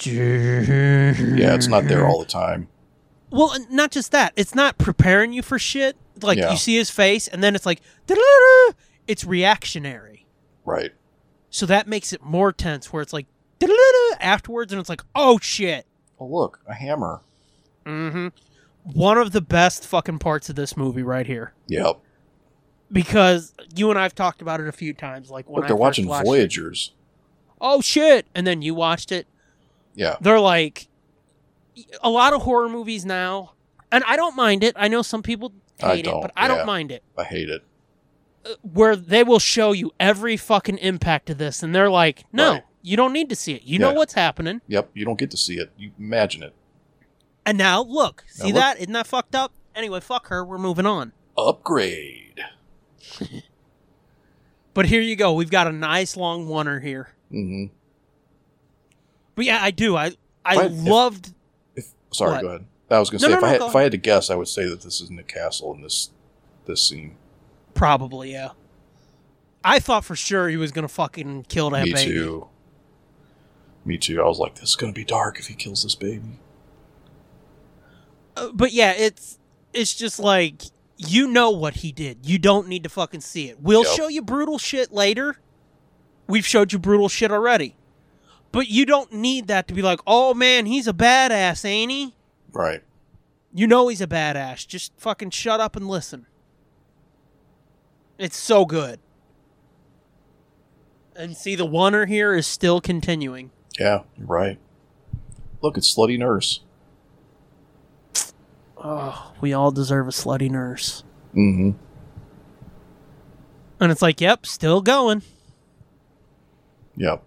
[SPEAKER 4] Yeah, it's not there all the time.
[SPEAKER 3] Well, not just that. It's not preparing you for shit. like
[SPEAKER 4] Yeah.
[SPEAKER 3] you see his face, and then it's like "Da-da-da-da." it's reactionary.
[SPEAKER 4] Right.
[SPEAKER 3] So that makes it more tense, where it's like "Da-da-da-da" afterwards, and it's like oh shit.
[SPEAKER 4] Oh, look, a hammer.
[SPEAKER 3] Mm-hmm. One of the best fucking parts of this movie right here,
[SPEAKER 4] Yep.
[SPEAKER 3] because you and I've talked about it a few times. Like when
[SPEAKER 4] look,
[SPEAKER 3] I
[SPEAKER 4] they're
[SPEAKER 3] first
[SPEAKER 4] watching
[SPEAKER 3] watched it.
[SPEAKER 4] Voyagers.
[SPEAKER 3] Oh shit! And then you watched it.
[SPEAKER 4] Yeah.
[SPEAKER 3] they're like a lot of horror movies now, and I don't mind it. I know some people
[SPEAKER 4] I
[SPEAKER 3] hate it,
[SPEAKER 4] don't,
[SPEAKER 3] but I
[SPEAKER 4] yeah.
[SPEAKER 3] don't mind it.
[SPEAKER 4] I hate it.
[SPEAKER 3] Uh, Where they will show you every fucking impact of this, and they're like, "No,
[SPEAKER 4] Right.
[SPEAKER 3] you don't need to see it. You
[SPEAKER 4] Yeah.
[SPEAKER 3] know what's happening."
[SPEAKER 4] Yep. You don't get to see it. You imagine it.
[SPEAKER 3] And now look,
[SPEAKER 4] Now
[SPEAKER 3] see
[SPEAKER 4] look.
[SPEAKER 3] that? Isn't that fucked up? Anyway, fuck her. We're moving on.
[SPEAKER 4] Upgrade.
[SPEAKER 3] But here you go. We've got a nice long oneer here.
[SPEAKER 4] hmm
[SPEAKER 3] But yeah, I do. I I
[SPEAKER 4] But if-
[SPEAKER 3] loved
[SPEAKER 4] If, sorry,
[SPEAKER 3] What?
[SPEAKER 4] go ahead. I was going to
[SPEAKER 3] No,
[SPEAKER 4] say
[SPEAKER 3] no,
[SPEAKER 4] if,
[SPEAKER 3] no,
[SPEAKER 4] I had,
[SPEAKER 3] go
[SPEAKER 4] if I had to guess, I would say that this is Nick Castle in this this scene.
[SPEAKER 3] probably yeah. I thought for sure he was gonna fucking kill that
[SPEAKER 4] Me
[SPEAKER 3] baby.
[SPEAKER 4] too. Me too. I was like, this is going to be dark if he kills this baby.
[SPEAKER 3] Uh, but yeah, it's it's just like you know what he did. You don't need to fucking see it. We'll
[SPEAKER 4] Yep.
[SPEAKER 3] show you brutal shit later. We've showed you brutal shit already. But you don't need that to be like, "Oh man, he's a badass, ain't he?"
[SPEAKER 4] Right.
[SPEAKER 3] You know he's a badass. Just fucking shut up and listen. It's so good. And see the oneer here is still continuing.
[SPEAKER 4] Yeah. You're right. Look, it's Slutty Nurse.
[SPEAKER 3] Oh, we all deserve a slutty nurse.
[SPEAKER 4] Mm-hmm.
[SPEAKER 3] And it's like, "Yep, still going."
[SPEAKER 4] Yep.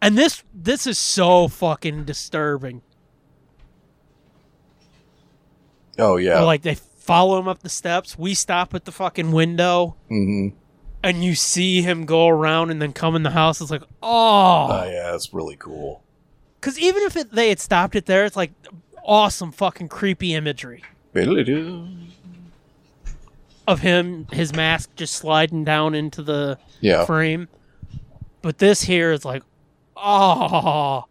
[SPEAKER 3] And this this is so fucking disturbing.
[SPEAKER 4] Oh yeah.
[SPEAKER 3] Where, Like they follow him up the steps. We stop at the fucking window,
[SPEAKER 4] mm-hmm.
[SPEAKER 3] and you see him go around and then come in the house. It's like, oh,
[SPEAKER 4] Oh yeah, that's really cool.
[SPEAKER 3] because even if it, they had stopped it there, it's like awesome fucking creepy imagery of him, his mask just sliding down into the
[SPEAKER 4] Yeah.
[SPEAKER 3] frame. But this here is like, oh.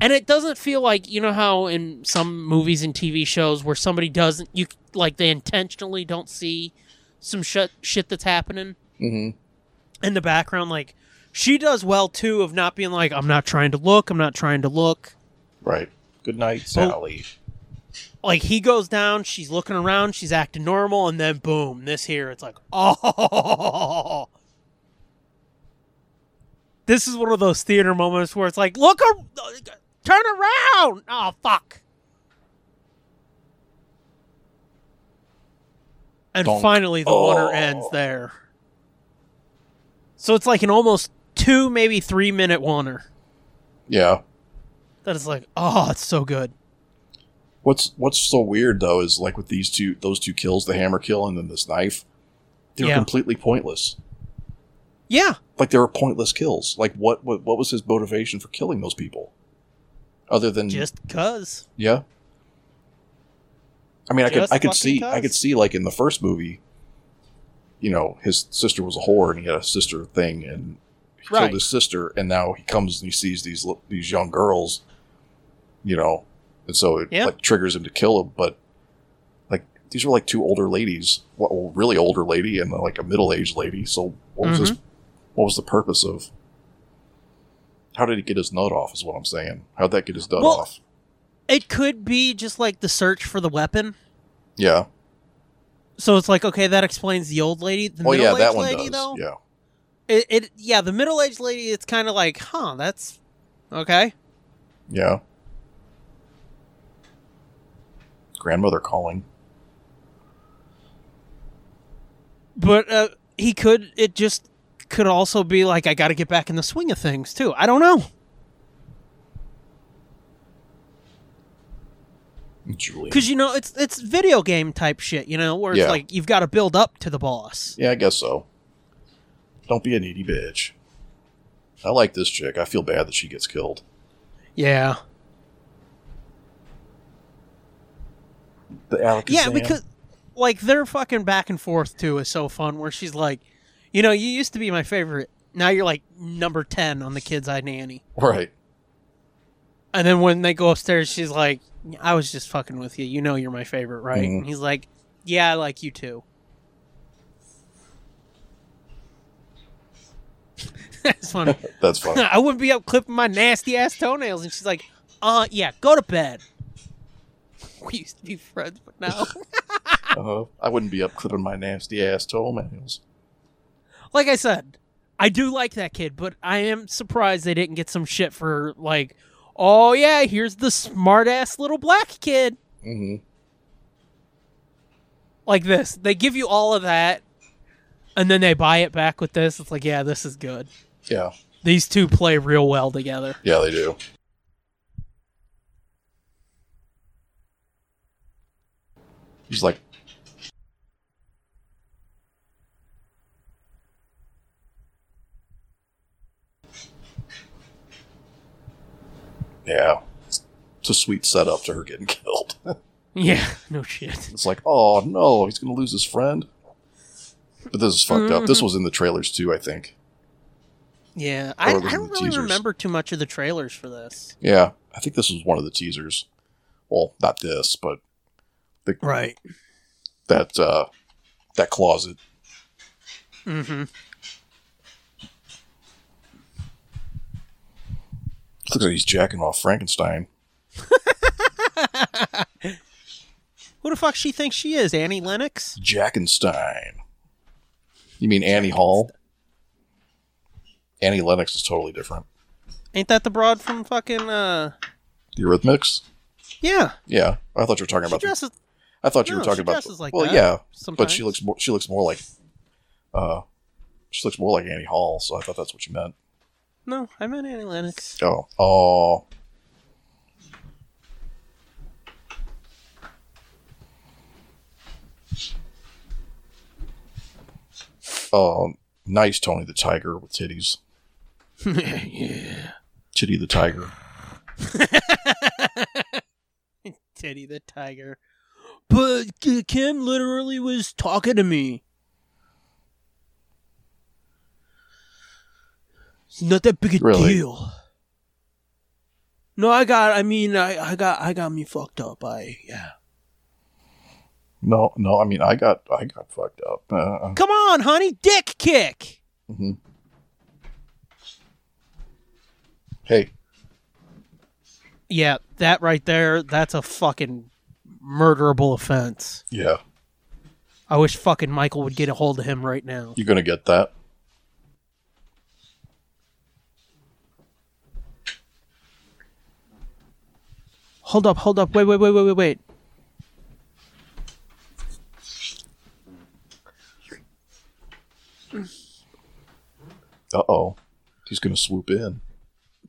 [SPEAKER 3] And it doesn't feel like you know how in some movies and TV shows where somebody doesn't you like they intentionally don't see some shit shit that's happening
[SPEAKER 4] Mm-hmm.
[SPEAKER 3] in the background. Like she does well too of not being like I'm not trying to look, I'm not trying to look.
[SPEAKER 4] Right. Good
[SPEAKER 3] Oh.
[SPEAKER 4] night, Sally.
[SPEAKER 3] Like he goes down, she's looking around, she's acting normal, and then boom, this here it's like oh. This is one of those theater moments where it's like, look, ar- turn around. Oh, fuck. And
[SPEAKER 4] Donk.
[SPEAKER 3] finally, the water
[SPEAKER 4] Oh.
[SPEAKER 3] ends there. So it's like an almost two, maybe three minute water.
[SPEAKER 4] Yeah.
[SPEAKER 3] That is like, oh, it's so good.
[SPEAKER 4] What's What's so weird though is like with these two, those two kills, the hammer kill and then this knife, they're
[SPEAKER 3] Yeah.
[SPEAKER 4] completely pointless.
[SPEAKER 3] Yeah.
[SPEAKER 4] Like they were pointless kills. Like what, what What was his motivation for killing those people? Other than
[SPEAKER 3] Just cuz.
[SPEAKER 4] yeah. I mean, I could
[SPEAKER 3] Just
[SPEAKER 4] I could
[SPEAKER 3] fucking
[SPEAKER 4] see I
[SPEAKER 3] cause.
[SPEAKER 4] could see like in the first movie, you know, his sister was a whore and he had a sister thing and he
[SPEAKER 3] Right.
[SPEAKER 4] killed his sister, and now he comes and he sees these li- these young girls, you know, and so it
[SPEAKER 3] Yeah.
[SPEAKER 4] like triggers him to kill him. But like these were like two older ladies, well, a really older lady and like a middle aged lady. So what was
[SPEAKER 3] Mm-hmm.
[SPEAKER 4] this? What was the purpose of? How did he get his nut off? Is what I'm saying. How'd that get his nut
[SPEAKER 3] Well-
[SPEAKER 4] off?
[SPEAKER 3] It could be just like the search for the weapon.
[SPEAKER 4] Yeah.
[SPEAKER 3] So it's like, okay, that explains the old lady. The
[SPEAKER 4] Oh yeah,
[SPEAKER 3] middle-aged
[SPEAKER 4] that one
[SPEAKER 3] lady,
[SPEAKER 4] does.
[SPEAKER 3] Though,
[SPEAKER 4] Yeah.
[SPEAKER 3] It, it, yeah, the middle aged lady, it's kind of like, huh, that's okay.
[SPEAKER 4] Yeah. Grandmother calling.
[SPEAKER 3] But uh, he could, it just could also be like, I got to get back in the swing of things, too. I don't know.
[SPEAKER 4] Julie.
[SPEAKER 3] Because, you know, it's it's video game type shit, you know, where it's
[SPEAKER 4] Yeah.
[SPEAKER 3] like you've got to build up to the boss.
[SPEAKER 4] Yeah, I guess so. Don't be a needy bitch. I like this chick. I feel bad that she gets killed.
[SPEAKER 3] Yeah.
[SPEAKER 4] The Alakazam.
[SPEAKER 3] Yeah, because like their fucking back and forth too is so fun. Where she's like, you know, you used to be my favorite. Now you're like number ten on the kids I nanny.
[SPEAKER 4] right.
[SPEAKER 3] And then when they go upstairs, she's like, I was just fucking with you. You know, you're my favorite, right?
[SPEAKER 4] Mhm.
[SPEAKER 3] And he's like, Yeah, I like you too. That's funny.
[SPEAKER 4] That's funny.
[SPEAKER 3] I wouldn't be up clipping my nasty ass toenails. And she's like, uh, yeah, go to bed. We used to be friends, but now.
[SPEAKER 4] Uh, I wouldn't be up clipping my nasty ass toenails.
[SPEAKER 3] like I said, I do like that kid, but I am surprised they didn't get some shit for, like, oh, yeah, here's the smart ass little black kid.
[SPEAKER 4] hmm
[SPEAKER 3] Like this. They give you all of that, and then they buy it back with this. It's like, yeah, this is good.
[SPEAKER 4] Yeah,
[SPEAKER 3] These two play real well together.
[SPEAKER 4] yeah, they do. He's like, yeah, it's a sweet setup to her getting killed.
[SPEAKER 3] Yeah, no shit.
[SPEAKER 4] It's like, oh no, he's gonna lose his friend. But this is fucked up. This was in the trailers too, I think.
[SPEAKER 3] Yeah, I, I
[SPEAKER 4] Or the
[SPEAKER 3] don't really
[SPEAKER 4] teasers.
[SPEAKER 3] remember too much of the trailers for this.
[SPEAKER 4] Yeah, I think this was one of the teasers. Well, not this, but
[SPEAKER 3] Right.
[SPEAKER 4] that uh, that closet.
[SPEAKER 3] Mm-hmm.
[SPEAKER 4] Looks like he's jacking off Frankenstein.
[SPEAKER 3] Who the fuck she thinks she is? Annie Lennox?
[SPEAKER 4] Jackenstein. You mean Annie Hall? Annie Lennox is totally different.
[SPEAKER 3] Ain't that the broad from fucking uh?
[SPEAKER 4] The Eurythmics.
[SPEAKER 3] Yeah,
[SPEAKER 4] Yeah, I thought you were talking
[SPEAKER 3] she
[SPEAKER 4] about. The,
[SPEAKER 3] dresses.
[SPEAKER 4] I thought you
[SPEAKER 3] No,
[SPEAKER 4] were talking
[SPEAKER 3] she
[SPEAKER 4] about.
[SPEAKER 3] dresses like
[SPEAKER 4] well,
[SPEAKER 3] that
[SPEAKER 4] yeah, but she
[SPEAKER 3] sometimes.
[SPEAKER 4] looks more. She looks more like. Uh, she looks more like Annie Hall, so I thought that's what you meant.
[SPEAKER 3] No, I meant Annie Lennox.
[SPEAKER 4] Oh, oh, oh, nice Tony the Tiger with titties.
[SPEAKER 3] yeah.
[SPEAKER 4] Titty the Tiger.
[SPEAKER 3] Teddy the tiger. But uh, Kim literally was talking to me. It's not that big a
[SPEAKER 4] Really?
[SPEAKER 3] deal. No, I got. I mean, I, I got. I got me fucked up. I yeah.
[SPEAKER 4] No, no, I mean I got I got fucked up. Uh,
[SPEAKER 3] Come on, honey, dick kick.
[SPEAKER 4] mhm. Hey,
[SPEAKER 3] Yeah, that right there. That's a fucking murderable offense.
[SPEAKER 4] yeah,
[SPEAKER 3] I wish fucking Michael would get a hold of him right now.
[SPEAKER 4] you're gonna get that.
[SPEAKER 3] Hold up, hold up. Wait, wait, wait, wait, wait, wait.
[SPEAKER 4] Uh oh, he's gonna swoop in.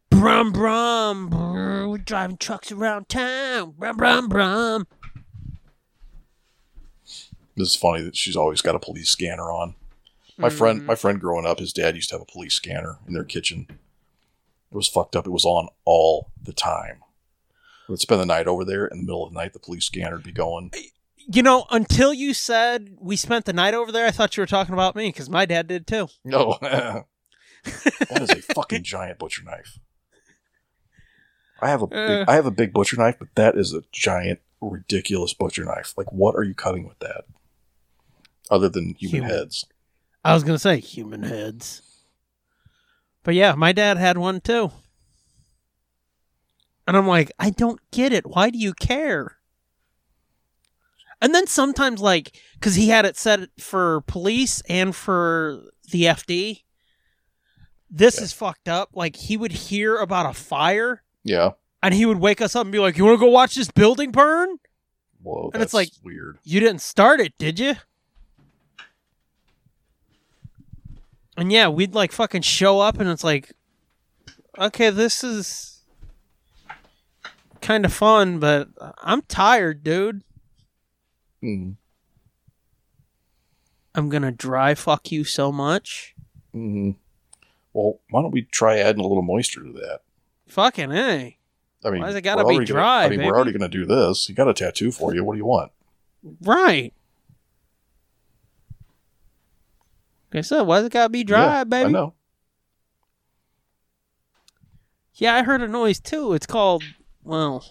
[SPEAKER 3] Brum brum. brr, We're driving trucks around town. Brum brum brum.
[SPEAKER 4] This is funny that she's always got a police scanner on. My friend,
[SPEAKER 3] Mm-hmm.
[SPEAKER 4] my friend, growing up, his dad used to have a police scanner in their kitchen. It was fucked up. It was on all the time. We'd spend the night over there. In the middle of the night, the police scanner would be going.
[SPEAKER 3] You know, until you said we spent the night over there, I thought you were talking about me because my dad did too.
[SPEAKER 4] No, that is a fucking giant butcher knife. I have a
[SPEAKER 3] Uh.
[SPEAKER 4] big, I have a big butcher knife, but that is a giant, ridiculous butcher knife. Like, what are you cutting with that? Other than human,
[SPEAKER 3] Human.
[SPEAKER 4] heads,
[SPEAKER 3] I was gonna say human heads, but yeah, my dad had one too. And I'm like, I don't get it. Why do you care? And then sometimes, like, because he had it set for police and for the FD. This is fucked up. Like, he would hear about a fire
[SPEAKER 4] yeah.
[SPEAKER 3] and he would wake us up and be like, You want to go watch this building burn?
[SPEAKER 4] Whoa, that's
[SPEAKER 3] And it's like-
[SPEAKER 4] weird.
[SPEAKER 3] You didn't start it, did you? And yeah, we'd like fucking show up and it's like okay, this is kind of fun, but I'm tired, dude.
[SPEAKER 4] Mm,
[SPEAKER 3] I'm going to dry fuck you so much.
[SPEAKER 4] mm. Well, why don't we try adding a little moisture to that?
[SPEAKER 3] Fucking eh.
[SPEAKER 4] I mean,
[SPEAKER 3] Why does it gotta
[SPEAKER 4] we're
[SPEAKER 3] be
[SPEAKER 4] already gonna-
[SPEAKER 3] dry,
[SPEAKER 4] I mean,
[SPEAKER 3] baby?
[SPEAKER 4] we're already going to do this. You got a tattoo for you. What do you want?
[SPEAKER 3] Right. Like I said, why's it gotta be dry,
[SPEAKER 4] Yeah,
[SPEAKER 3] baby?
[SPEAKER 4] I know.
[SPEAKER 3] Yeah, I heard a noise too. It's called well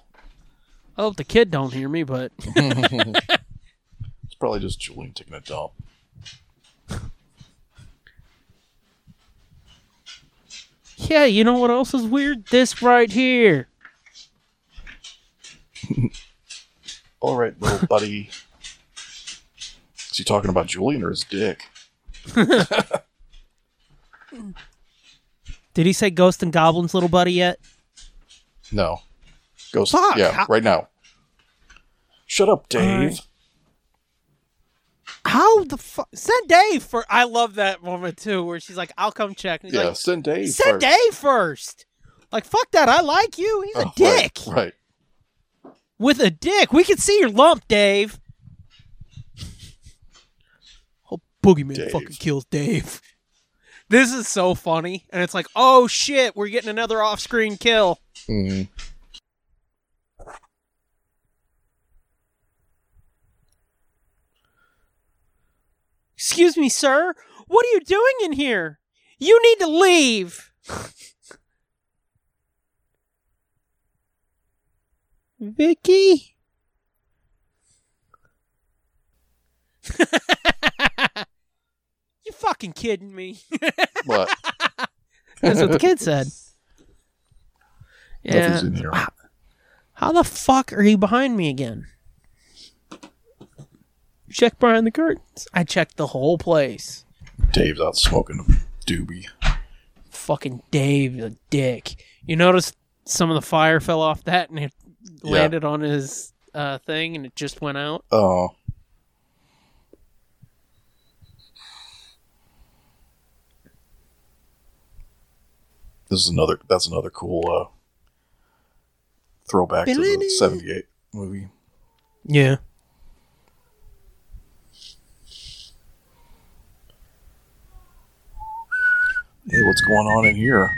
[SPEAKER 3] I hope the kid don't hear me, but
[SPEAKER 4] it's probably just Julian taking a dump.
[SPEAKER 3] Yeah, you know what else is weird? This right here.
[SPEAKER 4] All right, little buddy. Is he talking about Julian or his dick?
[SPEAKER 3] Did he say Ghost and Goblins, little buddy, yet?
[SPEAKER 4] No. Ghost.
[SPEAKER 3] Fuck,
[SPEAKER 4] yeah,
[SPEAKER 3] how-
[SPEAKER 4] right now. Shut up, Dave.
[SPEAKER 3] How the fuck? Send Dave for. I love that moment too, where she's like, "I'll come check." And he's
[SPEAKER 4] yeah,
[SPEAKER 3] like,
[SPEAKER 4] send Dave.
[SPEAKER 3] "Send
[SPEAKER 4] first.
[SPEAKER 3] Dave first. Like, fuck that. I like you. He's a
[SPEAKER 4] Oh, right,
[SPEAKER 3] dick
[SPEAKER 4] Right,
[SPEAKER 3] with a dick. We can see your lump, Dave. Oh, boogeyman
[SPEAKER 4] Dave.
[SPEAKER 3] fucking kills Dave. This is so funny, and it's like, oh shit, we're getting another off-screen kill.
[SPEAKER 4] Mhm.
[SPEAKER 3] Excuse me, sir. What are you doing in here? You need to leave. Vicky? you fucking kidding me?
[SPEAKER 4] But
[SPEAKER 3] That's what the kid said.
[SPEAKER 4] nothing's in here.
[SPEAKER 3] How the fuck are you behind me again? Check behind the curtains. I checked the whole place.
[SPEAKER 4] Dave's out smoking a doobie.
[SPEAKER 3] Fucking Dave, the dick. You notice some of the fire fell off that and it
[SPEAKER 4] Yeah.
[SPEAKER 3] landed on his uh, thing and it just went out.
[SPEAKER 4] Oh. This is another. That's another cool uh, throwback to the
[SPEAKER 3] Ba-da-da.
[SPEAKER 4] '78 movie.
[SPEAKER 3] Yeah.
[SPEAKER 4] Hey, what's going on in here?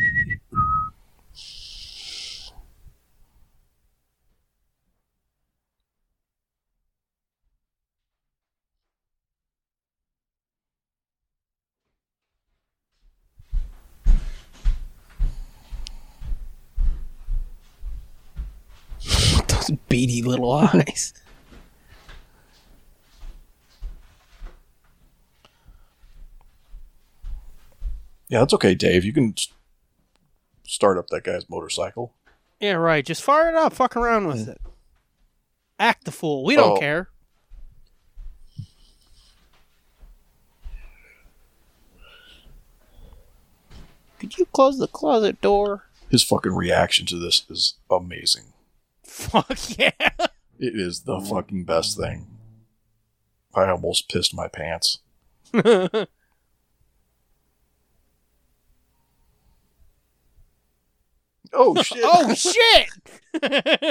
[SPEAKER 3] Those beady little eyes.
[SPEAKER 4] Yeah, that's okay, Dave. You can s- start up that guy's motorcycle.
[SPEAKER 3] Yeah, right. Just fire it up. Fuck around with it. Act the fool. We don't
[SPEAKER 4] Oh.
[SPEAKER 3] care. Could you close the closet door?
[SPEAKER 4] His fucking reaction to this is amazing.
[SPEAKER 3] Fuck yeah.
[SPEAKER 4] It is the fucking best thing. I almost pissed my pants. Oh shit!
[SPEAKER 3] oh shit.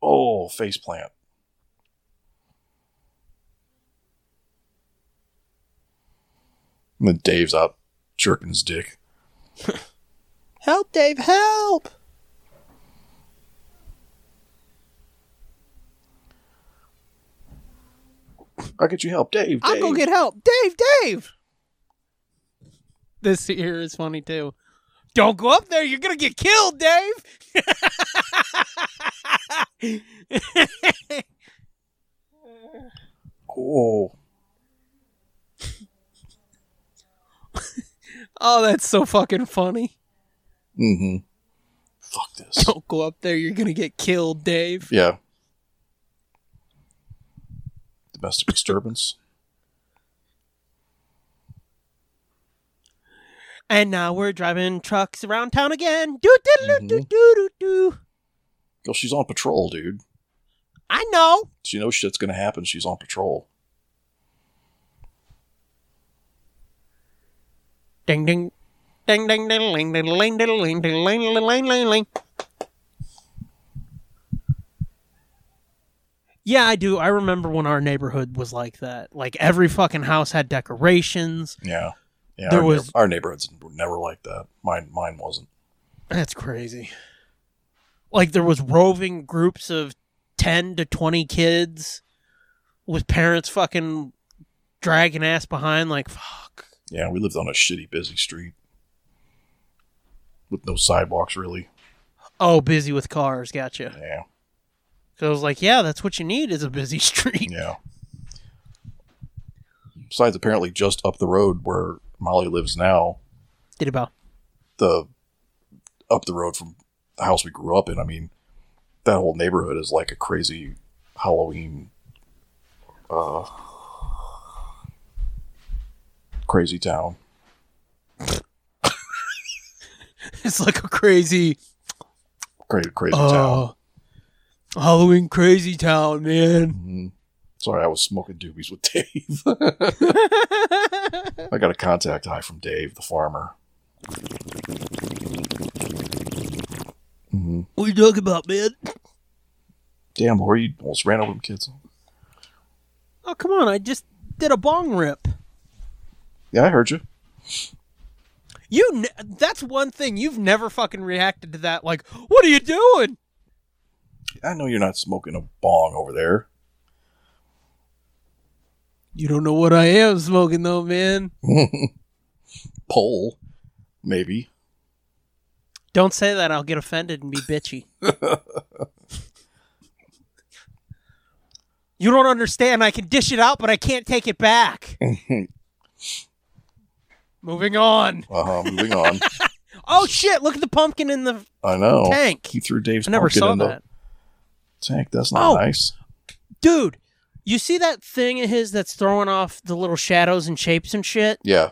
[SPEAKER 4] Oh, face plant. And then Dave's out jerking his dick.
[SPEAKER 3] help, Dave, help.
[SPEAKER 4] I'll get you help, Dave. Dave.
[SPEAKER 3] I'll go get help. Dave, Dave. This here is funny too. Don't go up there. You're going to get killed, Dave.
[SPEAKER 4] Oh,
[SPEAKER 3] oh, that's so fucking funny.
[SPEAKER 4] mm-hmm. Fuck this.
[SPEAKER 3] Don't go up there. You're going to get killed, Dave.
[SPEAKER 4] yeah. Domestic disturbance.
[SPEAKER 3] And now we're driving trucks around town again. Do do do do do do.
[SPEAKER 4] Yo, she's on patrol, dude.
[SPEAKER 3] I know.
[SPEAKER 4] She knows shit's gonna happen. She's on patrol.
[SPEAKER 3] Ding ding. Ding ding ding ding ding ding ding ding ding ding ding ding ding. Yeah, I do. I remember when our neighborhood was like that. Like every fucking house had decorations.
[SPEAKER 4] Yeah. Yeah.
[SPEAKER 3] There
[SPEAKER 4] our,
[SPEAKER 3] was-
[SPEAKER 4] neigh- our neighborhoods were never like that. Mine mine wasn't.
[SPEAKER 3] That's crazy. Like there was roving groups of 10 to 20 kids with parents fucking dragging ass behind like fuck.
[SPEAKER 4] Yeah, we lived on a shitty busy street. With no sidewalks really.
[SPEAKER 3] Oh, busy with cars, gotcha.
[SPEAKER 4] Yeah.
[SPEAKER 3] 'Cause I was like, yeah, that's what you need is a busy street.
[SPEAKER 4] Yeah. Besides, apparently, just up the road where Molly lives now,
[SPEAKER 3] Did about
[SPEAKER 4] the up the road from the house we grew up in. I mean, that whole neighborhood is like a crazy Halloween, uh, crazy town.
[SPEAKER 3] it's like a crazy
[SPEAKER 4] Crazy, crazy town.
[SPEAKER 3] uh, Halloween crazy town, man.
[SPEAKER 4] Mhm. Sorry, I was smoking doobies with Dave. I got a contact high from Dave, the farmer. hmm
[SPEAKER 3] what are you talking about, man?
[SPEAKER 4] Damn, Lori, you almost ran over them kids.
[SPEAKER 3] Oh come on, I just did a bong rip.
[SPEAKER 4] Yeah, I heard you.
[SPEAKER 3] You ne- that's one thing you've never fucking reacted to that. Like, what are you doing?
[SPEAKER 4] I know you're not smoking a bong over there.
[SPEAKER 3] You don't know what I am smoking though, man.
[SPEAKER 4] Pole, maybe.
[SPEAKER 3] Don't say that. I'll get offended and be bitchy. you don't understand. I can dish it out, but I can't take it back. Moving on.
[SPEAKER 4] Uh huh. Moving on.
[SPEAKER 3] Oh shit! Look at the pumpkin in the
[SPEAKER 4] I know.
[SPEAKER 3] tank.
[SPEAKER 4] He threw Dave's
[SPEAKER 3] I never
[SPEAKER 4] pumpkin
[SPEAKER 3] saw
[SPEAKER 4] in the
[SPEAKER 3] that,
[SPEAKER 4] tank. That's not
[SPEAKER 3] Oh.
[SPEAKER 4] nice.
[SPEAKER 3] dude. You see that thing of his that's throwing off the little shadows and shapes and shit?
[SPEAKER 4] Yeah.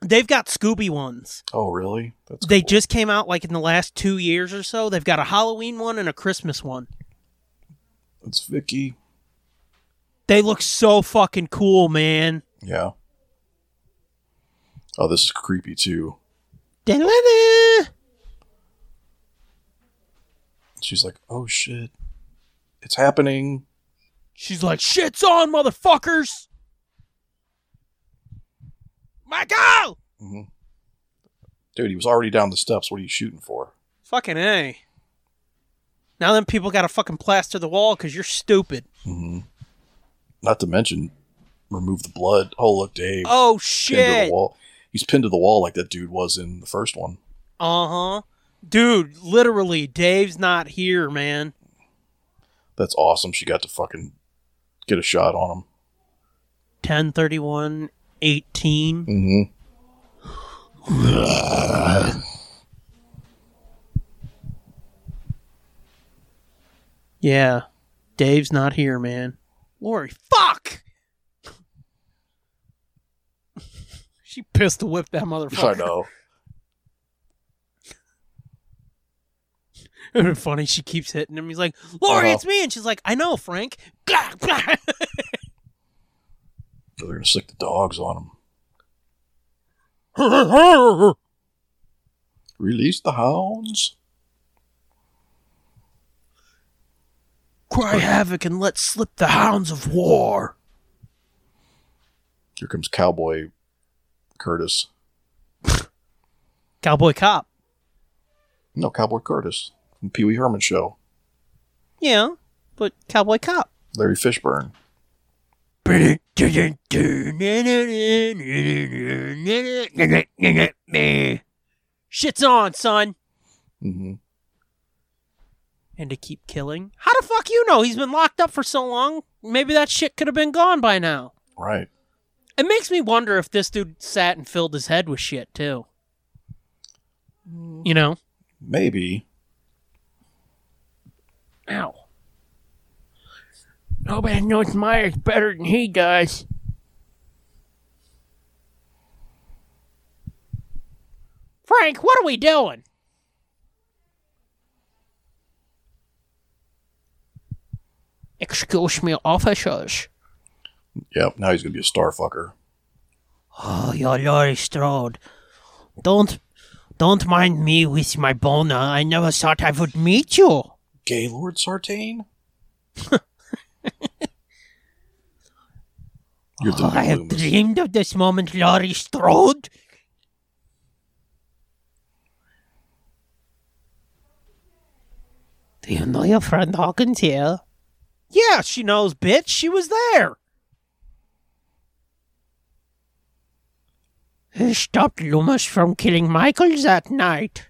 [SPEAKER 3] They've got Scooby ones.
[SPEAKER 4] Oh, really? That's
[SPEAKER 3] They
[SPEAKER 4] cool.
[SPEAKER 3] just came out like in the last two years or so. They've got a Halloween one and a Christmas one.
[SPEAKER 4] It's Vicky.
[SPEAKER 3] They look so fucking cool, man.
[SPEAKER 4] Yeah. Oh, this is creepy too.
[SPEAKER 3] Da-da-da.
[SPEAKER 4] She's like, "Oh shit, it's happening."
[SPEAKER 3] She's like, shit's on, motherfuckers! Michael!
[SPEAKER 4] hmm Dude, he was already down the steps. What are you shooting for?
[SPEAKER 3] Fucking A. Now then people gotta fucking plaster the wall because you're stupid.
[SPEAKER 4] hmm Not to mention, remove the blood. Oh, look, Dave.
[SPEAKER 3] Oh
[SPEAKER 4] pinned to the
[SPEAKER 3] shit!
[SPEAKER 4] wall. He's pinned to the wall like that dude was in the first one.
[SPEAKER 3] Uh huh. Dude, literally, Dave's not here, man.
[SPEAKER 4] That's awesome. She got to fucking get a shot on him.
[SPEAKER 3] 10 31 18.
[SPEAKER 4] Mm-hmm.
[SPEAKER 3] Yeah. Dave's not here, man. Lori, fuck! she pistol whipped that motherfucker.
[SPEAKER 4] I know.
[SPEAKER 3] It'd be funny. She keeps hitting him. He's like, Lori,
[SPEAKER 4] Uh-huh.
[SPEAKER 3] it's me. And she's like, I know, Frank. Gah, gah.
[SPEAKER 4] They're gonna sick the dogs on him. Release the hounds.
[SPEAKER 3] Cry havoc and let slip the hounds of war.
[SPEAKER 4] Here comes Cowboy Curtis.
[SPEAKER 3] Cowboy Cop.
[SPEAKER 4] No, Cowboy Curtis from Pee Wee Herman show.
[SPEAKER 3] Yeah, but Cowboy Cop.
[SPEAKER 4] Larry Fishburne.
[SPEAKER 3] Shit's on, son.
[SPEAKER 4] Mm-hmm.
[SPEAKER 3] And to keep killing. How the fuck you know? He's been locked up for so long. Maybe that shit could have been gone by now.
[SPEAKER 4] Right.
[SPEAKER 3] It makes me wonder if this dude sat and filled his head with shit too. You know?
[SPEAKER 4] Maybe.
[SPEAKER 3] Ow. Nobody knows Myers better than he does. Frank, what are we doing? Excuse me, officers.
[SPEAKER 4] Yep. Now he's gonna be a star fucker.
[SPEAKER 3] Oh, you're Laurie Strode. Don't, don't mind me with my boner. I never thought I would meet you.
[SPEAKER 4] Gaylord Sartain. You're the
[SPEAKER 3] Oh, I have
[SPEAKER 4] Loomis.
[SPEAKER 3] dreamed of this moment, Laurie Strode. Do you know your friend Hawkins here? Yeah, she knows, bitch. She was there. He stopped Loomis from killing Michael that night.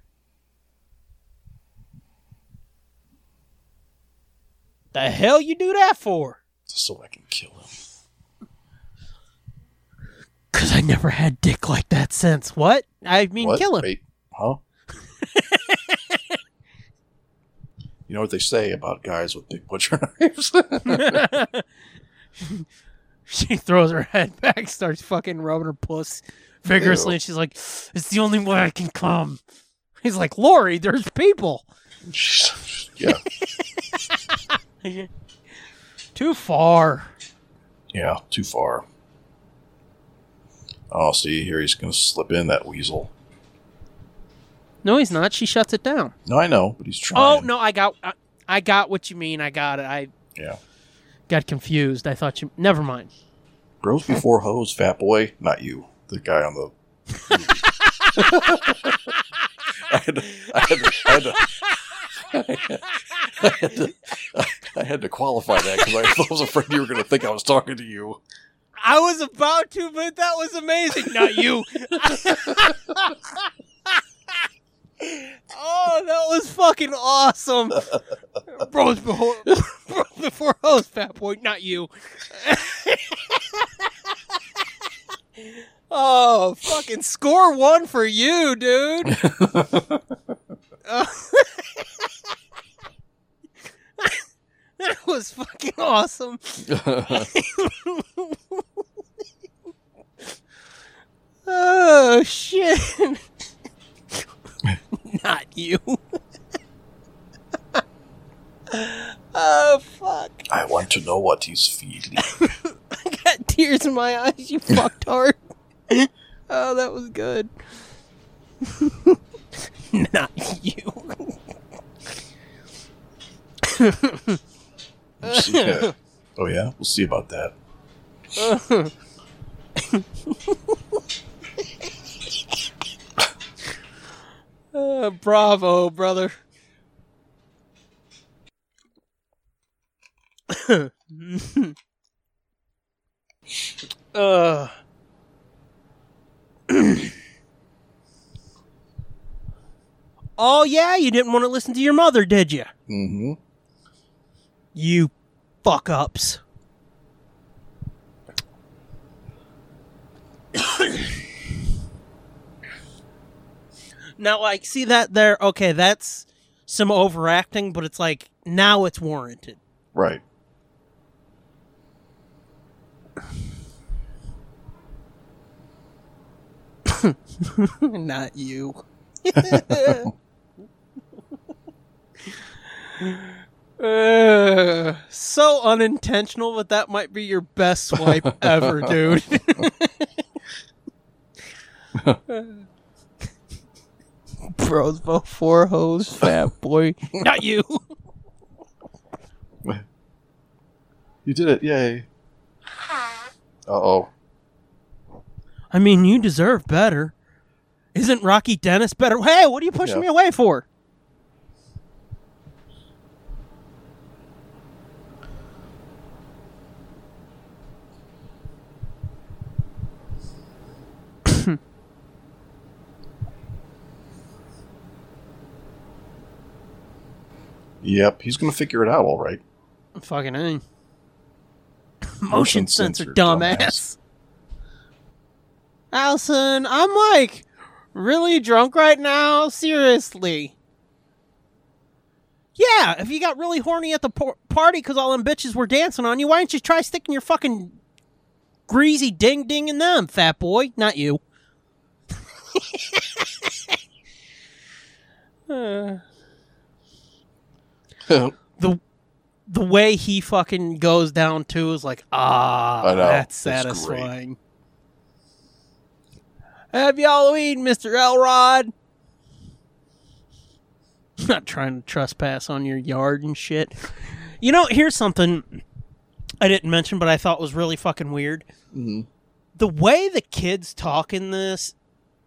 [SPEAKER 3] The hell you do that for?
[SPEAKER 4] just so I can kill him.
[SPEAKER 3] Because I never had dick like that since. What? I mean,
[SPEAKER 4] What?
[SPEAKER 3] kill him.
[SPEAKER 4] Wait, huh? you know what they say about guys with big butcher knives?
[SPEAKER 3] she throws her head back, starts fucking rubbing her puss vigorously,
[SPEAKER 4] Ew.
[SPEAKER 3] and she's like, "It's the only way I can come." He's like, "Lori, there's people."
[SPEAKER 4] yeah,
[SPEAKER 3] Too far.
[SPEAKER 4] yeah, too far. Oh, see, here he's going to slip in that weasel.
[SPEAKER 3] No, he's not. She shuts it down.
[SPEAKER 4] No, I know, but he's
[SPEAKER 3] Oh
[SPEAKER 4] trying.
[SPEAKER 3] no, I got, I, I got what you mean. I got it. I
[SPEAKER 4] Yeah.
[SPEAKER 3] got confused. I thought you. Never mind.
[SPEAKER 4] Bros before hoes, fat boy. Not you. The guy on the. I had to. I had to. I had to I had to, I had to qualify that because I was afraid you were going to think I was talking to you.
[SPEAKER 3] I was about to, but that was amazing. Not you. oh, that was fucking awesome. Bros before, bros before hoes, fat boy. Not you. oh, fucking score one for you, dude. Oh. that was fucking awesome. Oh shit! Not you. oh fuck!
[SPEAKER 4] I want to know what he's feeling.
[SPEAKER 3] I got tears in my eyes. You fucked hard. oh, that was good. Not you.
[SPEAKER 4] We'll see that. Oh yeah, we'll see about that.
[SPEAKER 3] Uh, bravo, brother. uh. oh, yeah, you didn't want to listen to your mother, did you?
[SPEAKER 4] Mm-hmm.
[SPEAKER 3] You fuck ups. now, like, see that there? Okay, that's some overacting, but it's like now it's warranted.
[SPEAKER 4] Right.
[SPEAKER 3] Not you. Uh, so unintentional, but that might be your best swipe ever, dude. Bros before hoes, fat boy. Not you.
[SPEAKER 4] You did it! Yay. Uh oh.
[SPEAKER 3] I mean, you deserve better. Isn't Rocky Dennis better? Hey, what are you pushing
[SPEAKER 4] Yeah.
[SPEAKER 3] me away for?
[SPEAKER 4] Yep, he's going to figure it out. All right.
[SPEAKER 3] Fucking A. Motion,
[SPEAKER 4] Motion
[SPEAKER 3] sensor,
[SPEAKER 4] sensor,
[SPEAKER 3] dumbass.
[SPEAKER 4] dumbass.
[SPEAKER 3] Allison, I'm like really drunk right now. Seriously. Yeah, if you got really horny at the por- party because all them bitches were dancing on you, why don't you try sticking your fucking greasy ding ding in them, fat boy? Not you. Uh. the the way he fucking goes down too is like ah
[SPEAKER 4] I know.
[SPEAKER 3] that's
[SPEAKER 4] It's great.
[SPEAKER 3] satisfying have y'all eaten mr elrod not trying to trespass on your yard and shit you know here's something i didn't mention but i thought was really fucking weird
[SPEAKER 4] Mhm.
[SPEAKER 3] the way the kids talk in this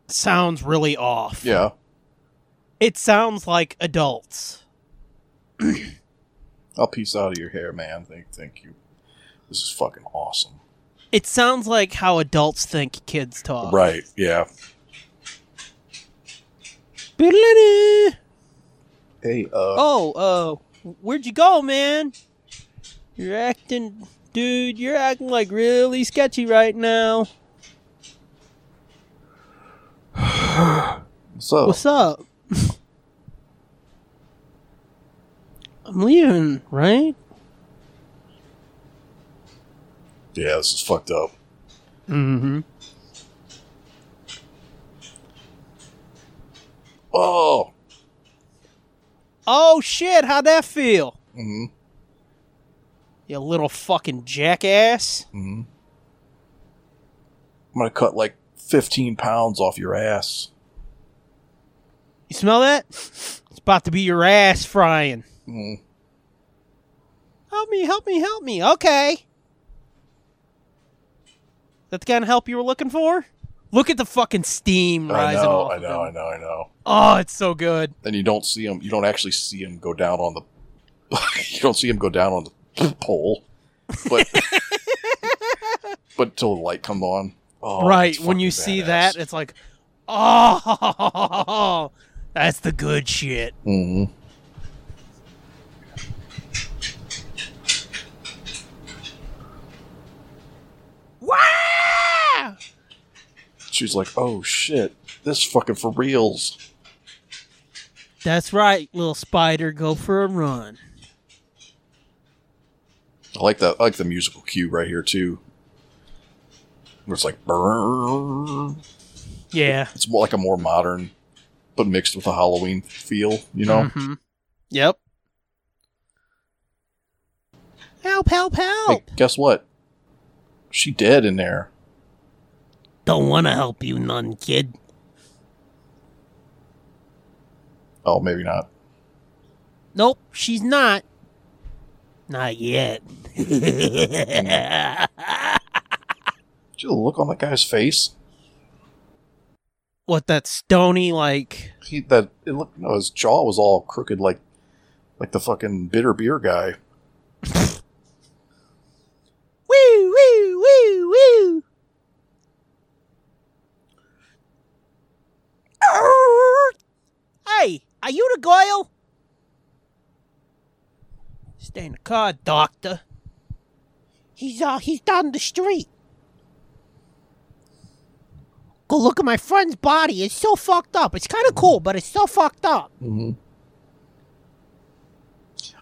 [SPEAKER 3] sounds really off
[SPEAKER 4] Yeah.
[SPEAKER 3] it sounds like adults
[SPEAKER 4] I'll piece out of your hair, man. Thank, thank you. This is fucking awesome.
[SPEAKER 3] It sounds like how adults think kids talk.
[SPEAKER 4] Right? Yeah.
[SPEAKER 3] Biddle-a-doo.
[SPEAKER 4] Hey. Uh.
[SPEAKER 3] uh, Oh, uh, where'd you go, man? You're acting, dude. You're acting like really sketchy right now.
[SPEAKER 4] So
[SPEAKER 3] What's up? I'm leaving, right?
[SPEAKER 4] yeah, this is fucked up.
[SPEAKER 3] Mm-hmm.
[SPEAKER 4] Oh,
[SPEAKER 3] Oh shit! How'd that feel?
[SPEAKER 4] Mhm.
[SPEAKER 3] You little fucking jackass.
[SPEAKER 4] Mhm. I'm gonna cut like 15 pounds off your ass.
[SPEAKER 3] You smell that? It's about to be your ass frying.
[SPEAKER 4] Mhm.
[SPEAKER 3] Help me! Help me! Help me! Okay. Is that the kind of help you were looking for? Look at the fucking steam
[SPEAKER 4] I
[SPEAKER 3] rising
[SPEAKER 4] know,
[SPEAKER 3] off.
[SPEAKER 4] I
[SPEAKER 3] of
[SPEAKER 4] know,
[SPEAKER 3] him.
[SPEAKER 4] I know, I know.
[SPEAKER 3] Oh, it's so good.
[SPEAKER 4] And you don't see him. You don't actually see him go down on the. you don't see him go down on the pole, but but till the light comes on. Oh,
[SPEAKER 3] right
[SPEAKER 4] it's
[SPEAKER 3] when you
[SPEAKER 4] fucking
[SPEAKER 3] see
[SPEAKER 4] badass.
[SPEAKER 3] that, it's like, oh, that's the good shit.
[SPEAKER 4] Mhm.
[SPEAKER 3] Wow!
[SPEAKER 4] She's like, "Oh shit, this fucking for reals."
[SPEAKER 3] That's right, little spider. Go for a run.
[SPEAKER 4] I like that. I like the musical cue right here too. Where it's like, "Brrrr."
[SPEAKER 3] Yeah.
[SPEAKER 4] it's more like a more modern, but mixed with a Halloween feel. You know,
[SPEAKER 3] Mhm. Yep. Help! Help! Help!
[SPEAKER 4] Hey, guess what? She dead in there.
[SPEAKER 3] Don't want to help you none, kid.
[SPEAKER 4] Oh, maybe not.
[SPEAKER 3] Nope, she's not. Not yet.
[SPEAKER 4] Did you look on that guy's face?
[SPEAKER 3] what that stony like?
[SPEAKER 4] He that it looked no, his jaw was all crooked like like the fucking bitter beer guy.
[SPEAKER 3] Woo! Woo! Woo! Woo! Hey, are you the Goyle? Stay in the car, Doctor. He's uh, he's down the street. Go look at my friend's body. It's so fucked up. It's kind of cool, but it's so fucked up.
[SPEAKER 4] Mm-hmm.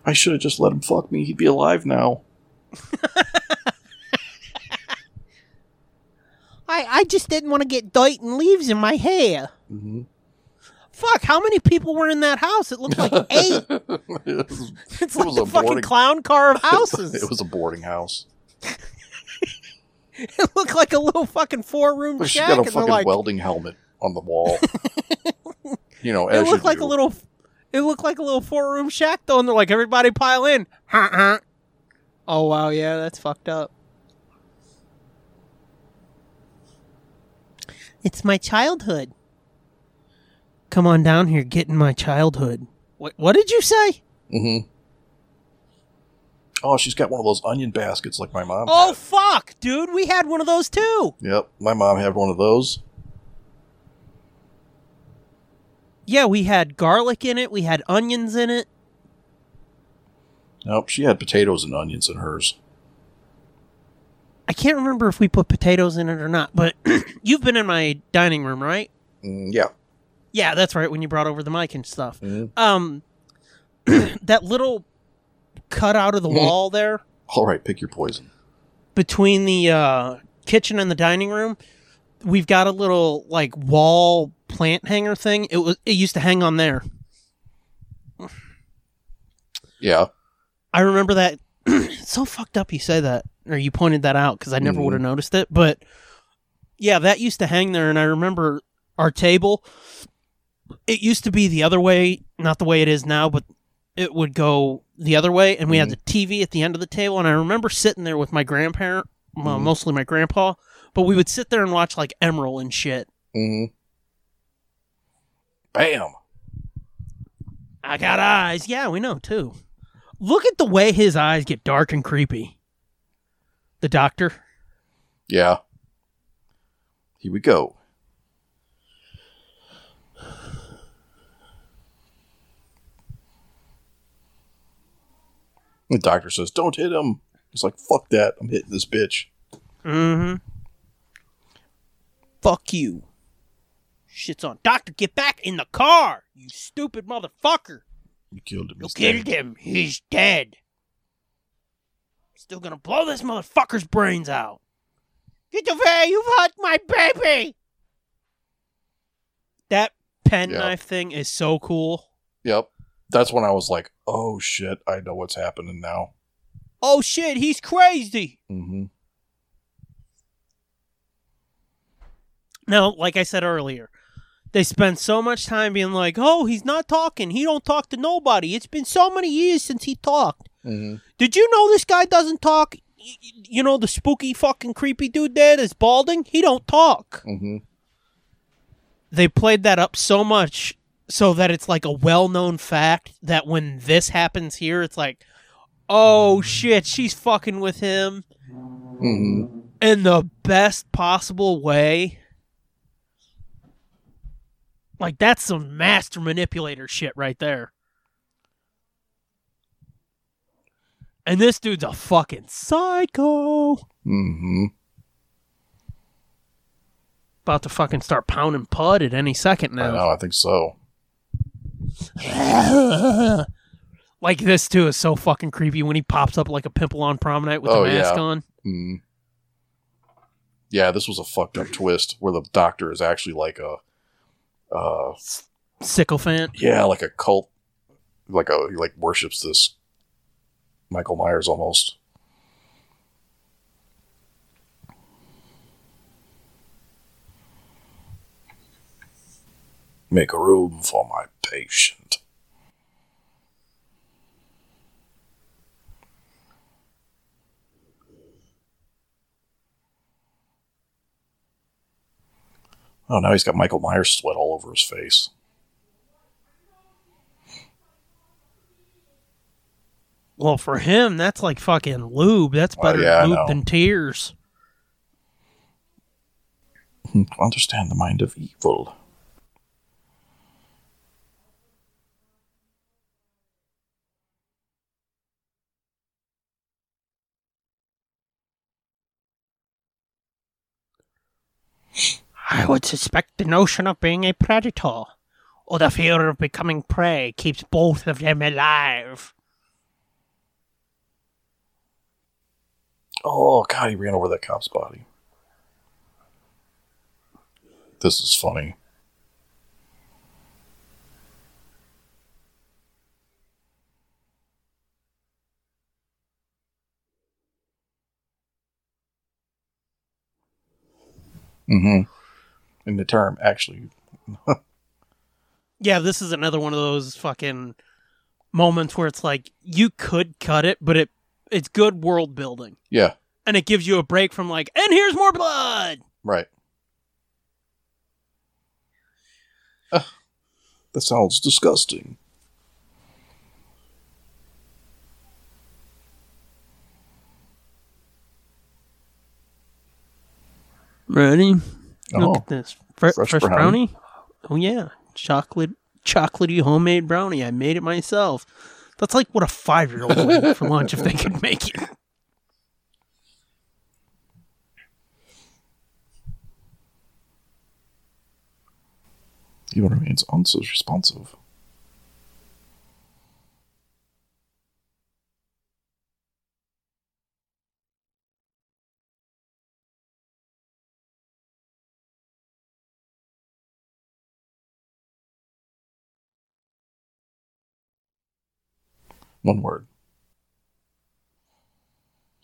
[SPEAKER 4] I should have just let him fuck me. He'd be alive now.
[SPEAKER 3] I I just didn't want to get dirt and leaves in my hair.
[SPEAKER 4] Mm-hmm.
[SPEAKER 3] Fuck, how many people were in that house? It looked like eight.
[SPEAKER 4] it, was,
[SPEAKER 3] It's
[SPEAKER 4] It
[SPEAKER 3] like
[SPEAKER 4] was
[SPEAKER 3] the
[SPEAKER 4] a
[SPEAKER 3] fucking
[SPEAKER 4] boarding-
[SPEAKER 3] clown car of houses.
[SPEAKER 4] it was a boarding house.
[SPEAKER 3] it looked like a little fucking four room
[SPEAKER 4] But she
[SPEAKER 3] shack,
[SPEAKER 4] got a
[SPEAKER 3] and they're
[SPEAKER 4] fucking
[SPEAKER 3] like,
[SPEAKER 4] welding helmet on the wall. you know,
[SPEAKER 3] it
[SPEAKER 4] as
[SPEAKER 3] looked
[SPEAKER 4] you
[SPEAKER 3] like a
[SPEAKER 4] do.
[SPEAKER 3] little, it looked like a little four room shack though, and they're like, everybody pile in. Huh-huh. oh wow, yeah, that's fucked up. It's my childhood. Come on down here, get in my childhood. What? What did you say?
[SPEAKER 4] Mm-hmm. Oh, she's got one of those onion baskets like my mom.
[SPEAKER 3] Oh
[SPEAKER 4] had.
[SPEAKER 3] fuck, dude, we had one of those too.
[SPEAKER 4] Yep, my mom had one of those.
[SPEAKER 3] Yeah, we had garlic in it. We had onions in it.
[SPEAKER 4] Nope, she had potatoes and onions in hers.
[SPEAKER 3] I can't remember if we put potatoes in it or not, but you've been in my dining room, right?
[SPEAKER 4] Mm, yeah.
[SPEAKER 3] Yeah, that's right. When you brought over the mic and stuff,
[SPEAKER 4] Mhm.
[SPEAKER 3] um, that little cut out of the
[SPEAKER 4] Mhm.
[SPEAKER 3] wall there
[SPEAKER 4] All right, pick your poison.
[SPEAKER 3] between the uh, kitchen and the dining room, we've got a little like wall plant hanger thing. It was it used to hang on there.
[SPEAKER 4] Yeah.
[SPEAKER 3] I remember that. it's so fucked up you say that, or you pointed that out because I never
[SPEAKER 4] Mhm.
[SPEAKER 3] would have noticed it. But yeah, that used to hang there, and I remember our table. It used to be the other way, not the way it is now, but it would go the other way, and we had the TV at the end of the table. And I remember sitting there with my grandparent, well,
[SPEAKER 4] Mhm.
[SPEAKER 3] mostly my grandpa, but we would sit there and watch like Emerald and shit.
[SPEAKER 4] Mm-hmm. Bam.
[SPEAKER 3] I got eyes. Yeah, we know too. Look at the way his eyes get dark and creepy. The doctor.
[SPEAKER 4] Yeah. Here we go. The doctor says, "Don't hit him." He's like, "Fuck that! I'm hitting this bitch."
[SPEAKER 3] Mm-hmm. Fuck you. Shit's on. Doctor, get back in the car, you stupid motherfucker.
[SPEAKER 4] You killed him.
[SPEAKER 3] You
[SPEAKER 4] He's
[SPEAKER 3] killed
[SPEAKER 4] dead.
[SPEAKER 3] him. He's dead. Still gonna blow this motherfucker's brains out. Get away! You've hurt my baby. That pen
[SPEAKER 4] Yeah.
[SPEAKER 3] knife thing is so cool.
[SPEAKER 4] Yep. That's when I was like, "Oh shit! I know what's happening now."
[SPEAKER 3] Oh shit, he's crazy.
[SPEAKER 4] hmm
[SPEAKER 3] Now, like I said earlier, they spend so much time being like, "Oh, he's not talking. He don't talk to nobody. It's been so many years since he talked."
[SPEAKER 4] hmm
[SPEAKER 3] Did you know this guy doesn't talk? Y- y- You know the spooky fucking creepy dude there that's balding? He don't talk.
[SPEAKER 4] hmm
[SPEAKER 3] they played that up so much so that it's like a well-known fact that when this happens here it's like oh shit she's fucking with him
[SPEAKER 4] hmm
[SPEAKER 3] in the best possible way like that's some master manipulator shit right there and this dude's a fucking psycho
[SPEAKER 4] hmm
[SPEAKER 3] about to fucking start pounding pud at any second
[SPEAKER 4] I
[SPEAKER 3] now
[SPEAKER 4] know. I think so.
[SPEAKER 3] like this too is so fucking creepy when he pops up like a pimple on prom night with
[SPEAKER 4] Oh,
[SPEAKER 3] the mask
[SPEAKER 4] yeah.
[SPEAKER 3] on.
[SPEAKER 4] Mm. Yeah, this was a fucked up twist where the doctor is actually like a, uh,
[SPEAKER 3] Sycophant.
[SPEAKER 4] yeah, like a cult, like a he like worships this Michael Myers almost. Make room for my patient. Oh, now he's got Michael Myers sweat all over his face.
[SPEAKER 3] Well, for him, that's like fucking lube. That's
[SPEAKER 4] Well,
[SPEAKER 3] better
[SPEAKER 4] Oh, yeah, I know.
[SPEAKER 3] lube than tears.
[SPEAKER 4] to understand the mind of evil.
[SPEAKER 3] I would suspect the notion of being a predator or the fear of becoming prey keeps both of them alive.
[SPEAKER 4] Oh god, he ran over that cop's body. This is funny. Mm-hmm. In the term, actually.
[SPEAKER 3] Yeah, this is another one of those fucking moments where it's like you could cut it, but it it's good world building.
[SPEAKER 4] Yeah,
[SPEAKER 3] And it gives you a break from like, and here's more blood.
[SPEAKER 4] right. Ugh, that sounds disgusting.
[SPEAKER 3] Ready? Look
[SPEAKER 4] Oh,
[SPEAKER 3] at this Fre-
[SPEAKER 4] fresh
[SPEAKER 3] fresh,
[SPEAKER 4] brownie.
[SPEAKER 3] brownie. Oh yeah, chocolate, chocolatey homemade brownie. I made it myself. That's like what a five year old would eat for lunch if they could make it.
[SPEAKER 4] even remains unresponsive. One word.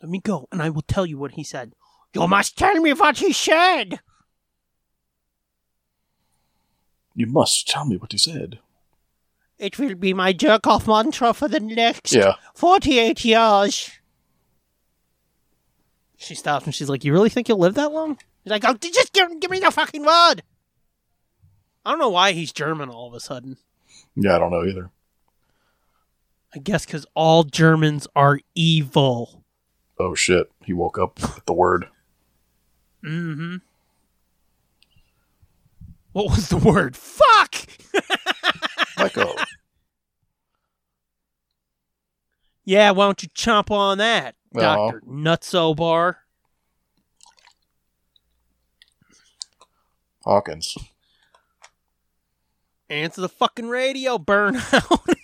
[SPEAKER 3] Let me go, and I will tell you what he said. You must tell me what he said.
[SPEAKER 4] You must tell me what he said.
[SPEAKER 3] It will be my jerk off mantra for the next
[SPEAKER 4] Yeah.
[SPEAKER 3] forty eight years. She stops and she's like, "You really think you'll live that long?" He's like, "Oh, just give, give me the fucking word." I don't know why he's German all of a sudden.
[SPEAKER 4] Yeah, I don't know either.
[SPEAKER 3] I guess because all Germans are evil.
[SPEAKER 4] Oh shit. He woke up with the word.
[SPEAKER 3] Mm-hmm. What was the word? Fuck!
[SPEAKER 4] oh, Michael.
[SPEAKER 3] Yeah, why don't you chomp on that,
[SPEAKER 4] Aw.
[SPEAKER 3] Doctor Nutso Bar?
[SPEAKER 4] Hawkins.
[SPEAKER 3] Answer the fucking radio, burnout.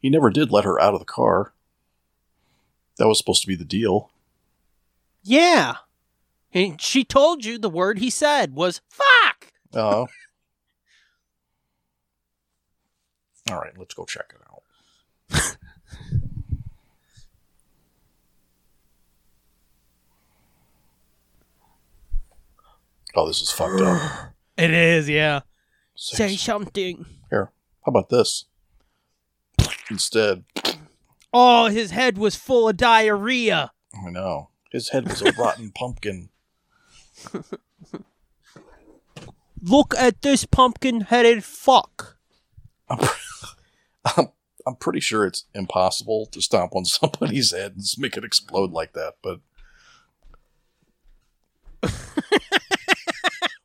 [SPEAKER 4] He never did let her out of the car. That was supposed to be the deal.
[SPEAKER 3] yeah, and she told you the word he said was "fuck."
[SPEAKER 4] Uh, all right, let's go check it out. oh, this is fucked up.
[SPEAKER 3] It is, yeah.
[SPEAKER 4] Six.
[SPEAKER 3] Say something.
[SPEAKER 4] How about this? Instead,
[SPEAKER 3] Oh, his head was full of diarrhea.
[SPEAKER 4] I know his head was a rotten pumpkin.
[SPEAKER 3] Look at this pumpkin-headed fuck.
[SPEAKER 4] I'm, pre- I'm, I'm pretty sure it's impossible to stomp on somebody's head and make it explode like that, but.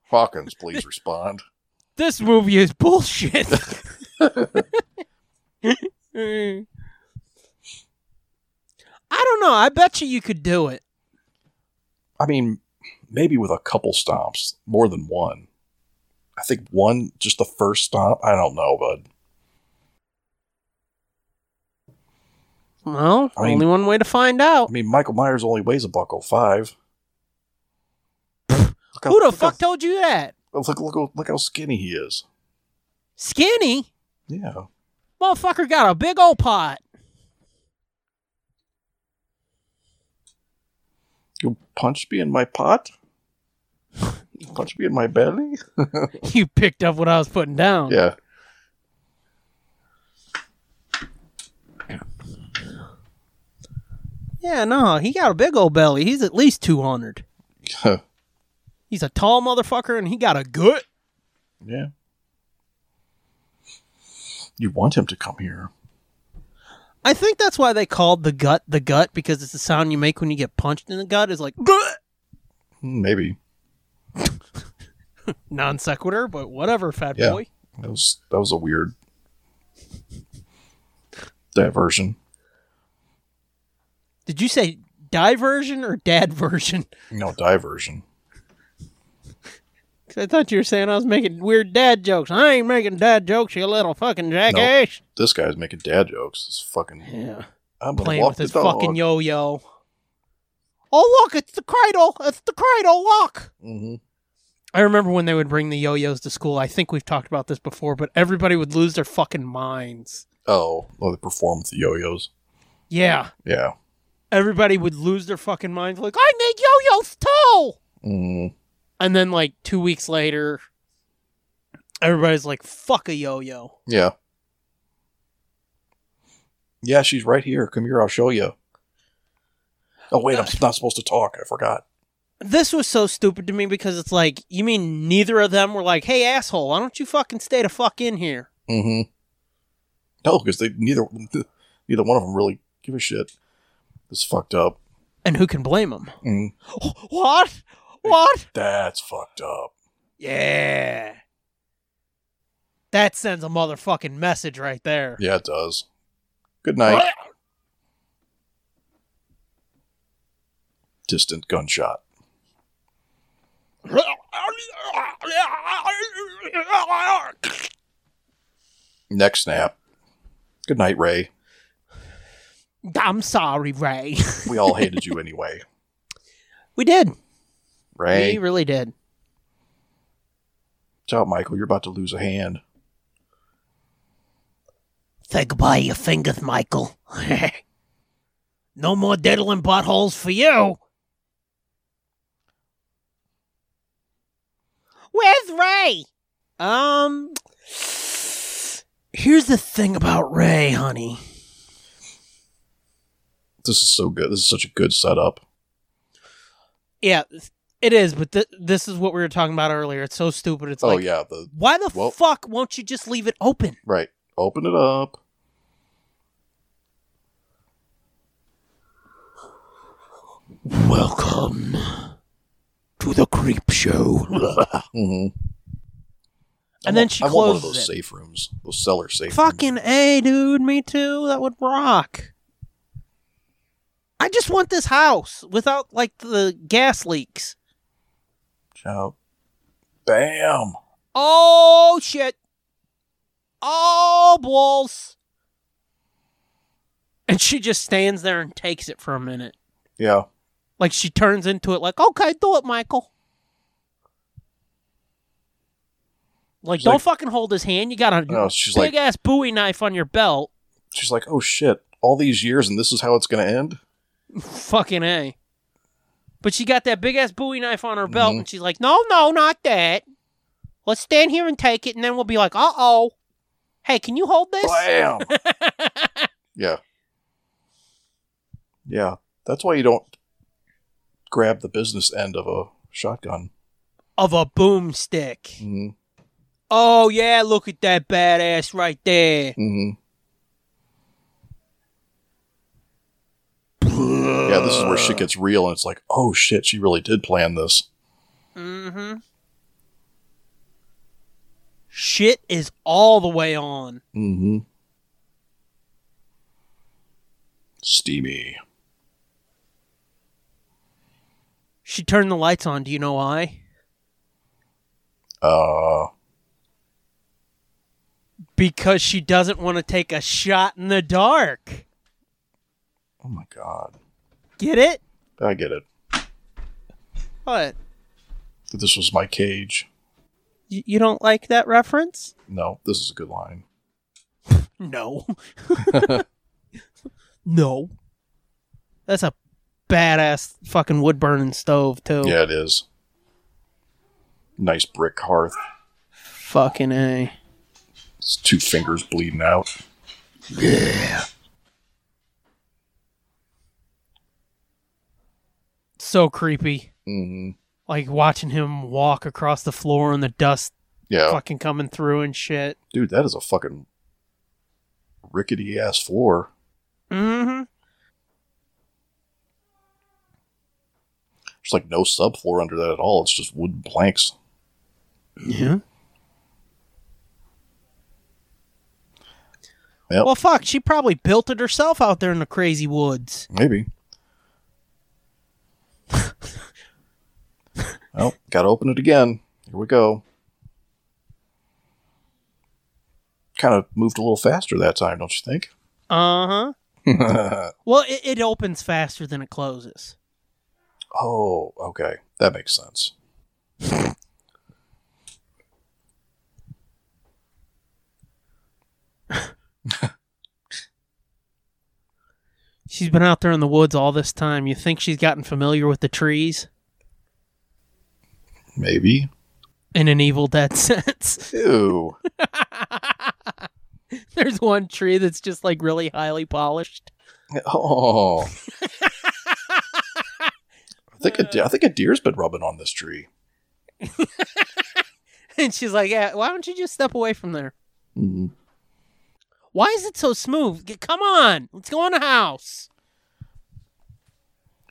[SPEAKER 4] Hawkins, please respond.
[SPEAKER 3] This movie is bullshit. I don't know. I bet you you could do it.
[SPEAKER 4] I mean, maybe with a couple stomps, more than one. I think one, just the first stomp. I don't know, bud.
[SPEAKER 3] Well,
[SPEAKER 4] I mean-
[SPEAKER 3] only one way to find
[SPEAKER 4] I
[SPEAKER 3] out.
[SPEAKER 4] mean, Michael Myers only weighs a buck oh five. Look how-
[SPEAKER 3] Who the
[SPEAKER 4] look how-
[SPEAKER 3] fuck told you that?
[SPEAKER 4] look, look, how- look how skinny he is.
[SPEAKER 3] Skinny?
[SPEAKER 4] Yeah.
[SPEAKER 3] Motherfucker got a big old pot.
[SPEAKER 4] You punch me in my pot? You punch me in my belly?
[SPEAKER 3] You picked up what I was putting down.
[SPEAKER 4] Yeah.
[SPEAKER 3] Yeah, no, he got a big old belly. He's at least 200. He's a tall motherfucker and he got a good.
[SPEAKER 4] yeah. You want him to come here.
[SPEAKER 3] I think that's why they called the gut the gut because it's the sound you make when you get punched in the gut is like gut.
[SPEAKER 4] Hmm, Maybe.
[SPEAKER 3] non sequitur, but whatever, fat
[SPEAKER 4] Yeah.
[SPEAKER 3] boy.
[SPEAKER 4] That was that was a weird diversion.
[SPEAKER 3] Did you say diversion or dad version?
[SPEAKER 4] No diversion.
[SPEAKER 3] 'Cause I thought you were saying I was making weird dad jokes. I ain't making dad jokes, you little fucking jackass.
[SPEAKER 4] This guy's making dad jokes. It's fucking
[SPEAKER 3] Yeah.
[SPEAKER 4] I'm gonna
[SPEAKER 3] Playing
[SPEAKER 4] walk
[SPEAKER 3] with
[SPEAKER 4] the
[SPEAKER 3] his
[SPEAKER 4] dog.
[SPEAKER 3] fucking yo yo. Oh, look, it's the cradle. It's the cradle. Look.
[SPEAKER 4] Mhm.
[SPEAKER 3] I remember when they would bring the yo yo's to school. I think we've talked about this before, but everybody would lose their fucking minds.
[SPEAKER 4] Oh, well, they perform with the yo-yos.
[SPEAKER 3] Yeah.
[SPEAKER 4] Yeah.
[SPEAKER 3] Everybody would lose their fucking minds. Like, I need yo yo's too.
[SPEAKER 4] Mm,
[SPEAKER 3] And then like two weeks later, everybody's like, "Fuck a yo-yo."
[SPEAKER 4] yeah. Yeah, she's right here. Come here, I'll show you. Oh wait,
[SPEAKER 3] Uh,
[SPEAKER 4] I'm not supposed to talk. I forgot.
[SPEAKER 3] This was so stupid to me because it's like, you mean neither of them were like, "Hey, asshole, why don't you fucking stay the fuck in here?"
[SPEAKER 4] Mm-hmm. No, because they neither neither one of them really give a shit. It's fucked up.
[SPEAKER 3] And who can blame them?
[SPEAKER 4] Mm,
[SPEAKER 3] What? What?
[SPEAKER 4] that's fucked up.
[SPEAKER 3] Yeah. That sends a motherfucking message right there.
[SPEAKER 4] Yeah, it does. Good night. Distant gunshot. Neck snap. Good night, Ray.
[SPEAKER 3] I'm sorry, Ray.
[SPEAKER 4] We all hated you anyway.
[SPEAKER 3] We did. We
[SPEAKER 4] Ray.
[SPEAKER 3] really did.
[SPEAKER 4] Watch out, Michael. You're about to lose a hand.
[SPEAKER 3] Say goodbye to your fingers, Michael. no more diddling buttholes for you. Where's Ray? Um. Here's the thing about Ray, honey.
[SPEAKER 4] This is so good. This is such a good setup.
[SPEAKER 3] Yeah, it is, but th- this is what we were talking about earlier. It's so stupid. It's
[SPEAKER 4] oh
[SPEAKER 3] like,
[SPEAKER 4] yeah, the
[SPEAKER 3] why the
[SPEAKER 4] Well-
[SPEAKER 3] fuck won't you just leave it open?
[SPEAKER 4] right. Open it up. Mm-hmm.
[SPEAKER 2] Welcome to the creep show.
[SPEAKER 4] hmm
[SPEAKER 3] And
[SPEAKER 4] I
[SPEAKER 3] then
[SPEAKER 4] want-
[SPEAKER 3] she
[SPEAKER 4] I want one of
[SPEAKER 3] closes
[SPEAKER 4] those
[SPEAKER 3] it.
[SPEAKER 4] safe rooms, those cellar safe. rooms.
[SPEAKER 3] Fucking A, dude. Me too. That would rock. I just want this house without like the gas leaks.
[SPEAKER 4] Shout. Bam.
[SPEAKER 3] Oh shit. Oh balls. And she just stands there and takes it for a minute.
[SPEAKER 4] Yeah.
[SPEAKER 3] Like she turns into it like, "Okay, do it, Michael." Like,
[SPEAKER 4] She's
[SPEAKER 3] don't
[SPEAKER 4] like-
[SPEAKER 3] fucking hold his hand. You got a
[SPEAKER 4] No, she's
[SPEAKER 3] big
[SPEAKER 4] like,
[SPEAKER 3] ass Bowie knife on your belt.
[SPEAKER 4] she's like, oh shit, all these years and this is how it's gonna end.
[SPEAKER 3] Fucking A. But she got that big ass Bowie knife on her belt,
[SPEAKER 4] Mhm.
[SPEAKER 3] and she's like, no, no, not that. Let's stand here and take it, and then we'll be like, uh oh. Hey, can you hold this?
[SPEAKER 4] Bam. yeah. Yeah. That's why you don't grab the business end of a shotgun.
[SPEAKER 3] of a boomstick.
[SPEAKER 4] hmm
[SPEAKER 3] Oh, yeah, look at that badass right there.
[SPEAKER 4] hmm Yeah, this is where shit gets real, and it's like, oh shit, she really did plan this.
[SPEAKER 3] Mm-hmm. Shit is all the way on.
[SPEAKER 4] Mm-hmm. Steamy.
[SPEAKER 3] She turned the lights on. Do you know why?
[SPEAKER 4] Uh,
[SPEAKER 3] Because she doesn't want to take a shot in the dark.
[SPEAKER 4] oh my god,
[SPEAKER 3] Get it?
[SPEAKER 4] I get it.
[SPEAKER 3] What?
[SPEAKER 4] That This was my cage.
[SPEAKER 3] You, you don't like that reference?
[SPEAKER 4] No, this is a good line.
[SPEAKER 3] No. no. That's a badass fucking wood burning stove too.
[SPEAKER 4] Yeah, it is. Nice brick hearth.
[SPEAKER 3] Fucking a.
[SPEAKER 4] It's two fingers bleeding out.
[SPEAKER 3] So creepy.
[SPEAKER 4] Mm-hmm.
[SPEAKER 3] Like watching him walk across the floor and the dust
[SPEAKER 4] Yeah,
[SPEAKER 3] fucking coming through and shit.
[SPEAKER 4] dude, that is a fucking rickety ass floor.
[SPEAKER 3] Mm-hmm.
[SPEAKER 4] There's like no subfloor under that at all. It's just wooden planks.
[SPEAKER 3] Yeah.
[SPEAKER 4] Yep.
[SPEAKER 3] Well, fuck. She probably built it herself out there in the crazy woods.
[SPEAKER 4] Maybe. oh, gotta open it again. Here we go. Kind of moved a little faster that time, don't you think?
[SPEAKER 3] Uh huh. Well, it, it opens faster than it closes.
[SPEAKER 4] oh, okay. That makes sense.
[SPEAKER 3] She's been out there in the woods all this time. You think she's gotten familiar with the trees
[SPEAKER 4] Maybe.
[SPEAKER 3] in an Evil Dead sense?
[SPEAKER 4] Ew.
[SPEAKER 3] There's one tree that's just like really highly polished.
[SPEAKER 4] Oh. I think a de- I think a deer's been rubbing on this tree.
[SPEAKER 3] And she's like, yeah, why don't you just step away from there?
[SPEAKER 4] Mm-hmm.
[SPEAKER 3] Why is it so smooth? G- Come on, let's go in the house.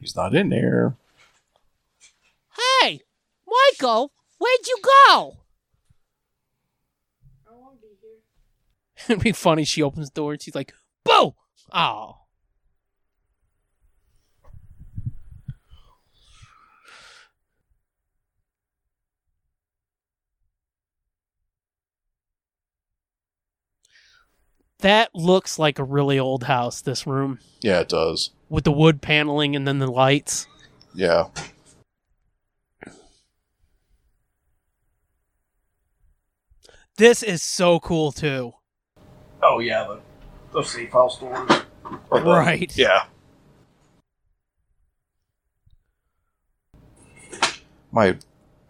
[SPEAKER 4] He's not in there.
[SPEAKER 3] Hey, Michael, where'd you go?
[SPEAKER 5] I won't be here.
[SPEAKER 3] It'd be funny. She opens the door and she's like, "Boo!" Oh. That looks like a really old house. This room
[SPEAKER 4] Yeah, it does.
[SPEAKER 3] with the wood paneling and then the lights.
[SPEAKER 4] Yeah.
[SPEAKER 3] This is so cool too.
[SPEAKER 4] Oh yeah, the, the safe house doors.
[SPEAKER 3] Right.
[SPEAKER 4] Yeah. My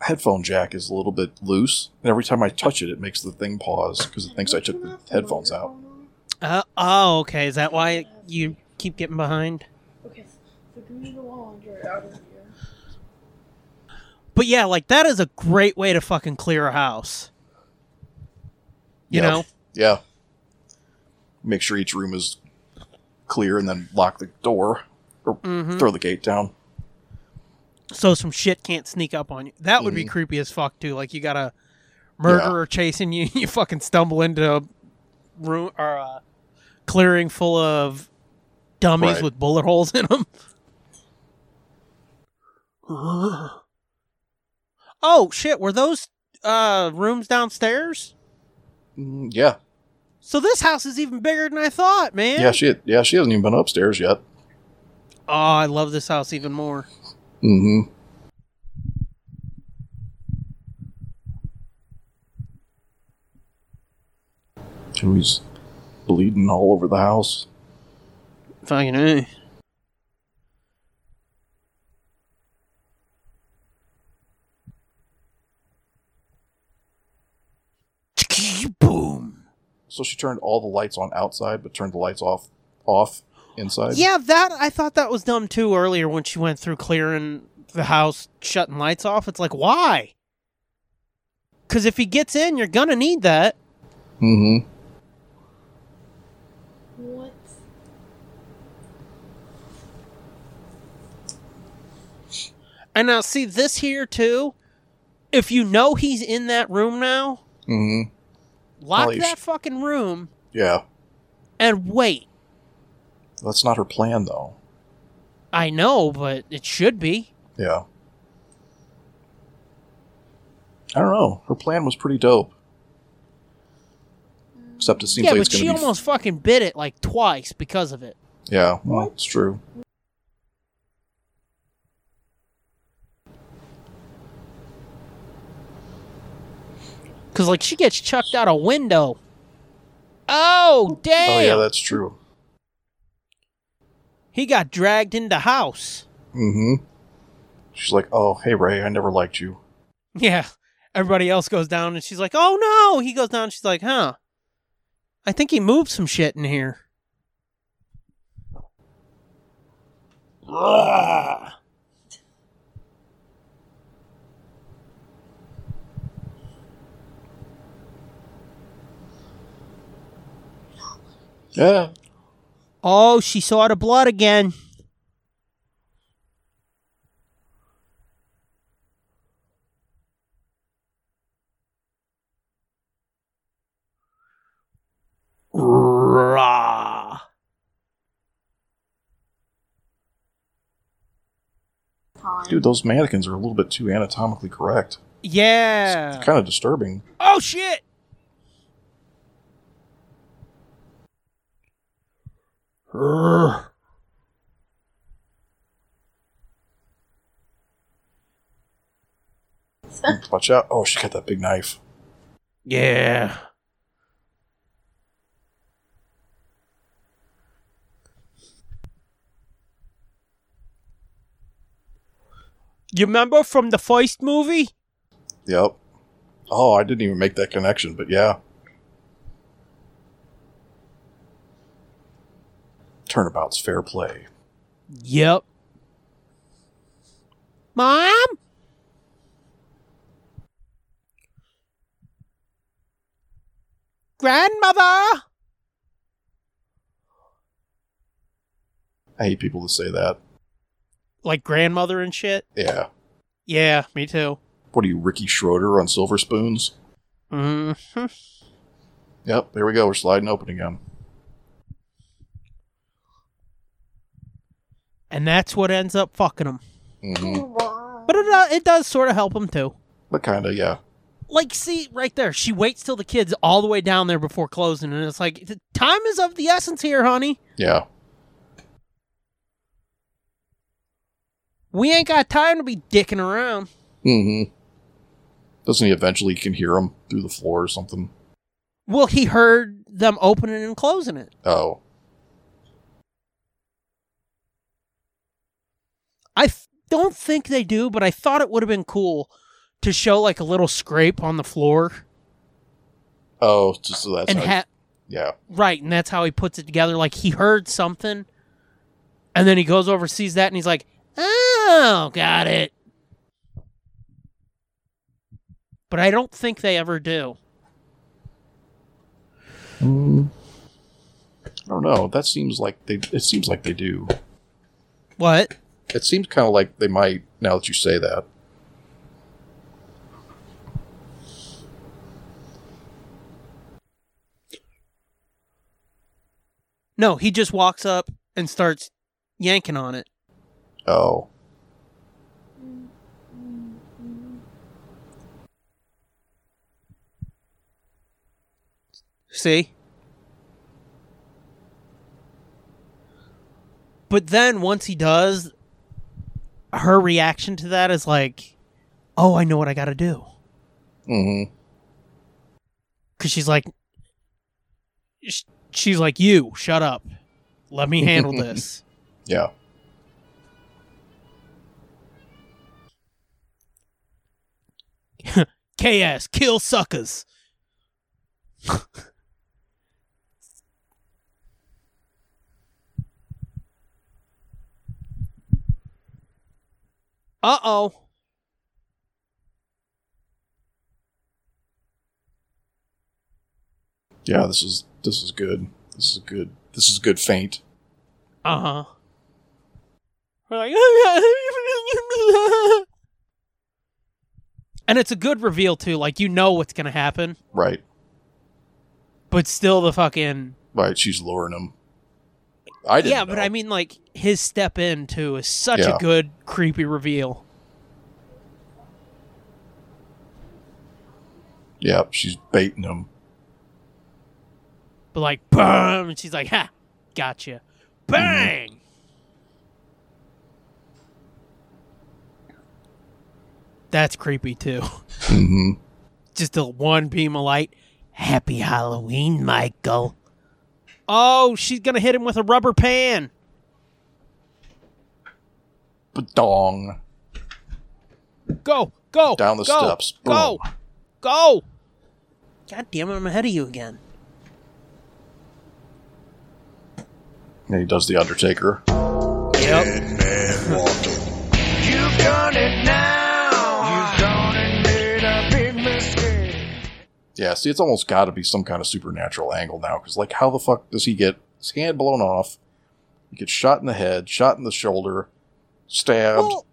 [SPEAKER 4] headphone jack is a little bit loose, and every time I touch it, it makes the thing pause because it thinks I took the headphones out.
[SPEAKER 3] Uh, oh, okay. Is that why you keep getting behind?
[SPEAKER 5] Okay, so give me the wall under out of here.
[SPEAKER 3] But yeah, like that is a great way to fucking clear a house. You
[SPEAKER 4] Yeah.
[SPEAKER 3] know?
[SPEAKER 4] Yeah. Make sure each room is clear, and then lock the door or
[SPEAKER 3] Mhm.
[SPEAKER 4] throw the gate down.
[SPEAKER 3] So some shit can't sneak up on you. That would be
[SPEAKER 4] Mhm.
[SPEAKER 3] creepy as fuck too. Like you gotta murderer chasing you, you fucking stumble into a room or a clearing full of dummies
[SPEAKER 4] Right.
[SPEAKER 3] with bullet holes in them. oh shit, were those uh, rooms downstairs?
[SPEAKER 4] Mm, yeah.
[SPEAKER 3] So this house is even bigger than I thought, man.
[SPEAKER 4] Yeah, she yeah, she hasn't even been upstairs yet.
[SPEAKER 3] oh, I love this house even more.
[SPEAKER 4] Mm-hmm. He's bleeding all over the house.
[SPEAKER 3] Fucking A.
[SPEAKER 2] Boom.
[SPEAKER 4] So she turned all the lights on outside, but turned the lights off off inside.
[SPEAKER 3] Yeah, that I thought that was dumb too earlier when she went through clearing the house, shutting lights off. It's like why? Because if he gets in, you're gonna need that.
[SPEAKER 4] Mm-hmm.
[SPEAKER 5] What?
[SPEAKER 3] And now see this here too. If you know he's in that room now,
[SPEAKER 4] Mm-hmm.
[SPEAKER 3] lock
[SPEAKER 4] Well, you
[SPEAKER 3] that
[SPEAKER 4] sh-
[SPEAKER 3] fucking room
[SPEAKER 4] Yeah.
[SPEAKER 3] and wait.
[SPEAKER 4] That's not her plan though.
[SPEAKER 3] I know, but it should be.
[SPEAKER 4] Yeah. I don't know. Her plan was pretty dope. Except it seems
[SPEAKER 3] yeah,
[SPEAKER 4] like
[SPEAKER 3] but
[SPEAKER 4] it's gonna
[SPEAKER 3] she
[SPEAKER 4] be
[SPEAKER 3] almost fucking bit it like twice because of it.
[SPEAKER 4] Yeah, well, it's true.
[SPEAKER 3] Cause like she gets chucked out a window. Oh damn!
[SPEAKER 4] Oh yeah, that's true.
[SPEAKER 3] he got dragged into house.
[SPEAKER 4] Mm-hmm. She's like, "Oh, hey Ray, I never liked you."
[SPEAKER 3] Yeah. Everybody else goes down, and she's like, "Oh no!" He goes down. And she's like, "Huh? I think he moved some shit in here."
[SPEAKER 4] Yeah.
[SPEAKER 3] Oh, she saw the blood again. Rah.
[SPEAKER 5] Time.
[SPEAKER 4] Dude, those mannequins are a little bit too anatomically correct.
[SPEAKER 3] Yeah.
[SPEAKER 4] Kind of disturbing.
[SPEAKER 3] Oh shit!
[SPEAKER 4] Watch out. Oh, she got that big knife.
[SPEAKER 3] Yeah. You remember from the first movie?
[SPEAKER 4] Yep. Oh, I didn't even make that connection, but yeah. Turnabout's fair play.
[SPEAKER 3] Yep. Mom? Grandmother?
[SPEAKER 4] I hate people that say that.
[SPEAKER 3] Like grandmother and shit?
[SPEAKER 4] Yeah.
[SPEAKER 3] Yeah, me too.
[SPEAKER 4] What are you, Ricky Schroeder on Silver Spoons?
[SPEAKER 3] hmm
[SPEAKER 4] Yep, there we go. We're sliding open again.
[SPEAKER 3] And that's what ends up fucking them.
[SPEAKER 4] hmm
[SPEAKER 3] But it, uh, it does sort of help them too.
[SPEAKER 4] But kind of, yeah.
[SPEAKER 3] like see right there she waits till the kids all the way down there before closing and it's like the time is of the essence here honey
[SPEAKER 4] Yeah.
[SPEAKER 3] we ain't got time to be dicking around
[SPEAKER 4] Mm-hmm. Doesn't he eventually can hear him through the floor or something?
[SPEAKER 3] well he heard them opening and closing it
[SPEAKER 4] Oh.
[SPEAKER 3] i th- don't think they do but i thought it would have been cool to show like a little scrape on the floor
[SPEAKER 4] Oh, just so that's
[SPEAKER 3] and
[SPEAKER 4] how-
[SPEAKER 3] ha-
[SPEAKER 4] yeah.
[SPEAKER 3] right and that's how he puts it together like he heard something and then he goes over sees that and he's like oh got it but i don't think they ever do
[SPEAKER 4] I don't know. That seems like they. It seems like they do.
[SPEAKER 3] what
[SPEAKER 4] It seems kind of like they might. Now that you say that.
[SPEAKER 3] No, he just walks up and starts yanking on it.
[SPEAKER 4] Oh,
[SPEAKER 3] See? But then once he does, her reaction to that is like, oh, I know what I got to do.
[SPEAKER 4] mm-hmm.
[SPEAKER 3] Because she's like, sh- she's like, you, shut up. Let me handle this.
[SPEAKER 4] yeah.
[SPEAKER 3] KS, kill suckers. uh oh.
[SPEAKER 4] yeah this is this is good this is good this is good faint
[SPEAKER 3] Uh huh. We're "Oh, like, and it's a good reveal too. Like you know what's gonna happen,
[SPEAKER 4] right
[SPEAKER 3] but still the fucking
[SPEAKER 4] right she's luring him i didn't
[SPEAKER 3] yeah. But
[SPEAKER 4] know.
[SPEAKER 3] I mean, like his step in too is such
[SPEAKER 4] Yeah.
[SPEAKER 3] a good creepy reveal.
[SPEAKER 4] yeah she's baiting him
[SPEAKER 3] But like, bam, and she's like, ha, gotcha, bang. That's creepy too.
[SPEAKER 4] hmm
[SPEAKER 3] just a one beam of light. Happy Halloween, Michael. Oh, she's gonna hit him with a rubber pan.
[SPEAKER 4] dong
[SPEAKER 3] Go, go,
[SPEAKER 4] Down the
[SPEAKER 3] go,
[SPEAKER 4] steps.
[SPEAKER 3] Go,
[SPEAKER 4] Boom.
[SPEAKER 3] go. God damn it! I'm ahead of you again.
[SPEAKER 4] and he does the undertaker
[SPEAKER 3] Yep.
[SPEAKER 6] You've done it now. You've done it, made a big mistake.
[SPEAKER 4] yeah see it's almost got to be some kind of supernatural angle now because like how the fuck does he get his hand blown off he gets shot in the head shot in the shoulder stabbed
[SPEAKER 3] Well,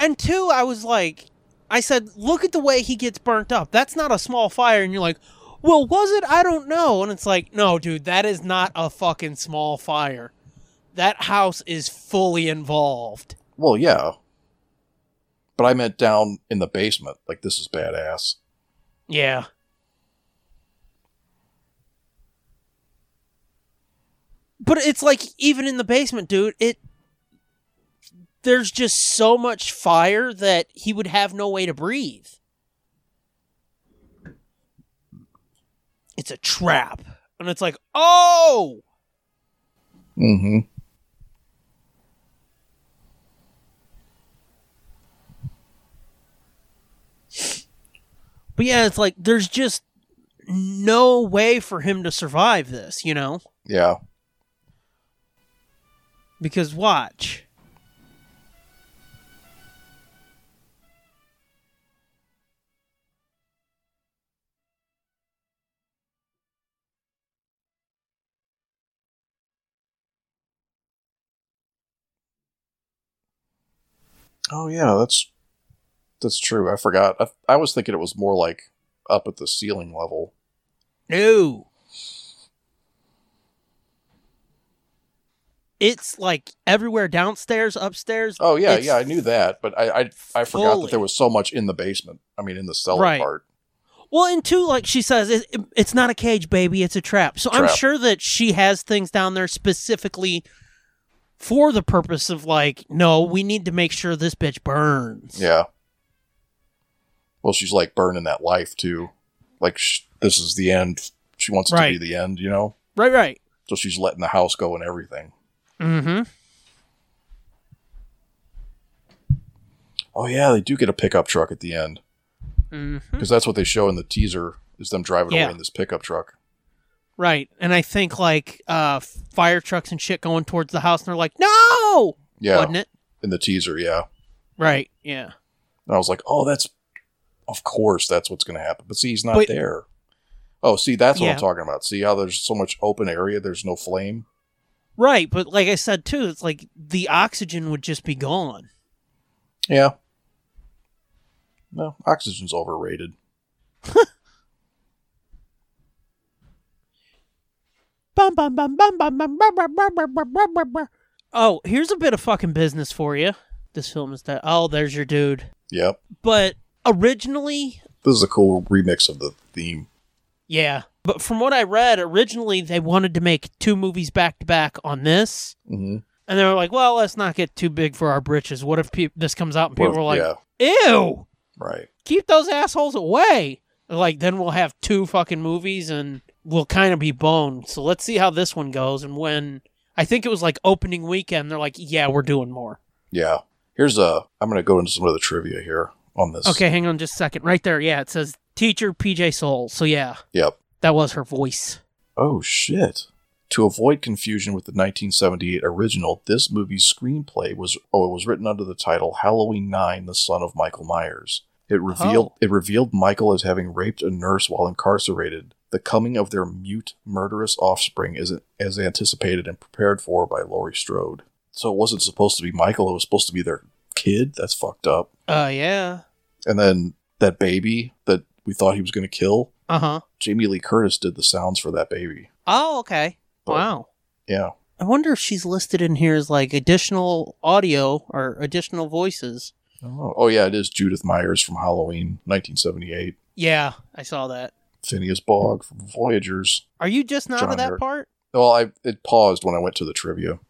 [SPEAKER 3] and two, I was like, I said, look at the way he gets burnt up. That's not a small fire, and you're like, well, was it? I don't know. And it's like, no, dude, that is not a fucking small fire. That house is fully involved.
[SPEAKER 4] well yeah but i meant down in the basement like this is badass
[SPEAKER 3] Yeah. But it's like even in the basement, dude, it there's just so much fire that he would have no way to breathe. It's a trap. And it's like, "Oh!"
[SPEAKER 4] mm-hmm
[SPEAKER 3] But yeah, it's like there's just no way for him to survive this, you know?
[SPEAKER 4] yeah
[SPEAKER 3] Because watch.
[SPEAKER 4] Oh yeah, that's that's true. I forgot. I, I was thinking it was more like up at the ceiling level.
[SPEAKER 3] No. It's like everywhere downstairs, upstairs.
[SPEAKER 4] Oh yeah,
[SPEAKER 3] It's-
[SPEAKER 4] yeah, I knew that, but I I, I forgot
[SPEAKER 3] Fully.
[SPEAKER 4] that there was so much in the basement. I mean, in the cellar
[SPEAKER 3] Right.
[SPEAKER 4] part.
[SPEAKER 3] Well, and two, like she says, it, it- it's not a cage, baby. It's a trap. So I'm
[SPEAKER 4] Trap.
[SPEAKER 3] sure that she has things down there specifically for the purpose of like, no, we need to make sure this bitch burns.
[SPEAKER 4] Yeah. Well, she's like burning that life too. Like sh- this is the end. She wants it to
[SPEAKER 3] Right.
[SPEAKER 4] be the end, you know.
[SPEAKER 3] Right. Right.
[SPEAKER 4] So she's letting the house go and everything.
[SPEAKER 3] Mm-hmm.
[SPEAKER 4] Oh yeah, they do get a pickup truck at the end
[SPEAKER 3] Mm-hmm.
[SPEAKER 4] because that's what they show in the teaser is them driving
[SPEAKER 3] Yeah.
[SPEAKER 4] away in this pickup truck.
[SPEAKER 3] Right. And I think like uh fire trucks and shit going towards the house, and they're like, no,
[SPEAKER 4] Yeah,
[SPEAKER 3] wasn't it?
[SPEAKER 4] in the teaser, yeah.
[SPEAKER 3] Right. Yeah.
[SPEAKER 4] And I was like, oh, that's, of course, that's what's going to happen. But see, he's not
[SPEAKER 3] But-
[SPEAKER 4] there. Oh, see, that's what
[SPEAKER 3] Yeah.
[SPEAKER 4] I'm talking about. See how there's so much open area, there's no flame?
[SPEAKER 3] Right, but like I said too, it's like the oxygen would just be gone.
[SPEAKER 4] Yeah. No, oxygen's overrated.
[SPEAKER 7] Bum, bum, bum, bum, bum, bum, bum, bum, bum, bum, bum, bum, bum, bum.
[SPEAKER 3] Oh, here's a bit of fucking business for you. This film is that. Oh, there's your dude.
[SPEAKER 4] Yep.
[SPEAKER 3] But originally,
[SPEAKER 4] This is a cool remix of the theme.
[SPEAKER 3] yeah. But from what I read, originally they wanted to make two movies back to back on this.
[SPEAKER 4] Mm-hmm.
[SPEAKER 3] And they were like, well, let's not get too big for our britches. What if peop this comes out and people are like,
[SPEAKER 4] yeah,
[SPEAKER 3] ew,
[SPEAKER 4] right.
[SPEAKER 3] keep those assholes away? Like, then we'll have two fucking movies and we'll kind of be boned. So let's see how this one goes. And when I think it was like opening weekend, they're like, yeah, we're doing more.
[SPEAKER 4] Yeah. Here's a. I'm going to go into some of the trivia here on this.
[SPEAKER 3] Okay, hang on just a second. Right there. Yeah, it says teacher PJ Soul. So yeah,
[SPEAKER 4] Yep.
[SPEAKER 3] that was her voice.
[SPEAKER 4] Oh, shit. To avoid confusion with the 1978 original, this movie's screenplay was oh, it was written under the title Halloween 9: The Son of Michael Myers. It revealed it revealed Michael as having raped a nurse while incarcerated. The coming of their mute, murderous offspring is as anticipated and prepared for by Laurie Strode. So it wasn't supposed to be Michael; it was supposed to be their kid. That's fucked up.
[SPEAKER 3] Uh, yeah.
[SPEAKER 4] And then that baby that we thought he was going to kill,
[SPEAKER 3] Uh huh.
[SPEAKER 4] Jamie Lee Curtis did the sounds for that baby.
[SPEAKER 3] Oh, okay.
[SPEAKER 4] But-
[SPEAKER 3] Wow.
[SPEAKER 4] Yeah.
[SPEAKER 3] I wonder if she's listed in here as like additional audio or additional voices.
[SPEAKER 4] Oh, oh yeah, it is Judith Myers from Halloween, 1978.
[SPEAKER 3] Yeah, I saw that.
[SPEAKER 4] Phineas Bogg from Voyagers.
[SPEAKER 3] Are you just not to
[SPEAKER 4] John
[SPEAKER 3] that
[SPEAKER 4] Hurt.
[SPEAKER 3] part?
[SPEAKER 4] Well, I it paused when I went to the trivia.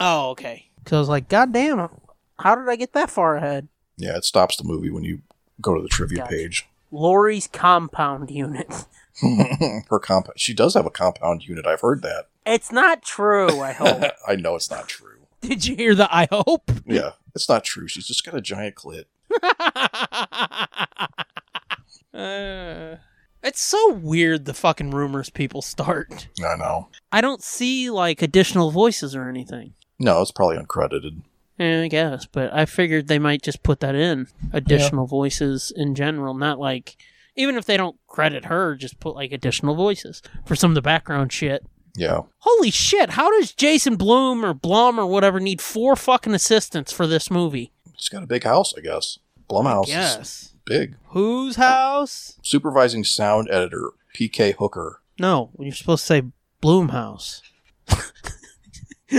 [SPEAKER 3] Oh, okay. Because I was like, God damn, how did I get that far ahead?
[SPEAKER 4] Yeah, it stops the movie when you go to the trivia
[SPEAKER 3] Gotcha.
[SPEAKER 4] page.
[SPEAKER 3] Lori's compound unit.
[SPEAKER 4] Her comp, she does have a compound unit. I've heard that.
[SPEAKER 3] It's not true, I hope.
[SPEAKER 4] I know it's not true.
[SPEAKER 3] did you hear the I hope?
[SPEAKER 4] Yeah, it's not true. She's just got a giant clit.
[SPEAKER 3] Uh, it's so weird the fucking rumors people start.
[SPEAKER 4] I know.
[SPEAKER 3] I don't see like additional voices or anything.
[SPEAKER 4] No, it's probably uncredited.
[SPEAKER 3] Yeah, I guess, but I figured they might just put that in additional voices in general, not like even if they don't credit her, just put like additional voices for some of the background shit.
[SPEAKER 4] Yeah,
[SPEAKER 3] Holy shit! How does Jason Bloom or Blum or whatever need four fucking assistants for this movie?
[SPEAKER 4] she's got a big house, I guess. Blumhouse is
[SPEAKER 3] Yes.
[SPEAKER 4] big.
[SPEAKER 3] Whose house?
[SPEAKER 4] Supervising sound editor PK Hooker.
[SPEAKER 3] No, you're supposed to say Bloom house.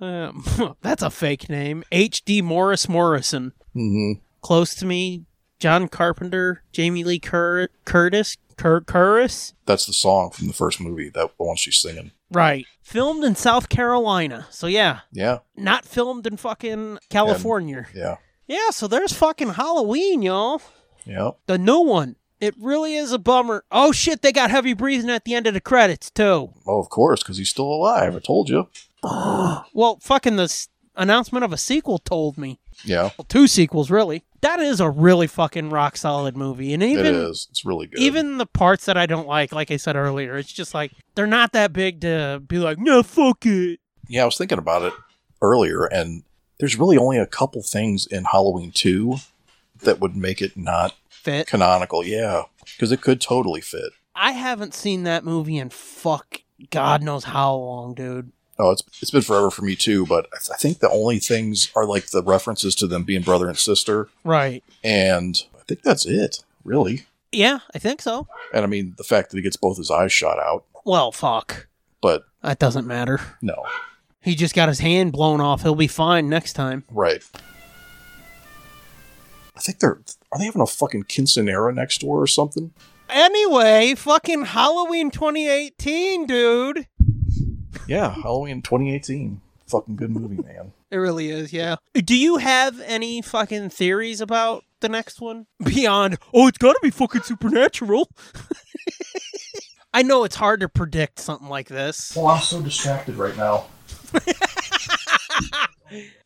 [SPEAKER 3] um, that's a fake name. H. D. Morris Morrison.
[SPEAKER 4] hmm
[SPEAKER 3] close to me John Carpenter, Jamie Lee Cur- Curtis, Cur- Curtis.
[SPEAKER 4] That's the song from the first movie. That the one she's singing.
[SPEAKER 3] Right. Filmed in South Carolina. So yeah,
[SPEAKER 4] Yeah,
[SPEAKER 3] not filmed in fucking California.
[SPEAKER 4] yeah,
[SPEAKER 3] yeah, so there's fucking Halloween, y'all.
[SPEAKER 4] yeah.
[SPEAKER 3] The new one. It really is a bummer. Oh shit, they got heavy breathing at the end of the credits too.
[SPEAKER 4] Oh, of course, because he's still alive. I told you.
[SPEAKER 3] Well, fucking this announcement of a sequel told me.
[SPEAKER 4] Yeah,
[SPEAKER 3] Well, two sequels really. That is a really fucking rock solid movie. And even
[SPEAKER 4] it is. It's really good.
[SPEAKER 3] even the parts that I don't like, like I said earlier, it's just like they're not that big to be like, no, fuck it.
[SPEAKER 4] yeah, I was thinking about it earlier, and there's really only a couple things in Halloween two that would make it not
[SPEAKER 3] Fit.
[SPEAKER 4] canonical. Yeah, because it could totally fit.
[SPEAKER 3] I haven't seen that movie in fuck God knows how long, dude.
[SPEAKER 4] Oh, it's it's been forever for me too. But I th- I think the only things are like the references to them being brother and sister,
[SPEAKER 3] Right.
[SPEAKER 4] and I think that's it really.
[SPEAKER 3] Yeah, I think so.
[SPEAKER 4] And I mean the fact that he gets both his eyes shot out,
[SPEAKER 3] Well, fuck.
[SPEAKER 4] but
[SPEAKER 3] That doesn't matter.
[SPEAKER 4] no,
[SPEAKER 3] He just got his hand blown off. He'll be fine next time.
[SPEAKER 4] Right. I think they're are they having a fucking quinceanera next door or something?
[SPEAKER 3] Anyway, fucking Halloween 2018, dude.
[SPEAKER 4] Yeah, Halloween 2018. Fucking good movie, man.
[SPEAKER 3] It really is, yeah. Do you have any fucking theories about the next one? Beyond, oh, it's gotta be fucking supernatural. I know it's hard to predict something like this.
[SPEAKER 4] Well, Oh, I'm so distracted right now.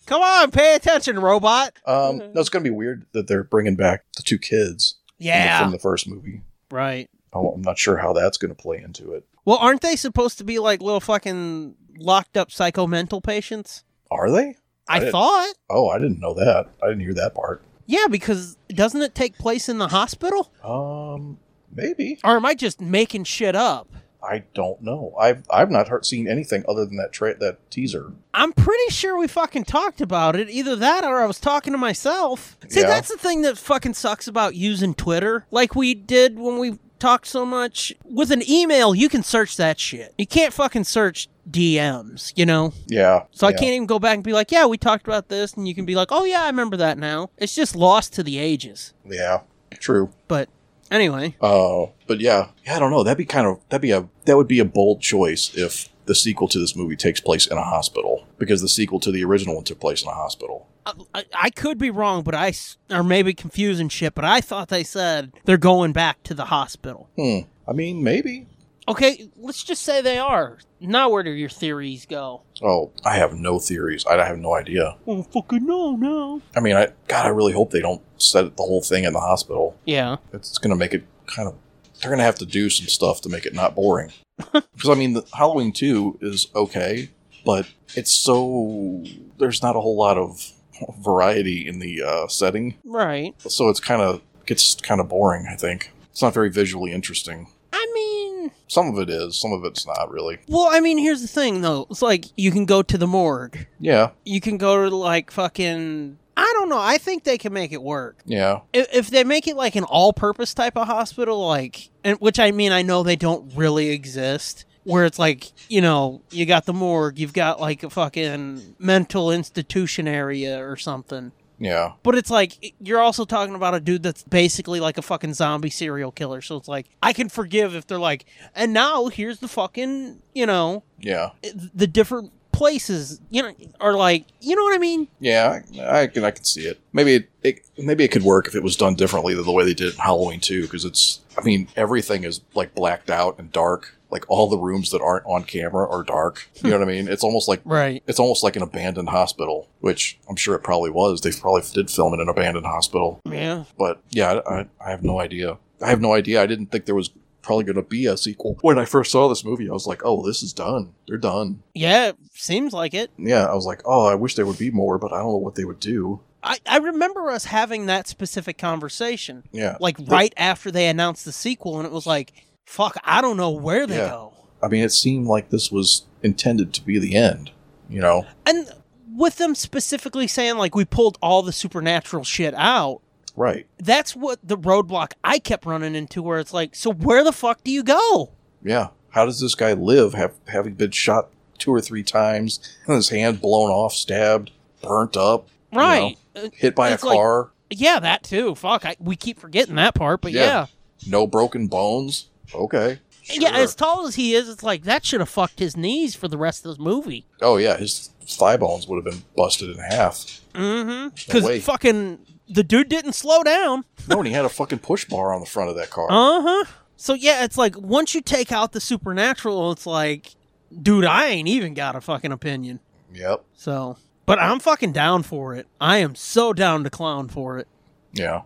[SPEAKER 3] Come on, pay attention, robot.
[SPEAKER 4] Um,
[SPEAKER 3] Mm-hmm.
[SPEAKER 4] no, it's gonna be weird that they're bringing back the two kids from the-
[SPEAKER 3] Yeah.
[SPEAKER 4] from the first movie.
[SPEAKER 3] Right.
[SPEAKER 4] Oh, I'm not sure how that's gonna play into it.
[SPEAKER 3] Well, aren't they supposed to be like little fucking locked up psycho mental patients?
[SPEAKER 4] Are they? I
[SPEAKER 3] I
[SPEAKER 4] didn't-
[SPEAKER 3] thought.
[SPEAKER 4] Oh, I didn't know that. I didn't hear that part.
[SPEAKER 3] Yeah, because doesn't it take place in the hospital?
[SPEAKER 4] Um, maybe
[SPEAKER 3] Or am I just making shit up?
[SPEAKER 4] I don't know. I've I've not heard seen anything other than that tra- that teaser.
[SPEAKER 3] I'm pretty sure we fucking talked about it. Either that or I was talking to myself. See,
[SPEAKER 4] Yeah.
[SPEAKER 3] that's the thing that fucking sucks about using Twitter, like we did when we talked so much. With an email, you can search that shit. You can't fucking search DMs, you know?
[SPEAKER 4] Yeah.
[SPEAKER 3] So I
[SPEAKER 4] yeah.
[SPEAKER 3] can't even go back and be like, yeah, we talked about this. And you can be like, oh, yeah, I remember that now. It's just lost to the ages.
[SPEAKER 4] Yeah. True.
[SPEAKER 3] But anyway,
[SPEAKER 4] Uh, but yeah, yeah, I don't know. That'd be kind of that'd be a that would be a bold choice if the sequel to this movie takes place in a hospital because the sequel to the original one took place in a hospital.
[SPEAKER 3] I, I, I could be wrong, but I, s- or maybe confusing shit, but I thought they said they're going back to the hospital.
[SPEAKER 4] Hmm. I mean, maybe.
[SPEAKER 3] Okay, let's just say they are. Now, where do your theories go?
[SPEAKER 4] Oh, I have no theories. I have no idea.
[SPEAKER 3] Oh, fucking no, no.
[SPEAKER 4] I mean, I God, I really hope they don't set the whole thing in the hospital.
[SPEAKER 3] Yeah.
[SPEAKER 4] It's going to make it kind of. They're going to have to do some stuff to make it not boring. Because I mean, the Halloween Two is okay, but it's so there's not a whole lot of variety in the uh, setting.
[SPEAKER 3] Right.
[SPEAKER 4] so it's kind of gets kind of boring i think it's not very visually interesting
[SPEAKER 3] I mean,
[SPEAKER 4] some of it is some of it's not really
[SPEAKER 3] well, I mean, here's the thing, though. It's like you can go to the morgue.
[SPEAKER 4] yeah
[SPEAKER 3] You can go to, like, fucking. I don't know. I think they can make it work.
[SPEAKER 4] yeah
[SPEAKER 3] if, if they make it like an all-purpose type of hospital like and which i mean i know they don't really exist where it's like you know you got the morgue you've got like a fucking mental institution area or something
[SPEAKER 4] yeah
[SPEAKER 3] but it's like you're also talking about a dude that's basically like a fucking zombie serial killer so it's like i can forgive if they're like and now here's the fucking you know
[SPEAKER 4] yeah
[SPEAKER 3] the different places you know are like you know what i mean
[SPEAKER 4] yeah i, I can i can see it maybe it, it maybe it could work if it was done differently than the way they did it in halloween 2 because it's i mean everything is like blacked out and dark like all the rooms that aren't on camera are dark you know what i mean it's almost like
[SPEAKER 3] right
[SPEAKER 4] it's almost like an abandoned hospital which i'm sure it probably was they probably did film in an abandoned hospital
[SPEAKER 3] yeah
[SPEAKER 4] But yeah, I, I- I have no idea. I have no idea. I didn't think there was probably going to be a sequel. When I first saw this movie, I was like, oh, this is done. They're done.
[SPEAKER 3] yeah it seems like it
[SPEAKER 4] Yeah, I was like, oh, I wish there would be more, but I don't know what they would do.
[SPEAKER 3] I, I remember us having that specific conversation,
[SPEAKER 4] Yeah.
[SPEAKER 3] like right after they announced the sequel, and it was like, fuck, I don't know where they
[SPEAKER 4] Yeah.
[SPEAKER 3] go.
[SPEAKER 4] I mean, it seemed like this was intended to be the end, you know?
[SPEAKER 3] And with them specifically saying, like, we pulled all the supernatural shit out,
[SPEAKER 4] Right.
[SPEAKER 3] that's what the roadblock I kept running into, where it's like, so where the fuck do you go?
[SPEAKER 4] Yeah. How does this guy live, have, having been shot two or three times, and his hand blown off, stabbed, burnt up, you know,
[SPEAKER 3] Right. Uh,
[SPEAKER 4] hit by
[SPEAKER 3] It's
[SPEAKER 4] a
[SPEAKER 3] like-
[SPEAKER 4] car,
[SPEAKER 3] yeah, that too. Fuck, I, we keep forgetting that part, but
[SPEAKER 4] Yeah.
[SPEAKER 3] yeah.
[SPEAKER 4] no broken bones? Okay.
[SPEAKER 3] Yeah,
[SPEAKER 4] Sure.
[SPEAKER 3] as tall as he is, it's like, that should have fucked his knees for the rest of this movie.
[SPEAKER 4] Oh yeah, his thigh bones would have been busted in half.
[SPEAKER 3] Mm hmm. Because
[SPEAKER 4] way.
[SPEAKER 3] fucking, the dude didn't slow down.
[SPEAKER 4] No, and he had a fucking push bar on the front of that car.
[SPEAKER 3] Uh huh. So yeah, it's like once you take out the supernatural, it's like, dude, I ain't even got a fucking opinion.
[SPEAKER 4] Yep.
[SPEAKER 3] So, but I'm fucking down for it. I am so down to clown for it.
[SPEAKER 4] Yeah.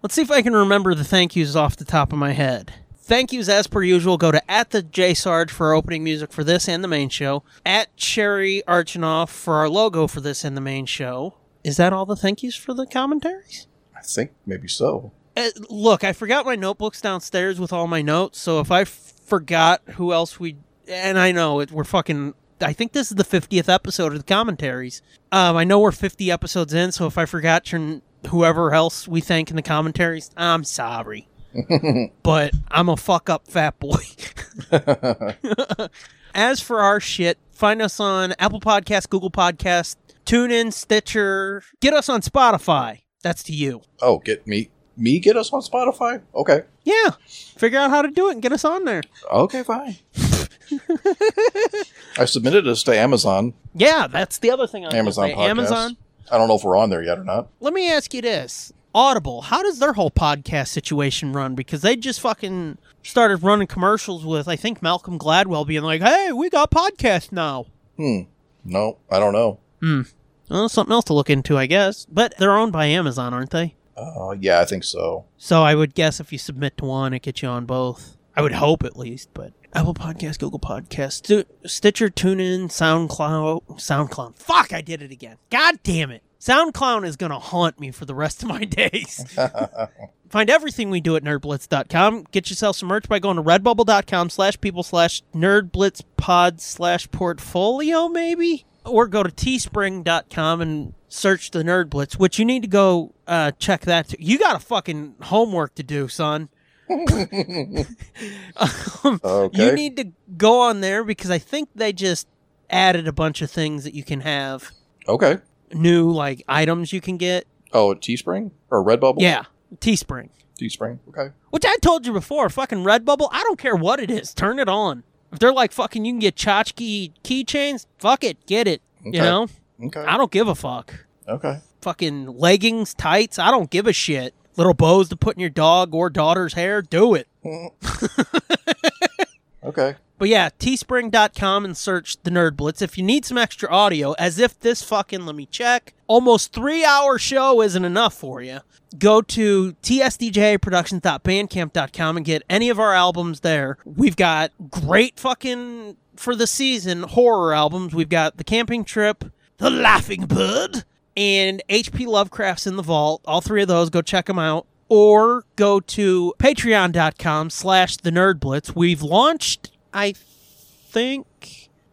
[SPEAKER 3] Let's see if I can remember the thank yous off the top of my head. Thank yous, as per usual, go to at the J Sarge for our opening music for this and the main show. At Sherry Archinoff for our logo for this and the main show. Is that all the thank yous for the commentaries?
[SPEAKER 4] I think maybe so.
[SPEAKER 3] Uh, look, I forgot my notebooks downstairs with all my notes. So if I f- forgot who else we and I know it, we're fucking. I think this is the fiftieth episode of the commentaries. Um, I know we're fifty episodes in. So if I forgot your n- whoever else we thank in the commentaries, I'm sorry. but I'm a fuck up fat boy. As for our shit, find us on Apple Podcast, Google Podcast, TuneIn, Stitcher. Get us on Spotify. That's to you.
[SPEAKER 4] Oh, get me me get us on Spotify? Okay.
[SPEAKER 3] Yeah. Figure out how to do it and get us on there.
[SPEAKER 4] Okay, fine. I submitted us to Amazon.
[SPEAKER 3] Yeah, that's the other thing I was
[SPEAKER 4] Amazon
[SPEAKER 3] gonna say.
[SPEAKER 4] podcast.
[SPEAKER 3] Amazon.
[SPEAKER 4] I don't know if we're on there yet or not.
[SPEAKER 3] Let me ask you this. Audible, how does their whole podcast situation run? Because they just fucking started running commercials with I think Malcolm Gladwell being like, Hey, we got podcasts now.
[SPEAKER 4] Hmm. No, I don't know.
[SPEAKER 3] Well, something else to look into, I guess. But they're owned by Amazon, aren't they?
[SPEAKER 4] Uh, yeah, I think so.
[SPEAKER 3] So I would guess if you submit to one, it gets you on both. I would hope at least, but Apple Podcast, Google Podcast, Stu- Stitcher, TuneIn, SoundCloud, SoundCloud. Fuck, I did it again. God damn it. SoundCloud is going to haunt me for the rest of my days. Find everything we do at nerdblitz.com. Get yourself some merch by going to redbubble.com slash people slash nerdblitzpod slash portfolio, maybe? Or go to teespring.com and search the Nerd Blitz, which you need to go uh, check that. Too. You got a fucking homework to do, son. Um,
[SPEAKER 4] okay.
[SPEAKER 3] You need to go on there because I think they just added a bunch of things that you can have
[SPEAKER 4] okay.
[SPEAKER 3] new like items you can get.
[SPEAKER 4] Oh, at Teespring or Redbubble?
[SPEAKER 3] Yeah, Teespring.
[SPEAKER 4] Teespring. Okay.
[SPEAKER 3] Which I told you before, fucking Redbubble. I don't care what it is, turn it on. If they're like fucking, you can get tchotchke keychains. Fuck it, get it.
[SPEAKER 4] Okay.
[SPEAKER 3] You know,
[SPEAKER 4] Okay.
[SPEAKER 3] I don't give a fuck.
[SPEAKER 4] Okay.
[SPEAKER 3] Fucking leggings, tights. I don't give a shit. Little bows to put in your dog or daughter's hair. Do it.
[SPEAKER 4] Okay.
[SPEAKER 3] But yeah, teespring.com and search the Nerd Blitz if you need some extra audio, as if this fucking, let me check, almost three hour show isn't enough for you. Go to tsdjproductions.bandcamp.com and get any of our albums there. We've got great fucking, for the season, horror albums. We've got The Camping Trip, The Laughing Bird, and HP Lovecraft's in the Vault. All three of those, go check them out. Or go to patreon.com slash the nerd blitz. We've launched, I think,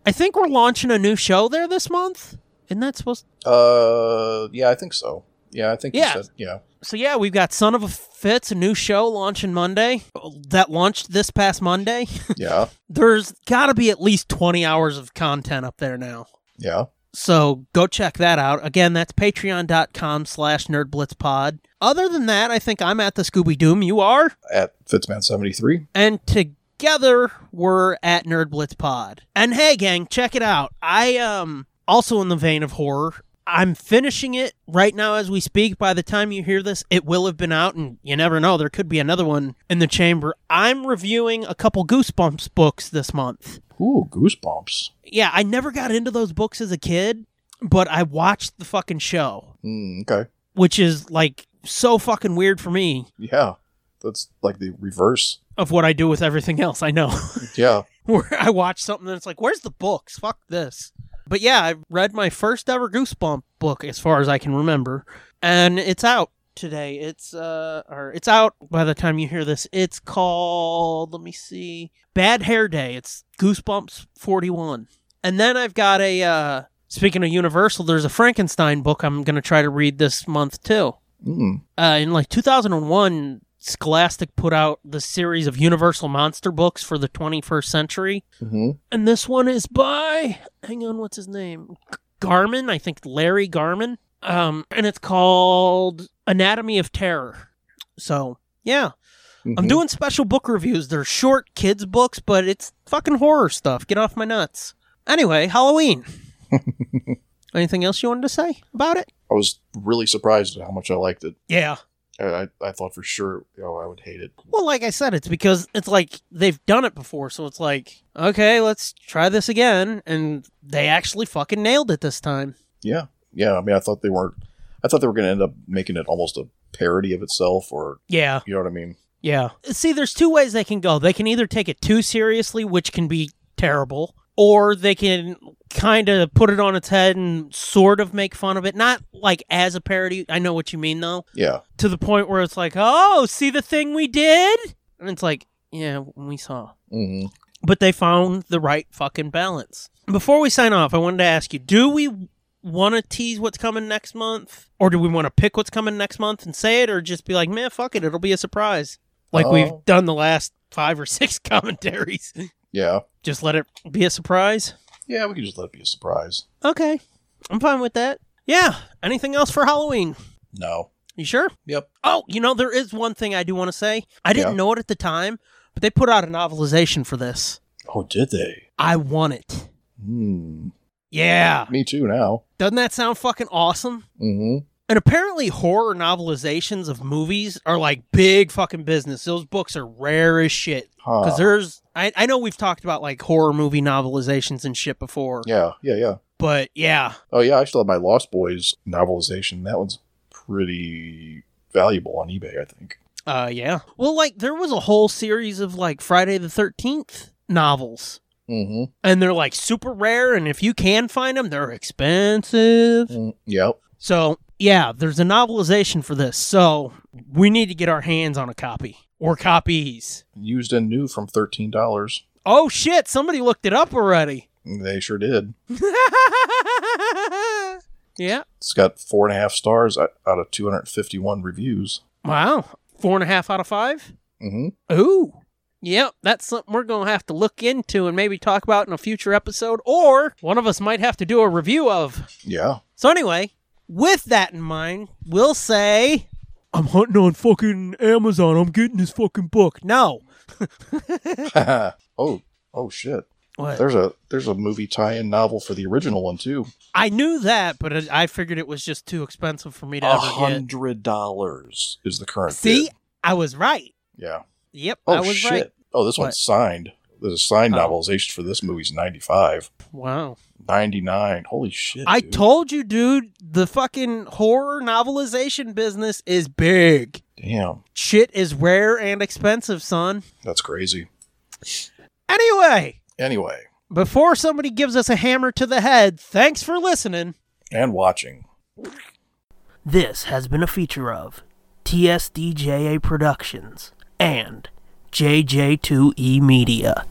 [SPEAKER 3] I think we're launching a new show there this month. Isn't that supposed
[SPEAKER 4] Uh, yeah, I think so. Yeah, I think
[SPEAKER 3] Yeah.
[SPEAKER 4] you said yeah.
[SPEAKER 3] So yeah, we've got Son of a Fitz, a new show launching Monday. That launched this past Monday.
[SPEAKER 4] Yeah.
[SPEAKER 3] There's got to be at least 20 hours of content up there now.
[SPEAKER 4] Yeah.
[SPEAKER 3] So go check that out. Again, that's patreon.com slash nerdblitzpod. Other than that, I think I'm at the Scooby Doom. You are?
[SPEAKER 4] At Fitzman seventy three.
[SPEAKER 3] And together we're at Nerd Blitz Pod. And hey gang, check it out. I um also in the vein of horror. I'm finishing it right now as we speak. By the time you hear this, it will have been out and you never know, there could be another one in the chamber. I'm reviewing a couple Goosebumps books this month.
[SPEAKER 4] Ooh, goosebumps.
[SPEAKER 3] Yeah, I never got into those books as a kid, but I watched the fucking show,
[SPEAKER 4] Mm, okay.
[SPEAKER 3] which is like so fucking weird for me
[SPEAKER 4] Yeah. That's like the reverse.
[SPEAKER 3] of what I do with everything else. I know.
[SPEAKER 4] Yeah.
[SPEAKER 3] where I watch something and it's like, where's the books? Fuck this. But yeah, I read my first ever Goosebump book as far as I can remember, and it's out today. It's uh, or it's out by the time you hear this. It's called, let me see, Bad Hair Day. It's Goosebumps forty one, and then I've got a uh, speaking of Universal, there's a Frankenstein book I'm gonna try to read this month too
[SPEAKER 4] Mm.
[SPEAKER 3] uh, in like 2001 scholastic put out the series of universal monster books for the 21st century
[SPEAKER 4] hmm
[SPEAKER 3] and this one is by hang on what's his name G- garman i think larry garman um, and it's called anatomy of terror so yeah
[SPEAKER 4] Mm-hmm.
[SPEAKER 3] i'm doing special book reviews they're short kids books but it's fucking horror stuff get off my nuts anyway halloween anything else you wanted to say about it
[SPEAKER 4] I was really surprised at how much I liked it.
[SPEAKER 3] yeah
[SPEAKER 4] I, I, I thought for sure, you know, I would hate it.
[SPEAKER 3] Well, like I said, it's because it's like they've done it before, so it's like, okay, let's try this again, and they actually fucking nailed it this time.
[SPEAKER 4] Yeah. Yeah. I mean, I thought they weren't. I thought they were going to end up making it almost a parody of itself, or
[SPEAKER 3] Yeah,
[SPEAKER 4] you know what I mean?
[SPEAKER 3] yeah. See, there's two ways they can go. They can either take it too seriously, which can be terrible, or they can kind of put it on its head and sort of make fun of it. Not like as a parody. I know what you mean, though.
[SPEAKER 4] Yeah.
[SPEAKER 3] To the point where it's like, oh, see the thing we did? And it's like, yeah, we saw.
[SPEAKER 4] hmm
[SPEAKER 3] but they found the right fucking balance. Before we sign off, I wanted to ask you do we want to tease what's coming next month? Or do we want to pick what's coming next month and say it? Or just be like, man, fuck it, it'll be a surprise? Like
[SPEAKER 4] Oh.
[SPEAKER 3] we've done the last five or six commentaries.
[SPEAKER 4] Yeah.
[SPEAKER 3] just let it be a surprise?
[SPEAKER 4] Yeah. We could just let it be a surprise.
[SPEAKER 3] Okay. I'm fine with that. Yeah. Anything else for Halloween?
[SPEAKER 4] No.
[SPEAKER 3] You sure?
[SPEAKER 4] Yep.
[SPEAKER 3] Oh, you know, there is one thing I do want to say. I didn't
[SPEAKER 4] Yeah.
[SPEAKER 3] know it at the time, but they put out a novelization for this.
[SPEAKER 4] Oh, did they?
[SPEAKER 3] I want it.
[SPEAKER 4] Hmm.
[SPEAKER 3] Yeah.
[SPEAKER 4] Me too now.
[SPEAKER 3] Doesn't that sound fucking awesome?
[SPEAKER 4] hmm
[SPEAKER 3] And apparently, horror novelizations of movies are like big fucking business. Those books are rare as shit. Because
[SPEAKER 4] Huh.
[SPEAKER 3] there's, I, I know we've talked about like horror movie novelizations and shit before,
[SPEAKER 4] Yeah. Yeah. Yeah.
[SPEAKER 3] but yeah,
[SPEAKER 4] Oh yeah, I still have my Lost Boys novelization. That one's pretty valuable on eBay, I think.
[SPEAKER 3] uh, yeah. Well, like there was a whole series of like Friday the Thirteenth novels,
[SPEAKER 4] Mm-hmm.
[SPEAKER 3] and they're like super rare. And if you can find them, they're expensive.
[SPEAKER 4] Mm-hmm. Yep.
[SPEAKER 3] So, yeah, there's a novelization for this. So, we need to get our hands on a copy or copies.
[SPEAKER 4] Used and new from thirteen dollars.
[SPEAKER 3] Oh shit, somebody looked it up already.
[SPEAKER 4] They sure did.
[SPEAKER 3] yeah.
[SPEAKER 4] It's got four and a half stars out out of two hundred fifty-one reviews.
[SPEAKER 3] Wow. Four and a half out of five?
[SPEAKER 4] hmm
[SPEAKER 3] Ooh. Yep, that's something we're going to have to look into and maybe talk about in a future episode, or one of us might have to do a review of.
[SPEAKER 4] Yeah.
[SPEAKER 3] So, anyway, with that in mind, we'll say. I'm hunting on fucking Amazon. I'm getting this fucking book. No.
[SPEAKER 4] oh, oh shit.
[SPEAKER 3] What?
[SPEAKER 4] There's a there's a movie tie-in novel for the original one too.
[SPEAKER 3] I knew that, but I I figured it was just too expensive for me to
[SPEAKER 4] A
[SPEAKER 3] ever get.
[SPEAKER 4] hundred dollars is the current.
[SPEAKER 3] See,
[SPEAKER 4] bid.
[SPEAKER 3] I was right.
[SPEAKER 4] Yeah.
[SPEAKER 3] Yep,
[SPEAKER 4] Oh
[SPEAKER 3] I was
[SPEAKER 4] shit.
[SPEAKER 3] right.
[SPEAKER 4] Oh, this
[SPEAKER 3] What?
[SPEAKER 4] one's signed. There's a signed
[SPEAKER 3] Oh.
[SPEAKER 4] novelization for this movie's 95,
[SPEAKER 3] Wow.
[SPEAKER 4] 99. Holy shit.
[SPEAKER 3] I
[SPEAKER 4] dude.
[SPEAKER 3] told you, dude, the fucking horror novelization business is big.
[SPEAKER 4] Damn.
[SPEAKER 3] Shit is rare and expensive, son.
[SPEAKER 4] That's crazy.
[SPEAKER 3] Anyway,
[SPEAKER 4] Anyway,
[SPEAKER 3] before somebody gives us a hammer to the head, thanks for listening.
[SPEAKER 4] and watching.
[SPEAKER 2] This has been a feature of TSDJA Productions and JJ2E E Media.